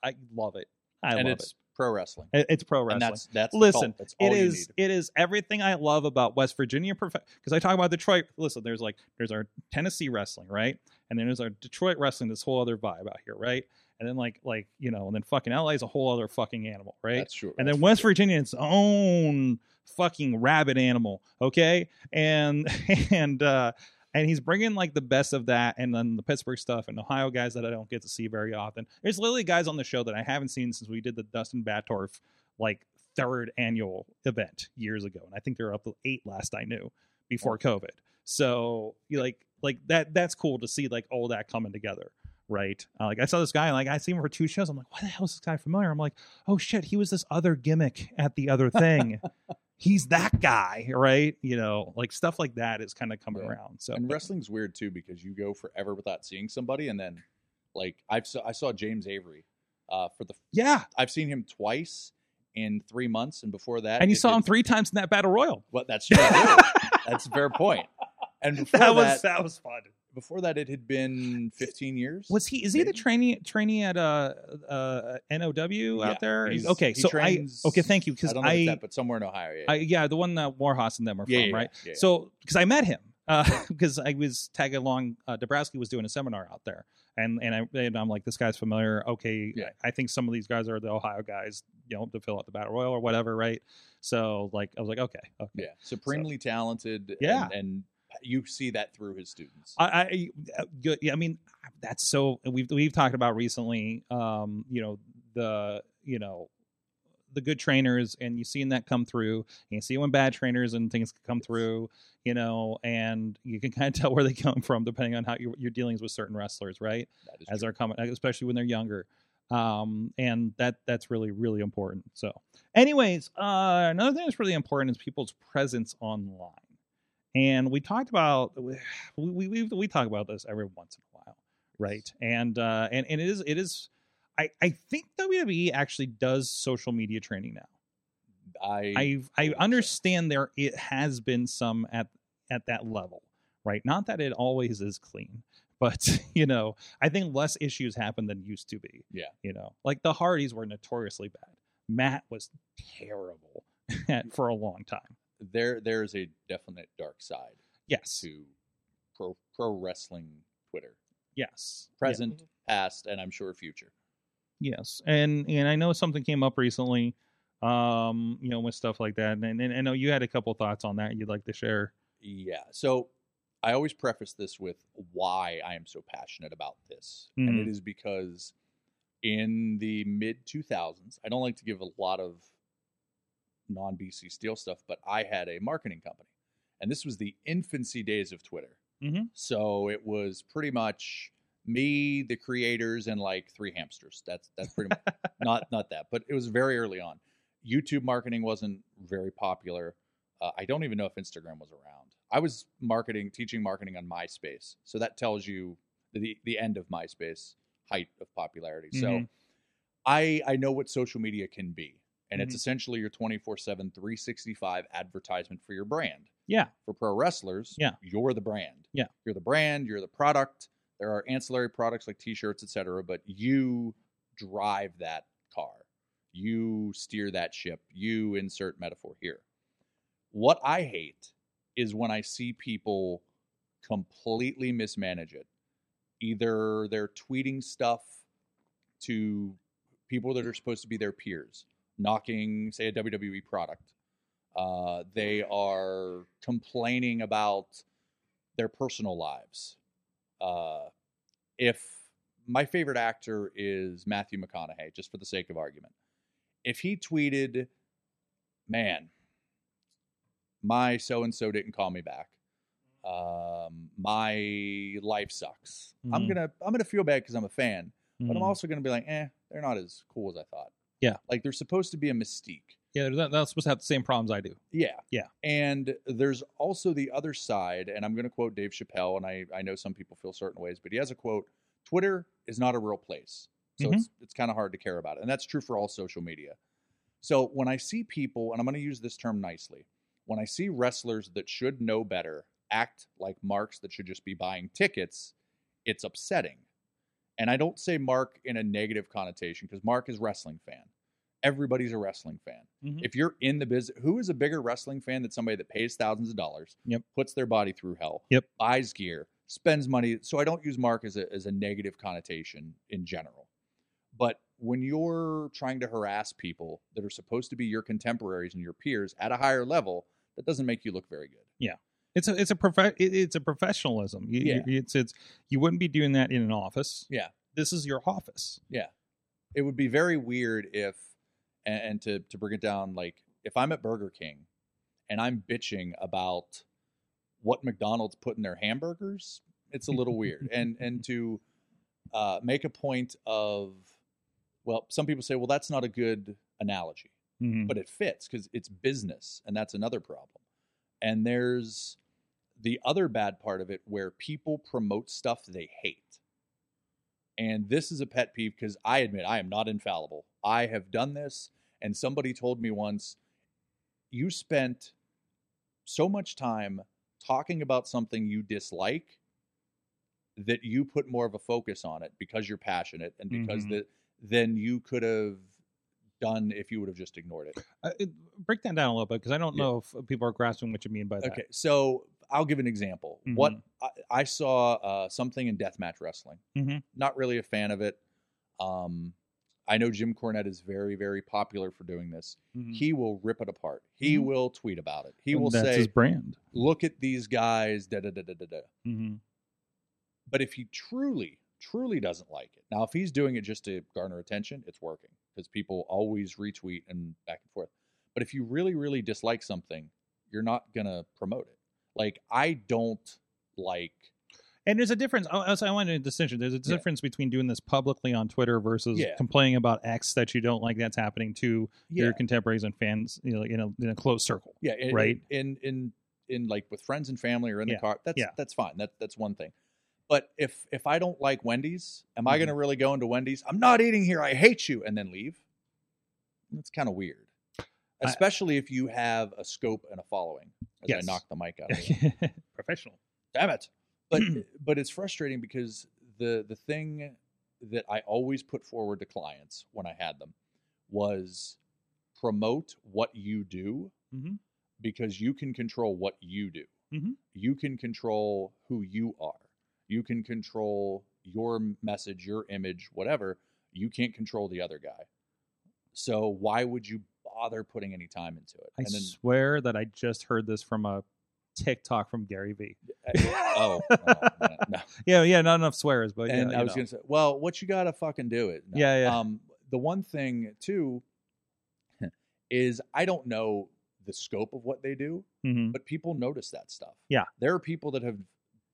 Speaker 2: I love it. I
Speaker 4: and
Speaker 2: love
Speaker 4: it's pro wrestling.
Speaker 2: it. It- It's pro wrestling.
Speaker 4: And that's that's the
Speaker 2: Listen,
Speaker 4: cult. That's all
Speaker 2: It
Speaker 4: you
Speaker 2: is.
Speaker 4: need.
Speaker 2: It is everything I love about West Virginia because I talk about Detroit. Listen, there's like there's our Tennessee wrestling, right? And then there's our Detroit wrestling. This whole other vibe out here, right? And then like like you know, and then fucking LA is a whole other fucking animal, right?
Speaker 4: That's true.
Speaker 2: and
Speaker 4: That's
Speaker 2: then
Speaker 4: for
Speaker 2: West
Speaker 4: sure.
Speaker 2: Virginia its own fucking rabbit animal, okay? And <laughs> and uh and he's bringing like the best of that and then the Pittsburgh stuff and Ohio guys that I don't get to see very often. There's literally guys on the show that I haven't seen since we did the Dustin Batorf like third annual event years ago and I think they were up to 8 last I knew before COVID. So, you like like that that's cool to see like all that coming together. Right, uh, like I saw this guy, like I see him for two shows. I'm like, why the hell is this guy familiar? I'm like, oh shit, he was this other gimmick at the other <laughs> thing. He's that guy, right? You know, like stuff like that is kind of coming
Speaker 4: Yeah.
Speaker 2: around. So
Speaker 4: And wrestling's weird too because you go forever without seeing somebody, and then like I've saw, I saw James Avery uh, for the
Speaker 2: yeah,
Speaker 4: I've seen him twice in three months, and before that,
Speaker 2: and you
Speaker 4: it
Speaker 2: saw him
Speaker 4: didn't-
Speaker 2: three times in that battle royal.
Speaker 4: Well, that's
Speaker 2: <laughs>
Speaker 4: true. that's a fair point. And before that,
Speaker 2: That was that was fun.
Speaker 4: before that, it had been 15 years.
Speaker 2: Was he? Is he the
Speaker 4: Maybe.
Speaker 2: trainee trainee at uh uh NOW
Speaker 4: Yeah,
Speaker 2: out there?
Speaker 4: he's-
Speaker 2: okay,
Speaker 4: he
Speaker 2: so
Speaker 4: trains-
Speaker 2: I okay, thank you
Speaker 4: I
Speaker 2: because
Speaker 4: don't know if it's
Speaker 2: I,
Speaker 4: that, but somewhere in Ohio. Yeah,
Speaker 2: I yeah the one that Warhas and them are
Speaker 4: yeah,
Speaker 2: from
Speaker 4: yeah,
Speaker 2: right.
Speaker 4: yeah, yeah.
Speaker 2: So because I met him <laughs> because I was tagging along. Uh, Dabrowski was doing a seminar out there, and and I and I'm like, this guy's familiar. Okay,
Speaker 4: Yeah.
Speaker 2: I think some of these guys are the Ohio guys, you know, to fill out the battle royal or whatever, right? So like, I was like, okay, okay.
Speaker 4: yeah, supremely talented.
Speaker 2: Yeah.
Speaker 4: and, and you see that through his students.
Speaker 2: I, I uh, good- yeah, I mean that's so we've we've talked about recently. Um, you know the you know the good trainers, and you've seen that come through. And you see when bad trainers and things come through. You know, and you can <laughs> kind of tell where they come from depending on how you're, you're dealing with certain wrestlers, right?
Speaker 4: that is
Speaker 2: As
Speaker 4: true.
Speaker 2: they're coming, especially when they're younger. Um, and that that's really really important. So, anyways, uh, another thing that's really important is people's presence online and we talked about we we we, we talk about this every once in a while right and uh and, and it is it is I, I think WWE actually does social media training now.
Speaker 4: I,
Speaker 2: I I
Speaker 4: so.
Speaker 2: understand there it has been some at at that level, right? Not that it always is clean, but <laughs> you know, I think less issues happen than used to be.
Speaker 4: Yeah.
Speaker 2: you know, like the Hardys were notoriously bad. Matt was terrible <laughs> at, for a long time.
Speaker 4: There, there is a definite dark side
Speaker 2: Yes,
Speaker 4: to pro pro wrestling Twitter,
Speaker 2: yes, Yeah.
Speaker 4: present, past, and I'm sure future.
Speaker 2: Yes, and and I know something came up recently, um, you know, with stuff like that, and and, and I know you had a couple thoughts on that you'd like to share.
Speaker 4: Yeah. So I always preface this with why I am so passionate about this. And it is because in the mid 2000s, I don't like to give a lot of non BC Steel stuff, but I had a marketing company. And this was the infancy days of Twitter.
Speaker 2: Mhm.
Speaker 4: So it was pretty much me, the creators, and like three hamsters. That's that's pretty much not not that, but it was very early on. YouTube marketing wasn't very popular. Uh, I don't even know if Instagram was around. I was marketing, teaching marketing on MySpace, so that tells you the the end of MySpace height of popularity. So
Speaker 2: Mhm.
Speaker 4: I I know what social media can be, and it's essentially your 24/7 365 advertisement for your brand.
Speaker 2: Yeah.
Speaker 4: For pro wrestlers,
Speaker 2: Yeah.
Speaker 4: you're the brand.
Speaker 2: Yeah.
Speaker 4: You're the brand, you're the product. There are ancillary products like t-shirts, etc., but you drive that car. You steer that ship. You insert metaphor here. What I hate is when I see people completely mismanage it. Either they're tweeting stuff to people that are supposed to be their peers, knocking, say, a WWE product. Uh, they are complaining about their personal lives. Uh, if my favorite actor is Matthew McConaughey, just for the sake of argument, if he tweeted, man, my so and so didn't call me back. Um, my life sucks. I'm
Speaker 2: Mhm.
Speaker 4: gonna I'm gonna feel bad because I'm a fan, but I'm
Speaker 2: Mhm.
Speaker 4: also going to be like, eh, they're not as cool as I thought.
Speaker 2: Yeah.
Speaker 4: Like they're supposed to be a mystique.
Speaker 2: yeah, they're not, they're not supposed to have the same problems I do.
Speaker 4: Yeah.
Speaker 2: Yeah.
Speaker 4: And there's also the other side, and I'm going to quote Dave Chappelle, and I, I know some people feel certain ways, but he has a quote Twitter is not a real place. So
Speaker 2: Mhm.
Speaker 4: it's, it's kind of hard to care about it. And that's true for all social media. So when I see people, and I'm going to use this term nicely, when I see wrestlers that should know better act like marks that should just be buying tickets, it's upsetting. And I don't say Mark in a negative connotation because Mark is wrestling fan. Everybody's a wrestling fan.
Speaker 2: Mhm.
Speaker 4: If you're in the business, who is a bigger wrestling fan than somebody that pays thousands of dollars,
Speaker 2: Yep.
Speaker 4: puts their body through hell,
Speaker 2: Yep.
Speaker 4: buys gear, spends money? So I don't use Mark as a, as a negative connotation in general. But when you're trying to harass people that are supposed to be your contemporaries and your peers at a higher level, that doesn't make you look very good.
Speaker 2: It's a it's a prof- it's a professionalism. You, you- it's it's you wouldn't be doing that in an office.
Speaker 4: Yeah.
Speaker 2: this is your office.
Speaker 4: it would be very weird if and, and to to bring it down like if i'm at burger king and i'm bitching about what mcdonald's put in their hamburgers it's a little weird and and to uh, make a point of well some people say well that's not a good analogy
Speaker 2: Mhm.
Speaker 4: but it fits because it's business and that's another problem and there's the other bad part of it where people promote stuff they hate and this is a pet peeve because i admit i am not infallible i have done this and somebody told me once you spent so much time talking about something you dislike that you put more of a focus on it because you're passionate and because
Speaker 2: Mhm.
Speaker 4: that then you could have done if you would have just ignored it
Speaker 2: Uh, it, break that down a little bit because I don't
Speaker 4: Yeah.
Speaker 2: know if people are grasping what you mean by that. Mm-hmm.
Speaker 4: Okay, so I'll give an example. What I, I saw uh, something in deathmatch wrestling.
Speaker 2: Mhm.
Speaker 4: Not really a fan of it. Um, I know Jim Cornette is very, very popular for doing this.
Speaker 2: Mhm.
Speaker 4: He will rip it apart. He
Speaker 2: Mhm.
Speaker 4: will tweet about it. He
Speaker 2: And
Speaker 4: will
Speaker 2: that's
Speaker 4: say,
Speaker 2: his brand.
Speaker 4: "Look at these guys." Da da da da da da.
Speaker 2: Mhm.
Speaker 4: But if he truly, truly doesn't like it, now if he's doing it just to garner attention, it's working because people always retweet and back and forth. But if you really, really dislike something, you're not gonna promote it. Like I don't like
Speaker 2: And there's a difference. I, I want a distinction. There's a
Speaker 4: Yeah.
Speaker 2: difference between doing this publicly on Twitter versus
Speaker 4: Yeah.
Speaker 2: complaining about X that you don't like that's happening to
Speaker 4: yeah,
Speaker 2: your contemporaries and fans, you know, in a, in a closed circle.
Speaker 4: yeah, in-
Speaker 2: right.
Speaker 4: in in in like with friends and family or in the
Speaker 2: Yeah.
Speaker 4: car. That's
Speaker 2: Yeah.
Speaker 4: that's fine. That that's one thing. But if if I don't like Wendy's, am I
Speaker 2: Mhm.
Speaker 4: gonna really go into Wendy's? I'm not eating here. I hate you, and then leave. That's kind of weird,
Speaker 2: I-
Speaker 4: especially if you have a scope and a following. As
Speaker 2: Yes. <laughs>
Speaker 4: I knock the mic out. Of you.
Speaker 2: Professional.
Speaker 4: Damn it! but but it's frustrating because the the thing that I always put forward to clients when I had them was promote what you do
Speaker 2: Mhm.
Speaker 4: because you can control what you do.
Speaker 2: Mhm.
Speaker 4: You can control who you are. You can control your message, your image, whatever. You can't control the other guy. So why would you bother putting any time into it?
Speaker 2: I swear that I just heard this from a TikTok from Gary Vee.
Speaker 4: oh, oh, man, no.
Speaker 2: Yeah, yeah, not enough swears, but
Speaker 4: and
Speaker 2: yeah,
Speaker 4: I
Speaker 2: you
Speaker 4: was
Speaker 2: know.
Speaker 4: gonna say, well, what you gotta fucking do it.
Speaker 2: Yeah, yeah.
Speaker 4: Um, the one thing too <laughs> is I don't know the scope of what they do,
Speaker 2: Mhm.
Speaker 4: but people notice that stuff.
Speaker 2: Yeah.
Speaker 4: there are people that have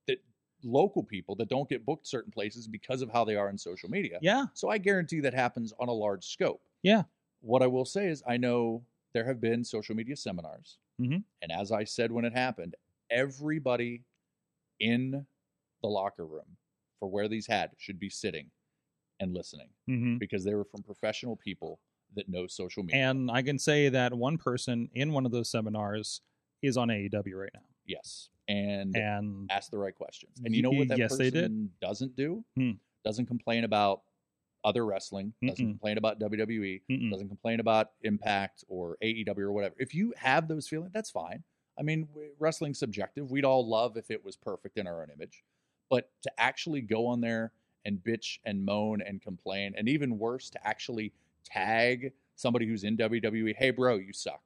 Speaker 4: that local people that don't get booked certain places because of how they are on social media.
Speaker 2: Yeah,
Speaker 4: So I guarantee that happens on a large scope.
Speaker 2: Yeah.
Speaker 4: What I will say is, I know there have been social media seminars.
Speaker 2: Mhm.
Speaker 4: And as I said when it happened, everybody in the locker room for where these had should be sitting and listening
Speaker 2: hmm
Speaker 4: because they were from professional people that know social media.
Speaker 2: and I can say that one person in one of those seminars is on AEW right now,
Speaker 4: yes. And,
Speaker 2: and
Speaker 4: ask the right questions. And
Speaker 2: Y-
Speaker 4: you know what that
Speaker 2: yes, they
Speaker 4: person
Speaker 2: did.
Speaker 4: doesn't do?
Speaker 2: Hmm.
Speaker 4: Doesn't complain about other wrestling, doesn't
Speaker 2: Mm-mm.
Speaker 4: complain about E, WWE,
Speaker 2: Mm-mm.
Speaker 4: doesn't complain about Impact or AEW or whatever. If you have those feelings, that's fine. I mean, w- wrestling's subjective. We'd all love if it was perfect in our own image, but to actually go on there and bitch and moan and complain, and even worse, to actually tag somebody who's in WWE, hey, bro, you suck.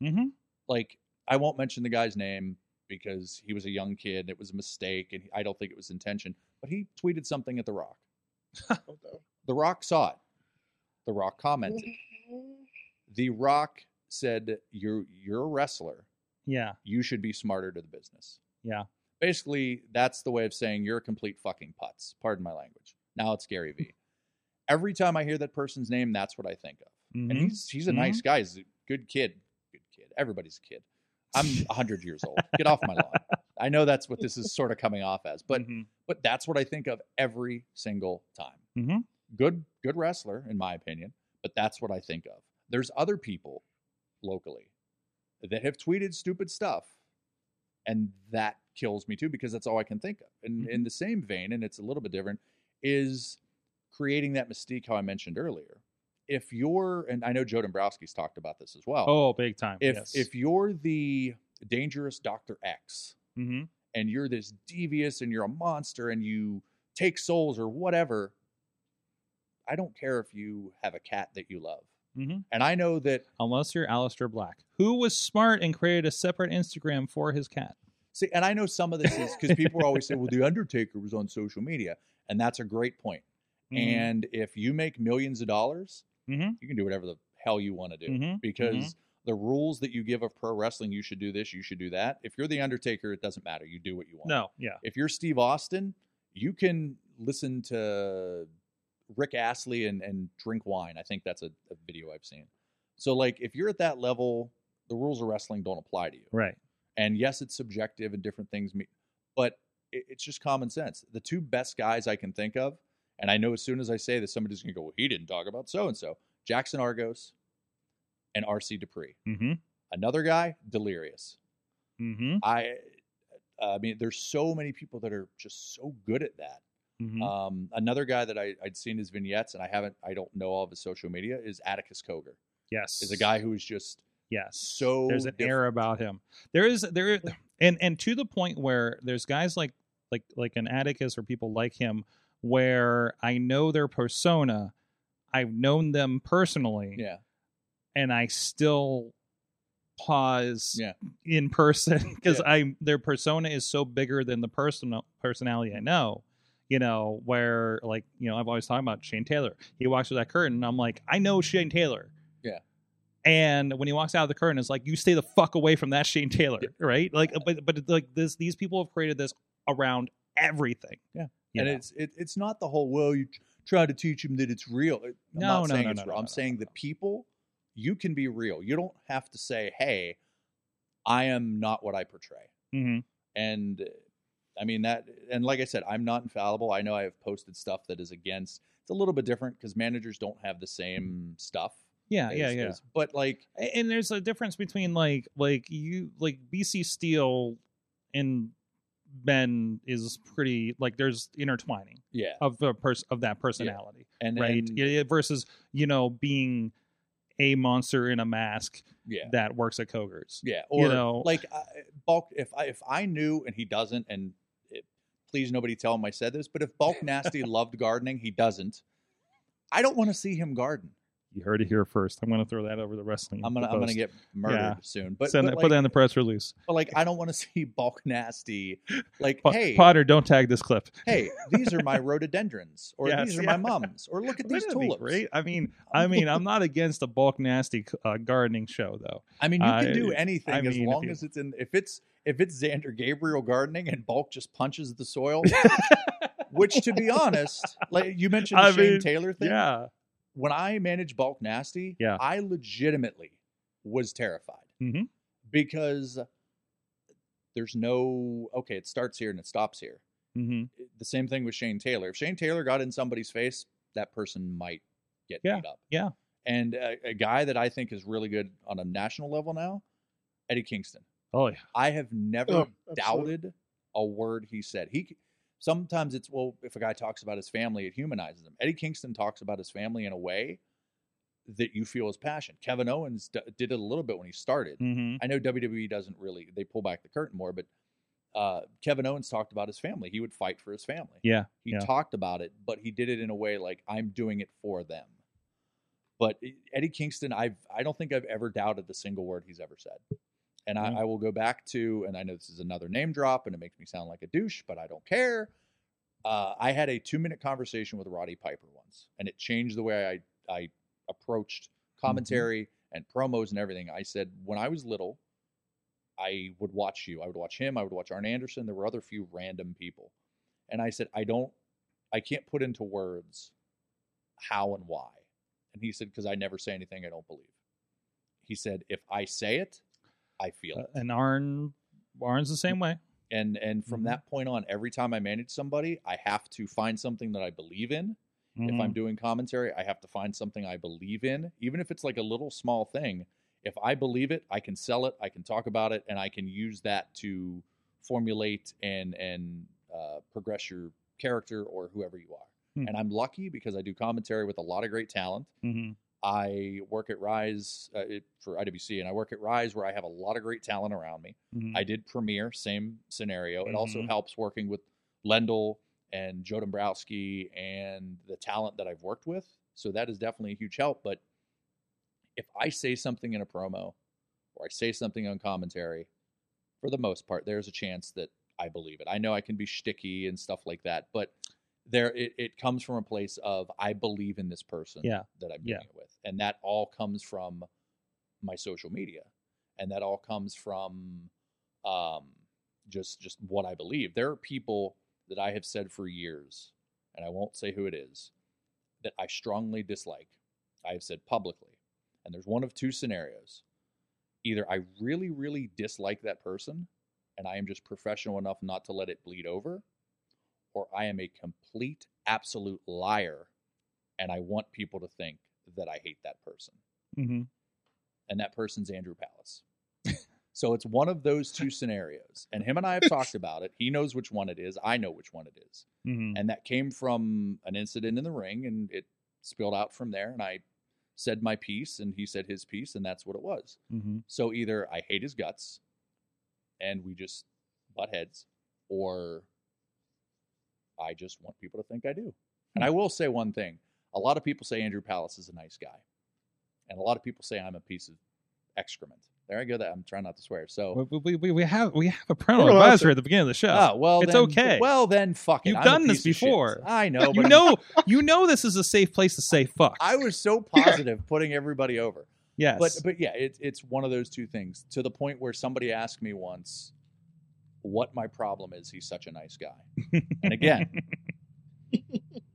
Speaker 2: Mhm.
Speaker 4: Like, I won't mention the guy's name because he was a young kid. and It was a mistake, and I don't think it was intention. But he tweeted something at The Rock.
Speaker 3: Don't know.
Speaker 4: The Rock saw it. The Rock commented. The Rock said, "You're you're a wrestler.
Speaker 2: yeah,
Speaker 4: You should be smarter to the business."
Speaker 2: Yeah.
Speaker 4: Basically, that's the way of saying you're a complete fucking putz. Pardon my language. Now it's Gary Vee. Every time I hear that person's name, that's what I think of.
Speaker 2: Mhm.
Speaker 4: And he's he's a nice guy. He's a good kid. Good kid. Everybody's a kid. I'm 100 years old. Get off my lawn. I know that's what this is sort of coming off as, but
Speaker 2: Mhm.
Speaker 4: but that's what I think of every single time.
Speaker 2: Mhm.
Speaker 4: Good, good wrestler, in my opinion, but that's what I think of. There's other people locally that have tweeted stupid stuff, and that kills me too because that's all I can think of. And
Speaker 2: Mm-hmm.
Speaker 4: in the same vein, and it's a little bit different, is creating that mystique. How I mentioned earlier, if you're, and I know Joe Dombrowski's talked about this as well.
Speaker 2: oh, big time.
Speaker 4: if
Speaker 2: yes.
Speaker 4: if you're the dangerous Doctor X,
Speaker 2: hmm
Speaker 4: and you're this devious and you're a monster and you take souls or whatever. I don't care if you have a cat that you love.
Speaker 2: Mhm.
Speaker 4: And I know that,
Speaker 2: unless you're Alistair Black, who was smart and created a separate Instagram for his cat.
Speaker 4: see, and I know some of this is because people always say, well, The Undertaker was on social media. And that's a great point.
Speaker 2: Mm-hmm.
Speaker 4: And if you make millions of dollars,
Speaker 2: Mhm.
Speaker 4: you can do whatever the hell you want to do
Speaker 2: Mhm. Mhm.
Speaker 4: because the rules that you give of pro wrestling, you should do this, you should do that. If you're The Undertaker, it doesn't matter. You do what you want.
Speaker 2: no, yeah,
Speaker 4: if you're Steve Austin, you can listen to Rick Astley and, and drink wine. I think that's a, a video I've seen. So, like, if you're at that level, the rules of wrestling don't apply to you.
Speaker 2: right.
Speaker 4: And yes, it's subjective and different things, me- but it, it's just common sense. The two best guys I can think of, and I know as soon as I say this, somebody's going to go, well, he didn't talk about so and so Jackson Argos and RC Dupree.
Speaker 2: Mm-hmm.
Speaker 4: Another guy, Delirious.
Speaker 2: Mm-hmm.
Speaker 4: I I mean, there's so many people that are just so good at that.
Speaker 2: Mm-hmm.
Speaker 4: Um, another guy that I, I'd seen his vignettes, and I haven't, I don't know all of his social media, is Atticus Koger.
Speaker 2: yes,
Speaker 4: Is a guy who is just
Speaker 2: Yes.
Speaker 4: so
Speaker 2: there's an air
Speaker 4: different.
Speaker 2: about him. There is there is- and and to the point where there's guys like like like an Atticus or people like him where I know their persona, I've known them personally,
Speaker 4: yeah,
Speaker 2: and I still pause
Speaker 4: Yeah.
Speaker 2: in person <laughs> because
Speaker 4: Yeah.
Speaker 2: I their persona is so bigger than the personal personality I know. You know where like you know I've always talked about Shane Taylor. He walks through that curtain, and I'm like, I know Shane Taylor.
Speaker 4: Yeah.
Speaker 2: And when he walks out of the curtain, it's like you stay the fuck away from that Shane Taylor,
Speaker 4: Yeah.
Speaker 2: right? Like, but but it's like this, these people have created this around everything.
Speaker 4: Yeah.
Speaker 2: You
Speaker 4: and
Speaker 2: know?
Speaker 4: it's it, it's not the whole well, you t- try to teach him that it's real. I'm
Speaker 2: No, no,
Speaker 4: not saying
Speaker 2: no,
Speaker 4: it's
Speaker 2: no,
Speaker 4: real.
Speaker 2: no,
Speaker 4: I'm
Speaker 2: no,
Speaker 4: saying
Speaker 2: no,
Speaker 4: the
Speaker 2: no.
Speaker 4: people you can be real. You don't have to say, hey, I am not what I portray.
Speaker 2: Mhm.
Speaker 4: and uh, I mean that. And like I said, I'm not infallible. I know I have posted stuff that is against. It's a little bit different because managers don't have the same stuff.
Speaker 2: yeah, yeah,
Speaker 4: as-
Speaker 2: yeah.
Speaker 4: as- but like,
Speaker 2: A- and there's a difference between like like you like BC Steel and been is pretty like there's intertwining
Speaker 4: yeah,
Speaker 2: of the person of that personality,
Speaker 4: and then,
Speaker 2: right? Yeah, versus you know being a monster in a mask
Speaker 4: yeah,
Speaker 2: that works at Koger's.
Speaker 4: yeah,
Speaker 2: you
Speaker 4: or
Speaker 2: know-
Speaker 4: like I, Bulk. If I if I knew and he doesn't, and it, please nobody tell him I said this, but if
Speaker 2: <laughs>
Speaker 4: Bulk Nasty loved gardening, he doesn't. I don't want to see him garden.
Speaker 2: You heard it here first. I'm going to throw that over the wrestling.
Speaker 4: I'm gonna I'm gonna
Speaker 2: post.
Speaker 4: get murdered
Speaker 2: Yeah.
Speaker 4: soon. But,
Speaker 2: Send
Speaker 4: but,
Speaker 2: that-
Speaker 4: like,
Speaker 2: put that in the press release.
Speaker 4: but like I don't want to <laughs> see Bulk Nasty. Like
Speaker 2: Po-
Speaker 4: hey
Speaker 2: Potter, don't tag this clip.
Speaker 4: hey, these are
Speaker 2: <laughs>
Speaker 4: my rhododendrons, or
Speaker 2: Yes,
Speaker 4: these are
Speaker 2: yeah.
Speaker 4: my mums, or
Speaker 2: <laughs>
Speaker 4: look at these
Speaker 2: Wouldn't that be
Speaker 4: tulips.
Speaker 2: great? I mean, I mean, I'm not against a bulk nasty uh, gardening show though.
Speaker 4: I mean, you
Speaker 2: uh, I-
Speaker 4: can do anything
Speaker 2: I
Speaker 4: as
Speaker 2: mean, if
Speaker 4: long
Speaker 2: you-
Speaker 4: as it's in. If it's if it's Xander Gabriel gardening and Bulk just punches
Speaker 2: <laughs>
Speaker 4: the soil, which to be honest, like you mentioned the
Speaker 2: I
Speaker 4: Shane
Speaker 2: mean,
Speaker 4: Taylor thing.
Speaker 2: Yeah.
Speaker 4: When I managed Bulk Nasty,
Speaker 2: Yeah.
Speaker 4: I legitimately was terrified
Speaker 2: Mhm.
Speaker 4: because there's no okay. It starts here and it stops here.
Speaker 2: hmm
Speaker 4: the same thing with Shane Taylor. If Shane Taylor got in somebody's face, that person might get beat up.
Speaker 2: yeah.
Speaker 4: And a, a guy that I think is really good on a national level now, Eddie Kingston.
Speaker 2: Oh yeah.
Speaker 4: I have never
Speaker 3: Oh, absolutely.
Speaker 4: doubted a word he said. He c- sometimes it's well, if a guy talks about his family, it humanizes him. Eddie Kingston talks about his family in a way that you feel his passion. Kevin Owens d- did it a little bit when he started.
Speaker 2: hmm
Speaker 4: I know WWE doesn't really they pull back the curtain more, but uh, Kevin Owens talked about his family. He would fight for his family.
Speaker 2: Yeah,
Speaker 4: he
Speaker 2: yeah.
Speaker 4: talked about it, but he did it in a way like I'm doing it for them. But e, Eddie Kingston, I've I don't think I've ever doubted the single word he's ever said. And
Speaker 2: Yeah.
Speaker 4: I, I will go back to, and I know this is another name drop, and it makes me sound like a douche, but I don't care. Uh, I had a two minute conversation with Roddy Piper once, and it changed the way I I approached commentary and promos and everything. I said when I was little, I would watch you. I would watch him. I would watch Arn Anderson. There were other few random people, and I said I don't, I can't put into words how and why. And he said because I never say anything I don't believe. He said if I say it, I feel it.
Speaker 2: Uh, and Arn, Arn's the same way.
Speaker 4: And and from
Speaker 2: Mhm.
Speaker 4: that point on, every time I manage somebody, I have to find something that I believe in if
Speaker 2: Mm-hmm.
Speaker 4: i'm doing commentary i have to find something i believe in even if it's like a little small thing if i believe it i can sell it i can talk about it and i can use that to formulate and and uh, progress your character or whoever you are
Speaker 2: Hmm.
Speaker 4: and i'm lucky because i do commentary with a lot of great talent
Speaker 2: Mhm.
Speaker 4: Mm-hmm. i work at rise uh, it, for iwc and i work at rise where i have a lot of great talent around me
Speaker 2: Mhm.
Speaker 4: I did premiere, same scenario. It also
Speaker 2: Mhm.
Speaker 4: helps working with Lendl and Joe Dombrowski and the talent that I've worked with. So that is definitely a huge help. But if I say something in a promo or I say something on commentary, for the most part, there's a chance that I believe it. I know I can be shticky and stuff like that, but there it, it comes from a place of I believe in this person
Speaker 2: Yeah.
Speaker 4: that I'm doing
Speaker 2: Yeah.
Speaker 4: it with. And that all comes from my social media. And that all comes from um, just just what I believe. There are people that I have said for years, and I won't say who it is, that I strongly dislike. I have said publicly. And there's one of two scenarios. Either I really, really dislike that person, and I am just professional enough not to let it bleed over, or I am a complete, absolute liar, and I want people to think that I hate that person.
Speaker 2: Mhm.
Speaker 4: And that person's Andrew Palace. <laughs> so it's one of those two scenarios. And him and I have talked about it. He knows which one it is. I know which one it is
Speaker 2: Mhm.
Speaker 4: and that came from an incident in the ring and it spilled out from there and i said my piece and he said his piece and that's what it was
Speaker 2: Mhm.
Speaker 4: so either i hate his guts and we just butt heads or i just want people to think i do
Speaker 2: Hmm.
Speaker 4: and i will say one thing a lot of people say andrew palace is a nice guy and a lot of people say i'm a piece of excrement there i go that i'm trying not to swear so
Speaker 2: We, we, we, we have we have a parental
Speaker 3: We're allowed
Speaker 2: advisory
Speaker 3: to-
Speaker 2: at the beginning of the show.
Speaker 4: Ah, well,
Speaker 2: It's
Speaker 4: then-
Speaker 2: okay.
Speaker 4: Well, then, fuck it.
Speaker 2: You've
Speaker 4: I'm a
Speaker 2: done this
Speaker 4: piece of shit.
Speaker 2: before.
Speaker 4: I know.
Speaker 2: <laughs> you
Speaker 4: but
Speaker 2: know,
Speaker 4: <laughs>
Speaker 2: you know, this is a safe place to say fuck.
Speaker 4: I
Speaker 2: <laughs>
Speaker 4: was so positive putting everybody over.
Speaker 2: yes,
Speaker 4: But but yeah, it's it's one of those two things to the point where somebody asked me once what my problem is. He's such a nice guy. And again,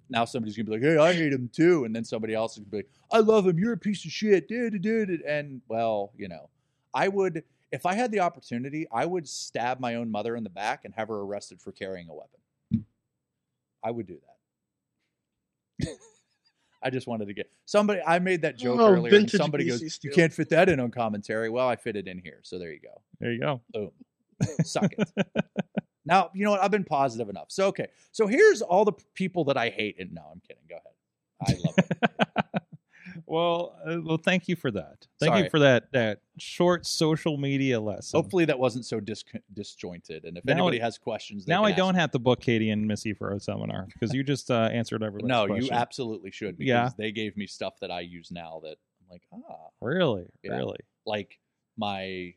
Speaker 4: now somebody's gonna be like, "Hey, I hate him too," and then somebody else is gonna be like, "I love him. You're a piece of shit." Dude, dude, dude. And well, you know, I would if I had the opportunity, I would stab my own mother in the back and have her arrested for carrying a weapon. I would do that. I just wanted to get somebody. I made that joke
Speaker 3: Oh,
Speaker 4: earlier, and
Speaker 3: vintage
Speaker 4: somebody
Speaker 3: BC
Speaker 4: goes, "You
Speaker 3: steel."
Speaker 4: can't fit that in on <laughs> commentary." Well, I fit it in here, so there you go.
Speaker 2: there you go.
Speaker 4: Boom, suck it. Now, you know what? I've been positive enough. So, okay. So here's all the people that I hate. And no, I'm kidding. Go ahead. I love <laughs> it.
Speaker 2: <laughs> well, uh, well, thank you for that. Thank you
Speaker 4: Sorry.
Speaker 2: for that that short social media lesson.
Speaker 4: Hopefully that wasn't so dis- disjointed. And if
Speaker 2: Now-
Speaker 4: anybody has questions, they
Speaker 2: now
Speaker 4: can
Speaker 2: I
Speaker 4: ask
Speaker 2: don't have to book Katie and Missy for a seminar because you just uh, answered everybody's
Speaker 4: No,
Speaker 2: question.
Speaker 4: you absolutely should because
Speaker 2: Yeah.
Speaker 4: they gave me stuff that I use now that I'm like, ah,
Speaker 2: really,
Speaker 4: Yeah.
Speaker 2: really.
Speaker 4: like my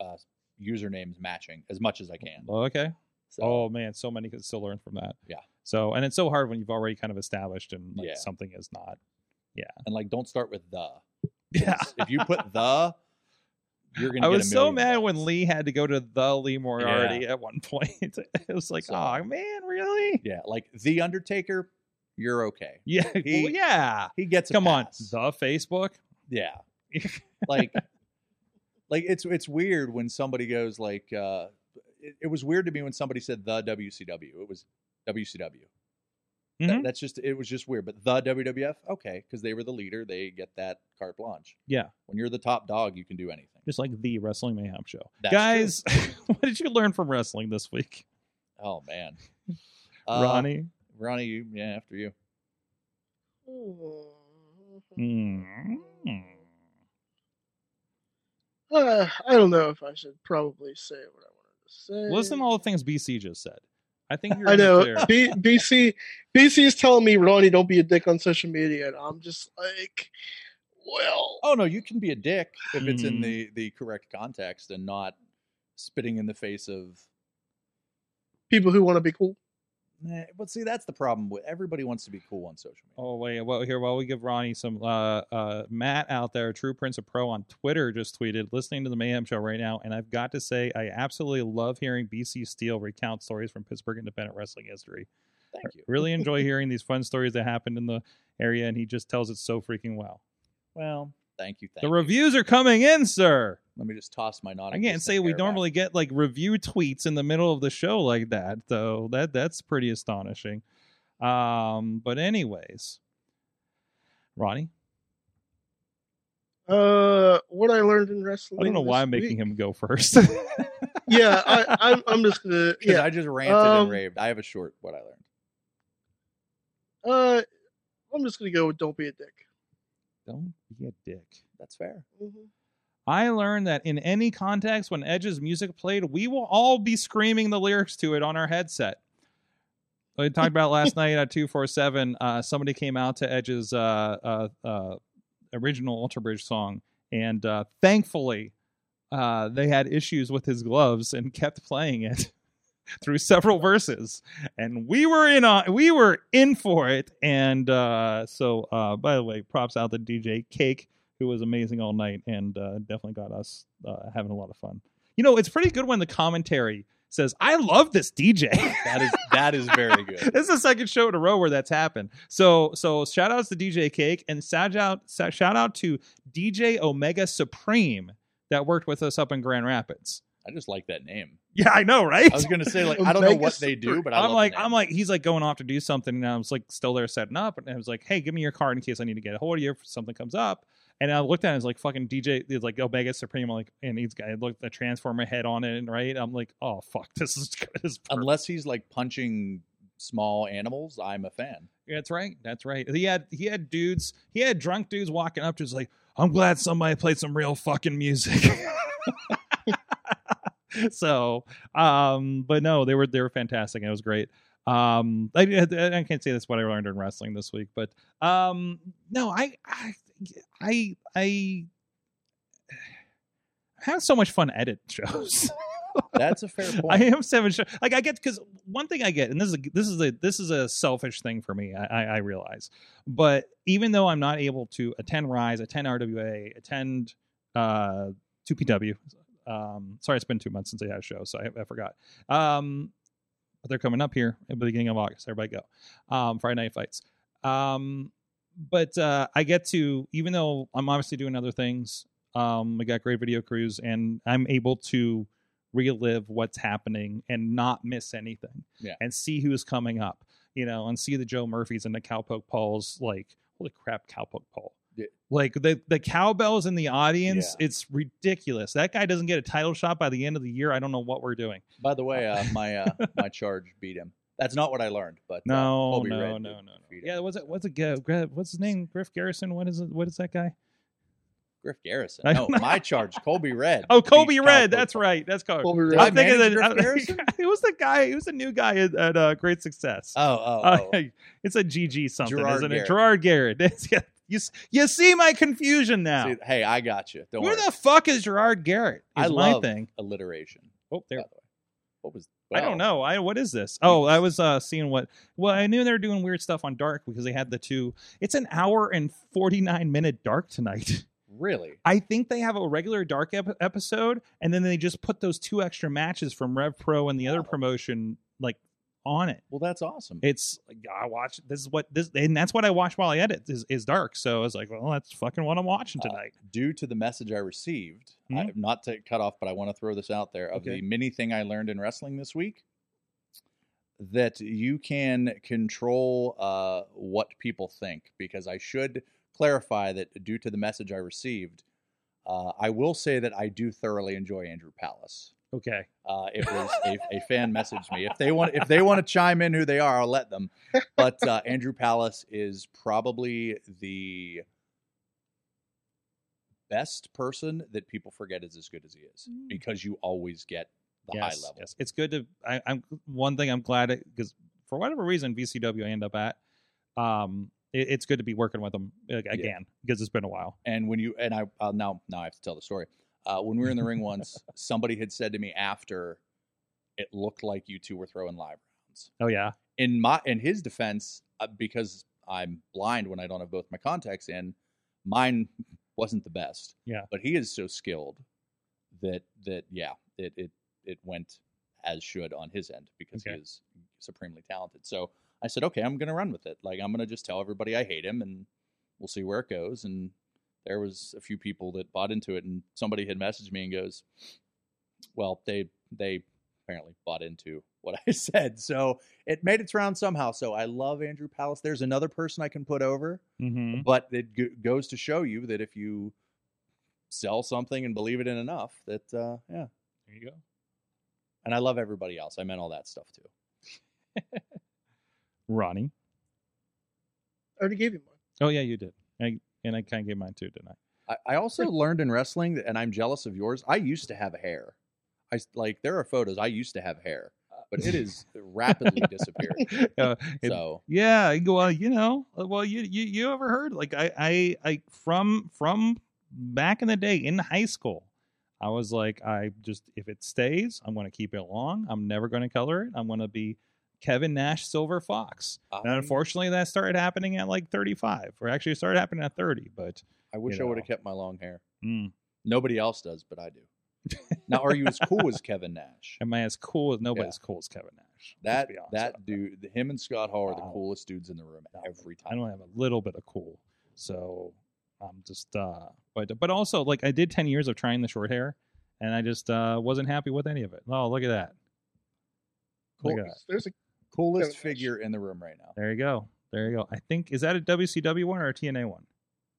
Speaker 4: uh, usernames matching as much as I can.
Speaker 2: Well, okay.
Speaker 4: So,
Speaker 2: Oh man, so many could still learn from that.
Speaker 4: Yeah.
Speaker 2: So and it's so hard when you've already kind of established and like
Speaker 4: Yeah.
Speaker 2: something is not.
Speaker 4: and like, don't start with the.
Speaker 2: <laughs> Yeah.
Speaker 4: if you
Speaker 2: <laughs>
Speaker 4: put the, you're gonna.
Speaker 2: I
Speaker 4: get a
Speaker 2: was so
Speaker 4: million
Speaker 2: mad when
Speaker 4: bucks.
Speaker 2: Lee had to go to the Lee Moriarty at one point. <laughs> it was like,
Speaker 4: So-
Speaker 2: oh man, really?
Speaker 4: Yeah, like the Undertaker, you're okay.
Speaker 2: Yeah. <laughs>
Speaker 4: He-
Speaker 2: well, yeah.
Speaker 4: He gets. A
Speaker 2: Come
Speaker 4: pass.
Speaker 2: on, the Facebook.
Speaker 4: Yeah.
Speaker 2: <laughs>
Speaker 4: like like it's it's weird when somebody goes like uh it, it was weird to me when somebody said the WCW. It was WCW. That-
Speaker 2: Mhm.
Speaker 4: that's just it was just weird. But the WWF, okay, because they were the leader, they get that carte blanche.
Speaker 2: Yeah.
Speaker 4: When you're the top dog, you can do anything.
Speaker 2: just like the Wrestling Mayhem show.
Speaker 4: That's
Speaker 2: Guys, <laughs> what did you learn from wrestling this week,
Speaker 4: Oh
Speaker 2: <laughs>
Speaker 4: man.
Speaker 2: Uh, Ronnie?
Speaker 4: Ronnie, you yeah, after you.
Speaker 2: Mm.
Speaker 3: Uh, <sighs> I don't know if I should probably say what I wanted to say.
Speaker 2: Listen to all the things BC just said.
Speaker 3: <laughs>
Speaker 2: I think you're
Speaker 3: I
Speaker 2: in the
Speaker 3: know.
Speaker 2: clear.
Speaker 3: B- BC BC is telling me Ronnie don't be a dick on social media, and I'm just like, well,
Speaker 4: Oh no, you can be a dick if it's in
Speaker 2: Mhm.
Speaker 4: the the correct context and not spitting in the face of
Speaker 3: people who want to be cool.
Speaker 4: Nah, but see, that's the problem. with Everybody wants to be cool on social media.
Speaker 2: Oh wait, well here while we give Ronnie some uh uh Matt out there, True Prince of Pro on Twitter just tweeted, listening to the Mayhem Show right now, and I've got to say I absolutely love hearing BC Steele recount stories from Pittsburgh independent wrestling history.
Speaker 4: Thank you.
Speaker 2: Really
Speaker 4: <laughs>
Speaker 2: enjoy hearing these fun stories that happened in the area, and he just tells it so freaking well.
Speaker 4: Well, thank you. Thank
Speaker 2: the
Speaker 4: you.
Speaker 2: reviews are coming in, sir.
Speaker 4: Let me just toss my non.
Speaker 2: I can't say we
Speaker 4: <laughs>
Speaker 2: normally get like review tweets in the middle of the show like that, though. That that's pretty astonishing. Um, but anyways, Ronnie,
Speaker 3: Uh, what I learned in wrestling.
Speaker 2: I don't know why I'm making him go first. <laughs>
Speaker 3: Yeah, I, I'm. I'm just gonna.
Speaker 4: Yeah,
Speaker 3: Yeah.
Speaker 4: I just ranted
Speaker 3: Um,
Speaker 4: and raved. I have a short. What I learned.
Speaker 3: Uh, I'm just gonna go with don't be a dick.
Speaker 2: don't be a dick.
Speaker 4: That's fair.
Speaker 3: Mhm.
Speaker 2: I learned that in any context when Edge's music played, we will all be screaming the lyrics to it on our headset. We talked about last night at 247. Uh, somebody came out to Edge's uh, uh, uh, original Ultra Bridge song, and uh, thankfully, uh, they had issues with his gloves and kept playing it <laughs> through several verses. And we were in on, we were in for it. And uh, so, uh, by the way, props out to DJ Cake who was amazing all night and uh, definitely got us uh, having a lot of fun. You know, it's pretty good when the commentary says, "I love this DJ."
Speaker 4: That is that is very good.
Speaker 2: <laughs> this is the second show in a row where that's happened. So, so shout outs to DJ Cake and shout out sa- shout out to DJ Omega Supreme that worked with us up in Grand Rapids. <laughs>
Speaker 4: I just like that name.
Speaker 2: Yeah, I know, right?
Speaker 4: I was gonna say like I don't know
Speaker 3: Omega
Speaker 4: what they do,
Speaker 3: Supreme.
Speaker 4: but I
Speaker 2: I'm
Speaker 4: love the
Speaker 2: like,
Speaker 4: name.
Speaker 2: I'm like, he's like going off to do something, and I was like, still there setting up, and I was like, hey, give me your card in case I need to get a hold of you if something comes up. And I looked at it, it's like fucking DJ, it's like Omega Supreme, like, and he's got look the transformer head on it, and right? I'm like, oh fuck, <laughs> this is good. This is perfect.
Speaker 4: unless he's like punching small animals, I'm a fan.
Speaker 2: That's right, that's right. He had he had dudes, he had drunk dudes walking up to, us like, I'm glad somebody played some real fucking music. <laughs> so um but no they were they were fantastic and it was great um i, I I can't say that's what i learned in wrestling this week but um no i i i, I have so much fun edit shows
Speaker 4: That's a fair point.
Speaker 2: I am seven show. Like I get because one thing I get, and this is a, this is a this is a selfish thing for me. I, I, I realize, but even though I'm not able to attend Rise, attend RWA, attend uh 2PW. Um, sorry, it's been two months since I had a show, so I, I forgot. Um, but they're coming up here at the beginning of August. Everybody go. Um, Friday night fights. Um, but uh, I get to even though I'm obviously doing other things. Um, we got great video crews, and I'm able to relive what's happening and not miss anything
Speaker 4: Yeah.
Speaker 2: and see who's coming up you know and see the joe murphys and the cowpoke pauls like holy crap cowpoke paul
Speaker 4: Yeah.
Speaker 2: Like the the cowbells in the audience,
Speaker 4: Yeah.
Speaker 2: it's ridiculous. That guy doesn't get a title shot by the end of the year. I don't know what we're doing.
Speaker 4: By the way, uh,
Speaker 2: <laughs>
Speaker 4: my uh, my charge beat him. That's not what I learned, but uh,
Speaker 2: No,
Speaker 4: Colby
Speaker 2: no,
Speaker 4: Red
Speaker 2: no,
Speaker 4: did
Speaker 2: no, no.
Speaker 4: beat him.
Speaker 2: Yeah, was it? What's it? Ga- Gra- What's his name? Griff Garrison. What is it? What is that guy?
Speaker 4: Griff Garrison.
Speaker 2: I
Speaker 4: No,
Speaker 2: don't know.
Speaker 4: my charge, Colby Red.
Speaker 2: Oh,
Speaker 4: beat
Speaker 2: Kobe
Speaker 4: Kyle
Speaker 2: Red.
Speaker 4: Pope.
Speaker 2: That's right. That's Kobe.
Speaker 3: Colby
Speaker 4: Did
Speaker 3: Red.
Speaker 4: I
Speaker 2: I'm thinking
Speaker 4: manage
Speaker 2: that <laughs>
Speaker 4: Griff Garrison?
Speaker 2: it was the guy. It was the new guy at, at uh, Great Success.
Speaker 4: Oh, oh, oh.
Speaker 2: <laughs> Uh, it's a GG something,
Speaker 4: Gerard
Speaker 2: isn't it?
Speaker 4: Garrett.
Speaker 2: Gerard Garrett. <laughs> It's- yeah. you s- you see my confusion now.
Speaker 4: See, hey, I got you. Don't
Speaker 2: Where
Speaker 4: worry.
Speaker 2: the fuck is Gerard Garrett? Is
Speaker 4: I
Speaker 2: my
Speaker 4: love
Speaker 2: thing.
Speaker 4: alliteration.
Speaker 2: Oh, there.
Speaker 4: by the way. What was?
Speaker 2: I don't
Speaker 4: wow.
Speaker 2: know. I what is this? Oh, I was uh, seeing what. Well, I knew they were doing weird stuff on Dark because they had the two. It's an hour and forty nine minute Dark tonight. <laughs>
Speaker 4: Really?
Speaker 2: I think they have a regular Dark ep- episode, and then they just put those two extra matches from Rev Pro and the other
Speaker 4: Wow.
Speaker 2: promotion like on it.
Speaker 4: Well, that's awesome.
Speaker 2: It's I watch this is what this and that's what I watch while I edit is, is Dark. So I was like, well, that's fucking what I'm watching
Speaker 4: Uh,
Speaker 2: tonight.
Speaker 4: Due to the message I received, I, not to cut off, but I want to throw this out there of
Speaker 2: Okay.
Speaker 4: the mini thing I learned in wrestling this week that you can control uh, what people think. Because I should clarify that due to the message I received, uh, I will say that I do thoroughly enjoy Andrew Palace.
Speaker 2: okay.
Speaker 4: Uh, it was a, a fan messaged me if they want if they want to chime in who they are, I'll let them. But uh, Andrew Palace is probably the best person that people forget is as good as he is because you always get the high level.
Speaker 2: Yes. It's good to. I, I'm one thing I'm glad because for whatever reason VCW I end up at. Um, it, it's good to be working with them uh, again because it's been a while.
Speaker 4: And when you and I uh, now now I have to tell the story. Uh, when we were in
Speaker 2: <laughs>
Speaker 4: the ring once, somebody had said to me after, "It looked like you two were throwing live rounds."
Speaker 2: Oh yeah.
Speaker 4: in my in his defense uh, because i'm blind when i don't have both my contacts in mine <laughs> wasn't the best
Speaker 2: Yeah.
Speaker 4: but he is so skilled that that yeah it it it went as should on his end because
Speaker 2: Okay.
Speaker 4: he is supremely talented so i said okay i'm gonna run with it like i'm gonna just tell everybody i hate him and we'll see where it goes and there was a few people that bought into it and somebody had messaged me and goes well they they apparently bought into what <laughs> i said so it made its round somehow so i love andrew palace there's another person i can put over
Speaker 2: Mm-hmm.
Speaker 4: but it g- goes to show you that if you sell something and believe it in enough that uh yeah
Speaker 2: There you go.
Speaker 4: and i love everybody else i meant all that stuff too
Speaker 2: Ronnie.
Speaker 3: I already gave you mine.
Speaker 2: Oh yeah, you did. I, and I kind of gave mine too, didn't I?
Speaker 3: <laughs>
Speaker 4: i, I also learned in wrestling that, and i'm jealous of yours i used to have hair i s- like there are photos i used to have hair but
Speaker 2: <laughs>
Speaker 4: it is rapidly disappearing
Speaker 2: Uh, it-
Speaker 4: so
Speaker 2: Yeah, well, you know, uh, well, you you you ever heard like I I I from from back in the day in high school, I was like I just if it stays, I'm going to keep it long. I'm never going to color it. I'm going to be Kevin Nash Silver Fox. And
Speaker 4: I-
Speaker 2: unfortunately, that started happening at like 35, or actually it started happening at 30. But
Speaker 4: i wish
Speaker 2: you
Speaker 4: i would have
Speaker 2: know.
Speaker 4: kept my long hair
Speaker 2: mm,
Speaker 4: Nobody else does, but I do.
Speaker 2: <laughs>
Speaker 4: now, are you as cool as Kevin Nash?
Speaker 2: am I as cool as nobody's cool as Kevin Nash? Let's
Speaker 4: That
Speaker 2: be honest about
Speaker 4: that dude, him and Scott Hall are the
Speaker 2: Wow.
Speaker 4: coolest dudes in the room every
Speaker 2: I
Speaker 4: time.
Speaker 2: don't have a little bit of cool. So I'm just uh but but also like I did ten years of trying the short hair and I just uh wasn't happy with any of it. Oh look at that. Look at that.
Speaker 3: There's a
Speaker 4: Coolest
Speaker 3: Kevin Nash.
Speaker 4: figure in the room right
Speaker 2: <laughs>
Speaker 4: now.
Speaker 2: There you go. There you go. I think is that a WCW one or a TNA one?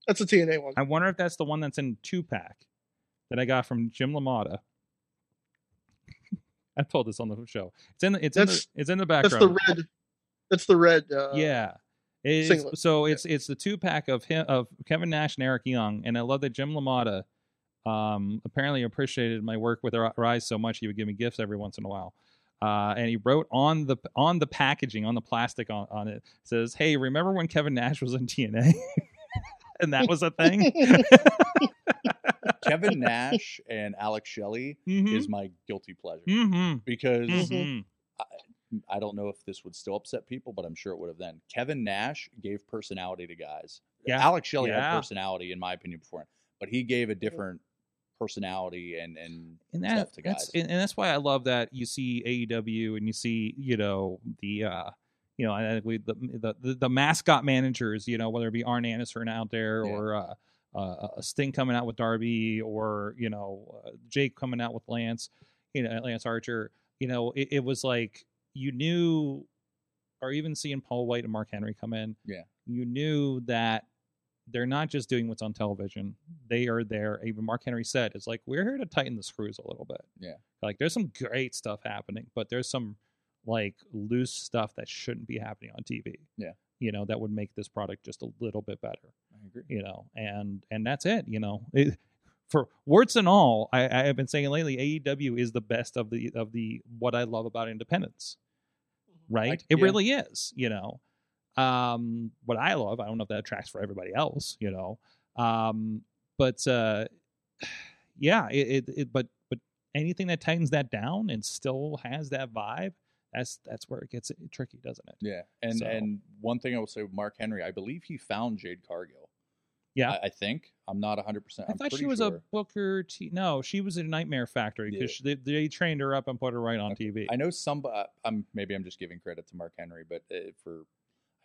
Speaker 3: that's a TNA one.
Speaker 2: I wonder if that's the one that's in two pack that I got from Jim LaMotta. <laughs> I've told this on the show. It's in the it's
Speaker 3: That's-
Speaker 2: in the it's in the
Speaker 3: That's the
Speaker 2: background.
Speaker 3: red. That's the red. Uh,
Speaker 2: yeah. It's-
Speaker 3: singlet.
Speaker 2: so it's it's the two pack of him of Kevin Nash and Eric Young, and I love that Jim LaMotta um, apparently appreciated my work with Ri- Rise so much he would give me gifts every once in a while. Uh, and he wrote on the on the packaging on the plastic on, on it says, "Hey, remember when Kevin Nash was <laughs> in TNA?" and that was a thing. <laughs>
Speaker 4: Kevin Nash and Alex Shelley
Speaker 2: hmm
Speaker 4: is Mm-hmm. my guilty pleasure
Speaker 2: hmm
Speaker 4: because
Speaker 2: hmm
Speaker 4: I don't know if this would still upset people, but I'm sure it would have then. Kevin Nash gave personality to guys.
Speaker 2: Yeah.
Speaker 4: Alex Shelley
Speaker 2: Yeah.
Speaker 4: had personality, in my opinion, before him, but he gave a different personality and and
Speaker 2: and
Speaker 4: stuff
Speaker 2: that,
Speaker 4: to
Speaker 2: that's
Speaker 4: guys.
Speaker 2: and, and that's why I love that you see AEW and you see you know the uh you know I think we the the, the, the mascot managers you know whether it be Arn Anderson out there
Speaker 4: Yeah.
Speaker 2: or uh, uh, a Sting coming out with Darby or you know uh, Jake coming out with Lance you know Lance Archer you know it, it was like you knew or even seeing Paul White and Mark Henry come in
Speaker 4: Yeah.
Speaker 2: you knew that they're not just doing what's on television. They are there. Even Mark Henry said, "It's like we're here to tighten the screws a little bit."
Speaker 4: Yeah.
Speaker 2: like there's some great stuff happening, but there's some like loose stuff that shouldn't be happening on TV.
Speaker 4: Yeah.
Speaker 2: you know that would make this product just a little bit better
Speaker 4: I agree.
Speaker 2: you know, and and that's it, you know. It, for warts and all, I, I have been saying lately, AEW is the best of the of the what I love about independence, right?
Speaker 4: I-
Speaker 2: it
Speaker 4: yeah.
Speaker 2: really is, you know. Um, what I love, I don't know if that tracks for everybody else, you know. Um, but uh, <sighs> yeah, it, it, it but but anything that tightens that down and still has that vibe, that's that's where it gets tricky, doesn't it?
Speaker 4: Yeah, and
Speaker 2: So-
Speaker 4: and one thing I will say, with Mark Henry, I believe he found Jade Cargill.
Speaker 2: Yeah.
Speaker 4: I, I think I'm not 100. percent
Speaker 2: I thought she was a Booker T. No, she was in Nightmare Factory because they, they trained her up and put her right on TV.
Speaker 4: I know some. uh, I'm maybe I'm just giving credit to Mark Henry, but uh, for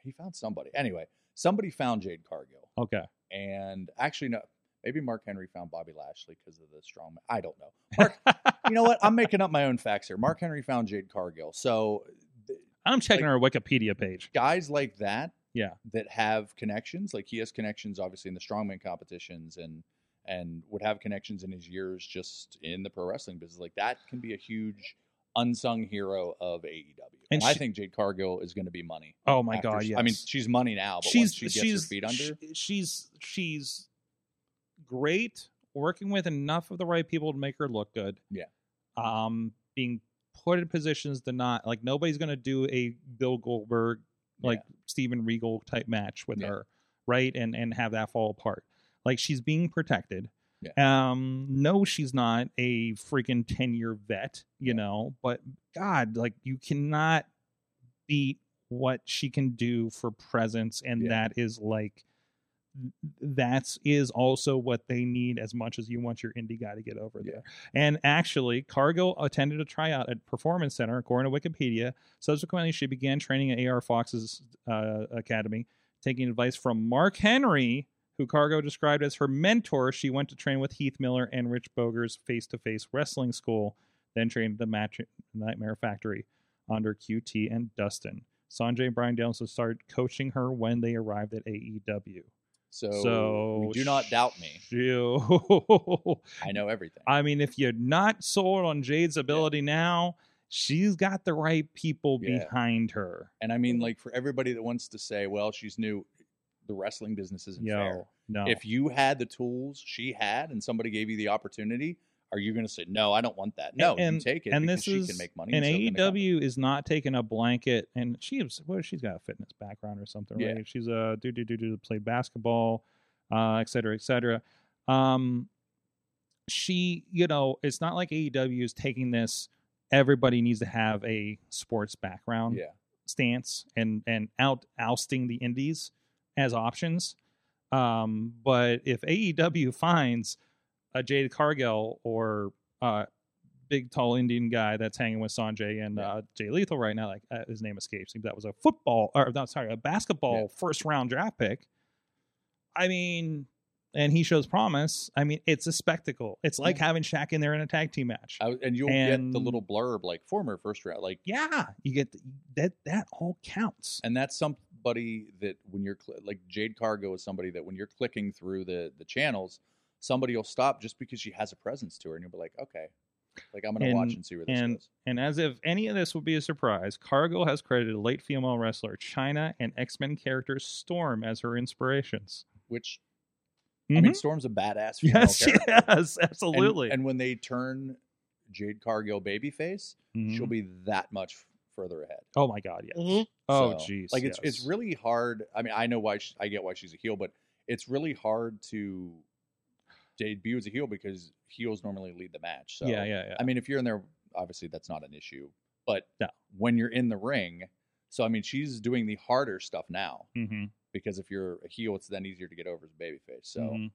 Speaker 4: he found somebody. Anyway, somebody found Jade Cargill,
Speaker 2: okay,
Speaker 4: and actually no, maybe Mark Henry found Bobby Lashley because of the strong. I don't know. Mark, <laughs> you know what? I'm making up my own facts here. Mark Henry found Jade Cargill, so
Speaker 2: I'm checking
Speaker 4: Like-
Speaker 2: her Wikipedia page.
Speaker 4: guys like that
Speaker 2: Yeah.
Speaker 4: that have connections like he has connections obviously in the strongman competitions and and would have connections in his years just in the pro wrestling business like that can be a huge unsung hero of AEW
Speaker 2: And
Speaker 4: and, I
Speaker 2: she-
Speaker 4: think Jade Cargill is going to be money
Speaker 2: Oh my
Speaker 4: after
Speaker 2: god,
Speaker 4: she-
Speaker 2: yes.
Speaker 4: I mean she's money now but once she gets her feet under
Speaker 2: sh- she's she's great working with enough of the right people to make her look good.
Speaker 4: Yeah.
Speaker 2: Um, being put in positions to not like nobody's gonna do a Bill Goldberg like Steven Regal type match with
Speaker 4: Yeah.
Speaker 2: her, right? And and have that fall apart. Like she's being protected.
Speaker 4: Yeah.
Speaker 2: Um, no, she's not a freaking ten year vet, you know. But God, like you cannot beat what she can do for presence, and
Speaker 4: Yeah.
Speaker 2: that is like that's is also what they need as much as you want your indie guy to get over
Speaker 4: Yeah.
Speaker 2: there. And actually, Cargill attended a tryout at Performance Center, according to Wikipedia. Subsequently, she began training at AR Fox's uh, academy, taking advice from Mark Henry, who Cargo described as her mentor. She went to train with Heath Miller and Rich Boger's face to face wrestling school, then trained at the match- Nightmare Factory under QT and Dustin. Sanjay and Brian Danielson started coaching her when they arrived at AEW.
Speaker 4: so,
Speaker 2: So
Speaker 4: we do not doubt me
Speaker 2: She'll-
Speaker 4: I know everything
Speaker 2: <laughs> I mean, if you're not sold on Jade's ability now, she's got the right people
Speaker 4: Yeah.
Speaker 2: behind her.
Speaker 4: and I mean like for everybody that wants to say well she's new the wrestling business isn't
Speaker 2: Yo,
Speaker 4: fair
Speaker 2: no.
Speaker 4: if you had the tools she had and somebody gave you the opportunity, are you going to say no? I don't want that. No,
Speaker 2: and-
Speaker 4: you take it.
Speaker 2: and this
Speaker 4: because she
Speaker 2: is
Speaker 4: can make money.
Speaker 2: and
Speaker 4: so can the company.
Speaker 2: AEW is not taking a blanket. And she's well, she's got a fitness background or something,
Speaker 4: Yeah.
Speaker 2: right? She's a dude, dude, dude, dude, played basketball, uh, et cetera, et cetera. Um, she, you know, it's not like AEW is taking this. Everybody needs to have a sports background.
Speaker 4: Yeah,
Speaker 2: stance and and out ousting the indies as options. Um, but if AEW finds a Jade Cargill or uh big tall Indian guy that's hanging with Sanjay and uh, Jay Lethal right now, like uh, his name escapes me, but that was a football or not sorry, a basketball first round draft pick. I mean, and he shows promise. I mean, it's a spectacle. It's like having Shaq in there in a tag team match.
Speaker 4: I, and you'll get
Speaker 2: And-
Speaker 4: the little blurb like former first round, like
Speaker 2: yeah, you get that. That all counts.
Speaker 4: and that's somebody that when you're cl- like Jade Cargo is somebody that when you're clicking through the the channels, somebody will stop just because she has a presence to her, and you'll be like, okay, like I'm going to watch
Speaker 2: And-
Speaker 4: and see where this goes.
Speaker 2: And as if any of this would be a surprise, Cargill has credited late female wrestler China and X Men character Storm as her inspirations.
Speaker 4: Which I
Speaker 2: Mhm.
Speaker 4: mean, Storm's a badass.
Speaker 2: <laughs>
Speaker 4: female
Speaker 2: yes,
Speaker 4: character.
Speaker 2: yes,
Speaker 4: And-
Speaker 2: absolutely.
Speaker 4: and when they turn Jade Cargill babyface,
Speaker 2: Mhm.
Speaker 4: she'll be that much further ahead.
Speaker 2: oh my god, yeah.
Speaker 3: Mhm.
Speaker 2: Oh
Speaker 4: So,
Speaker 2: jeez,
Speaker 4: Like it's it's
Speaker 2: yes.
Speaker 4: really hard. I mean, I know why she, I get why she's a heel, but it's really hard to debut as a heel because heels normally lead the match. So
Speaker 2: yeah, yeah, yeah.
Speaker 4: I mean, if you're in there, obviously that's not an issue. But
Speaker 2: No.
Speaker 4: when you're in the ring, so I mean, she's doing the harder stuff now
Speaker 2: Mhm,
Speaker 4: because if you're a heel, it's then easier to get over as a babyface. So
Speaker 2: mhm.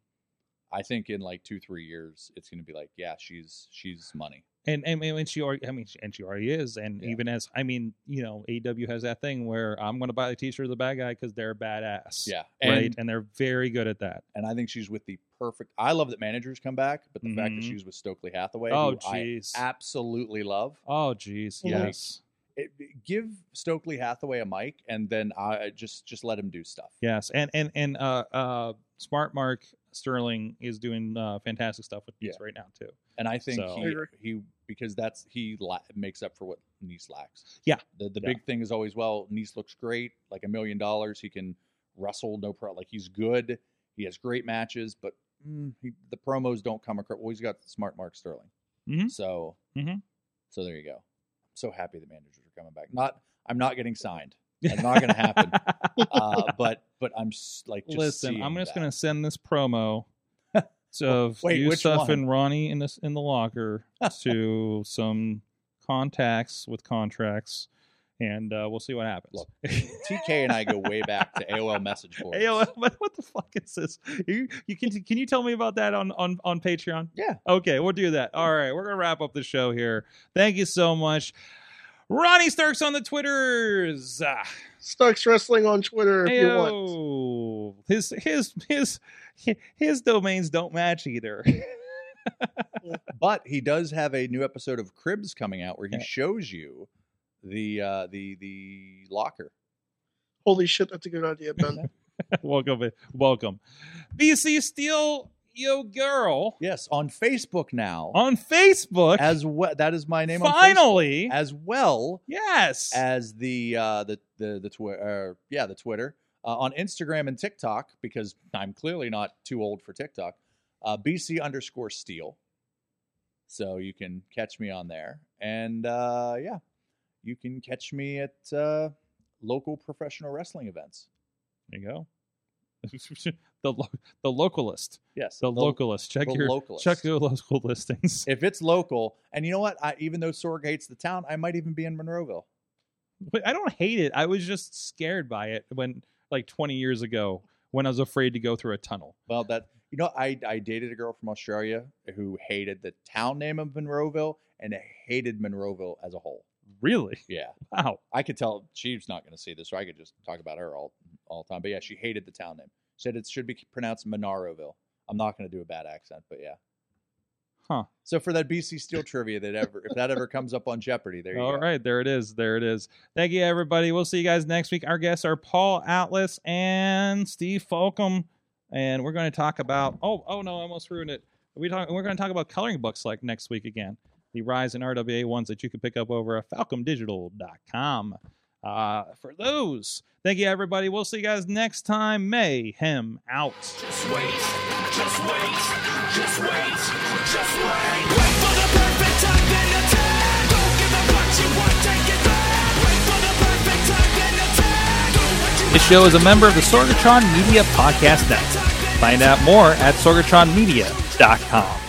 Speaker 4: I think in like two three years, it's going to be like, yeah, she's she's money.
Speaker 2: and, and and she already, I mean, she- and she already is, and
Speaker 4: Yeah.
Speaker 2: even as I mean, you know, AW has that thing where I'm going to buy the T-shirt of the bad guy because they're badass,
Speaker 4: Yeah,
Speaker 2: right,
Speaker 4: And-
Speaker 2: and they're very good at that.
Speaker 4: and I think she's with the perfect. I love that managers come back, but the fact that
Speaker 2: Mhm.
Speaker 4: she's with Stokely Hathaway,
Speaker 2: Oh
Speaker 4: who I
Speaker 2: jeez,
Speaker 4: absolutely love.
Speaker 2: oh jeez,
Speaker 4: Like,
Speaker 2: yes,
Speaker 4: It, give Stokely Hathaway a mic, and then I just just let him do stuff.
Speaker 2: Yes, and and and uh, uh, Smart Mark Sterling is doing uh, fantastic stuff with these right now too.
Speaker 4: And I think
Speaker 2: So-
Speaker 4: he, he because that's he la- makes up for what Nice lacks.
Speaker 2: Yeah.
Speaker 4: The the
Speaker 2: Yeah.
Speaker 4: big thing is always well Nice looks great, like a million dollars. He can wrestle, no problem. Like he's good. He has great matches, but mm, he, the promos don't come across. Well, he's got smart Mark Sterling.
Speaker 2: Mhm.
Speaker 4: So
Speaker 2: Mhm.
Speaker 4: so there you go. I'm so happy the managers are coming back. Not I'm not
Speaker 2: <laughs>
Speaker 4: getting signed. It's not going to happen. uh, but but I'm s- like
Speaker 2: <laughs>
Speaker 4: just
Speaker 2: Listen, I'm
Speaker 4: seeing
Speaker 2: just
Speaker 4: that.
Speaker 2: gonna send this
Speaker 4: <laughs>
Speaker 2: promo of
Speaker 4: Wait, which
Speaker 2: Yusuf
Speaker 4: one?
Speaker 2: and Ronnie in this in the
Speaker 4: <laughs>
Speaker 2: locker to some contacts with contracts, and uh, we'll see what happens.
Speaker 4: Look, TK and
Speaker 2: <laughs>
Speaker 4: I go way back to AOL message boards.
Speaker 2: AOL, <laughs> what, what the fuck is this? You, you can can you tell me about that on on on Patreon?
Speaker 4: Yeah.
Speaker 2: Okay, we'll do that. All right, we're gonna wrap up the show here. Thank you so much, Ronnie Starks on the Twitters. Ah.
Speaker 3: Starks Wrestling on Twitter if you want.
Speaker 2: Ayo. His his his his domains don't match either. <laughs>
Speaker 4: But he does have a new episode of Cribs coming out where he
Speaker 2: Yeah.
Speaker 4: shows you the uh the the locker.
Speaker 3: Holy shit, that's a good idea, Ben.
Speaker 2: welcome, welcome. BC Steel, yo girl
Speaker 4: Yes, on Facebook now.
Speaker 2: on Facebook.
Speaker 4: as well that is my name
Speaker 2: Finally.
Speaker 4: on Facebook, as well
Speaker 2: yes.
Speaker 4: as the uh the the the Twitter uh, yeah, the Twitter. Uh, on Instagram and TikTok because I'm clearly not too old for TikTok. Uh BC underscore steel. So you can catch me on there. And uh yeah, you can catch me at uh local professional wrestling events.
Speaker 2: there you go. <laughs> the lo- the localist.
Speaker 4: Yes,
Speaker 2: The localist. Check
Speaker 4: the
Speaker 2: your
Speaker 4: localist.
Speaker 2: check your <laughs> local listings.
Speaker 4: If it's local, and you know what, I, even though Sorg hates the town, I might even be in Monroeville.
Speaker 2: But I don't hate it. I was just scared by it when like 20 years ago when I was afraid to go through a tunnel.
Speaker 4: Well, that you know, I I dated a girl from Australia who hated the town name of Monroeville and hated Monroeville as a whole.
Speaker 2: Really?
Speaker 4: Yeah,
Speaker 2: Wow.
Speaker 4: I could tell she's not going to see this, so I could just talk about her all all the time. But yeah, she hated the town name. Said it should be pronounced Monaroville. I'm not going to do a bad accent, but yeah.
Speaker 2: Huh.
Speaker 4: So for that BC Steel trivia that ever if that ever comes up on Jeopardy, there you
Speaker 2: All
Speaker 4: go.
Speaker 2: right, there it is. There it is. Thank you, everybody. We'll see you guys next week. Our guests are Paul Atlas and Steve Falcom, and we're going to talk about. Oh, oh no, I almost ruined it. We talk, We're going to talk about coloring books like next week again. The Rise and RWA ones that you can pick up over at FalcomDigital.com. Uh, for those, thank you, everybody. We'll see you guys next time. Mayhem out.
Speaker 1: Just wait, just wait, just wait, just wait. Wait for the perfect time then attack. Don't give up what you want, take it back. Wait for the perfect time then attack. Do what you
Speaker 2: This show is a member of the Sorgatron Media Podcast Network. Find out more at sorgatronmedia.com.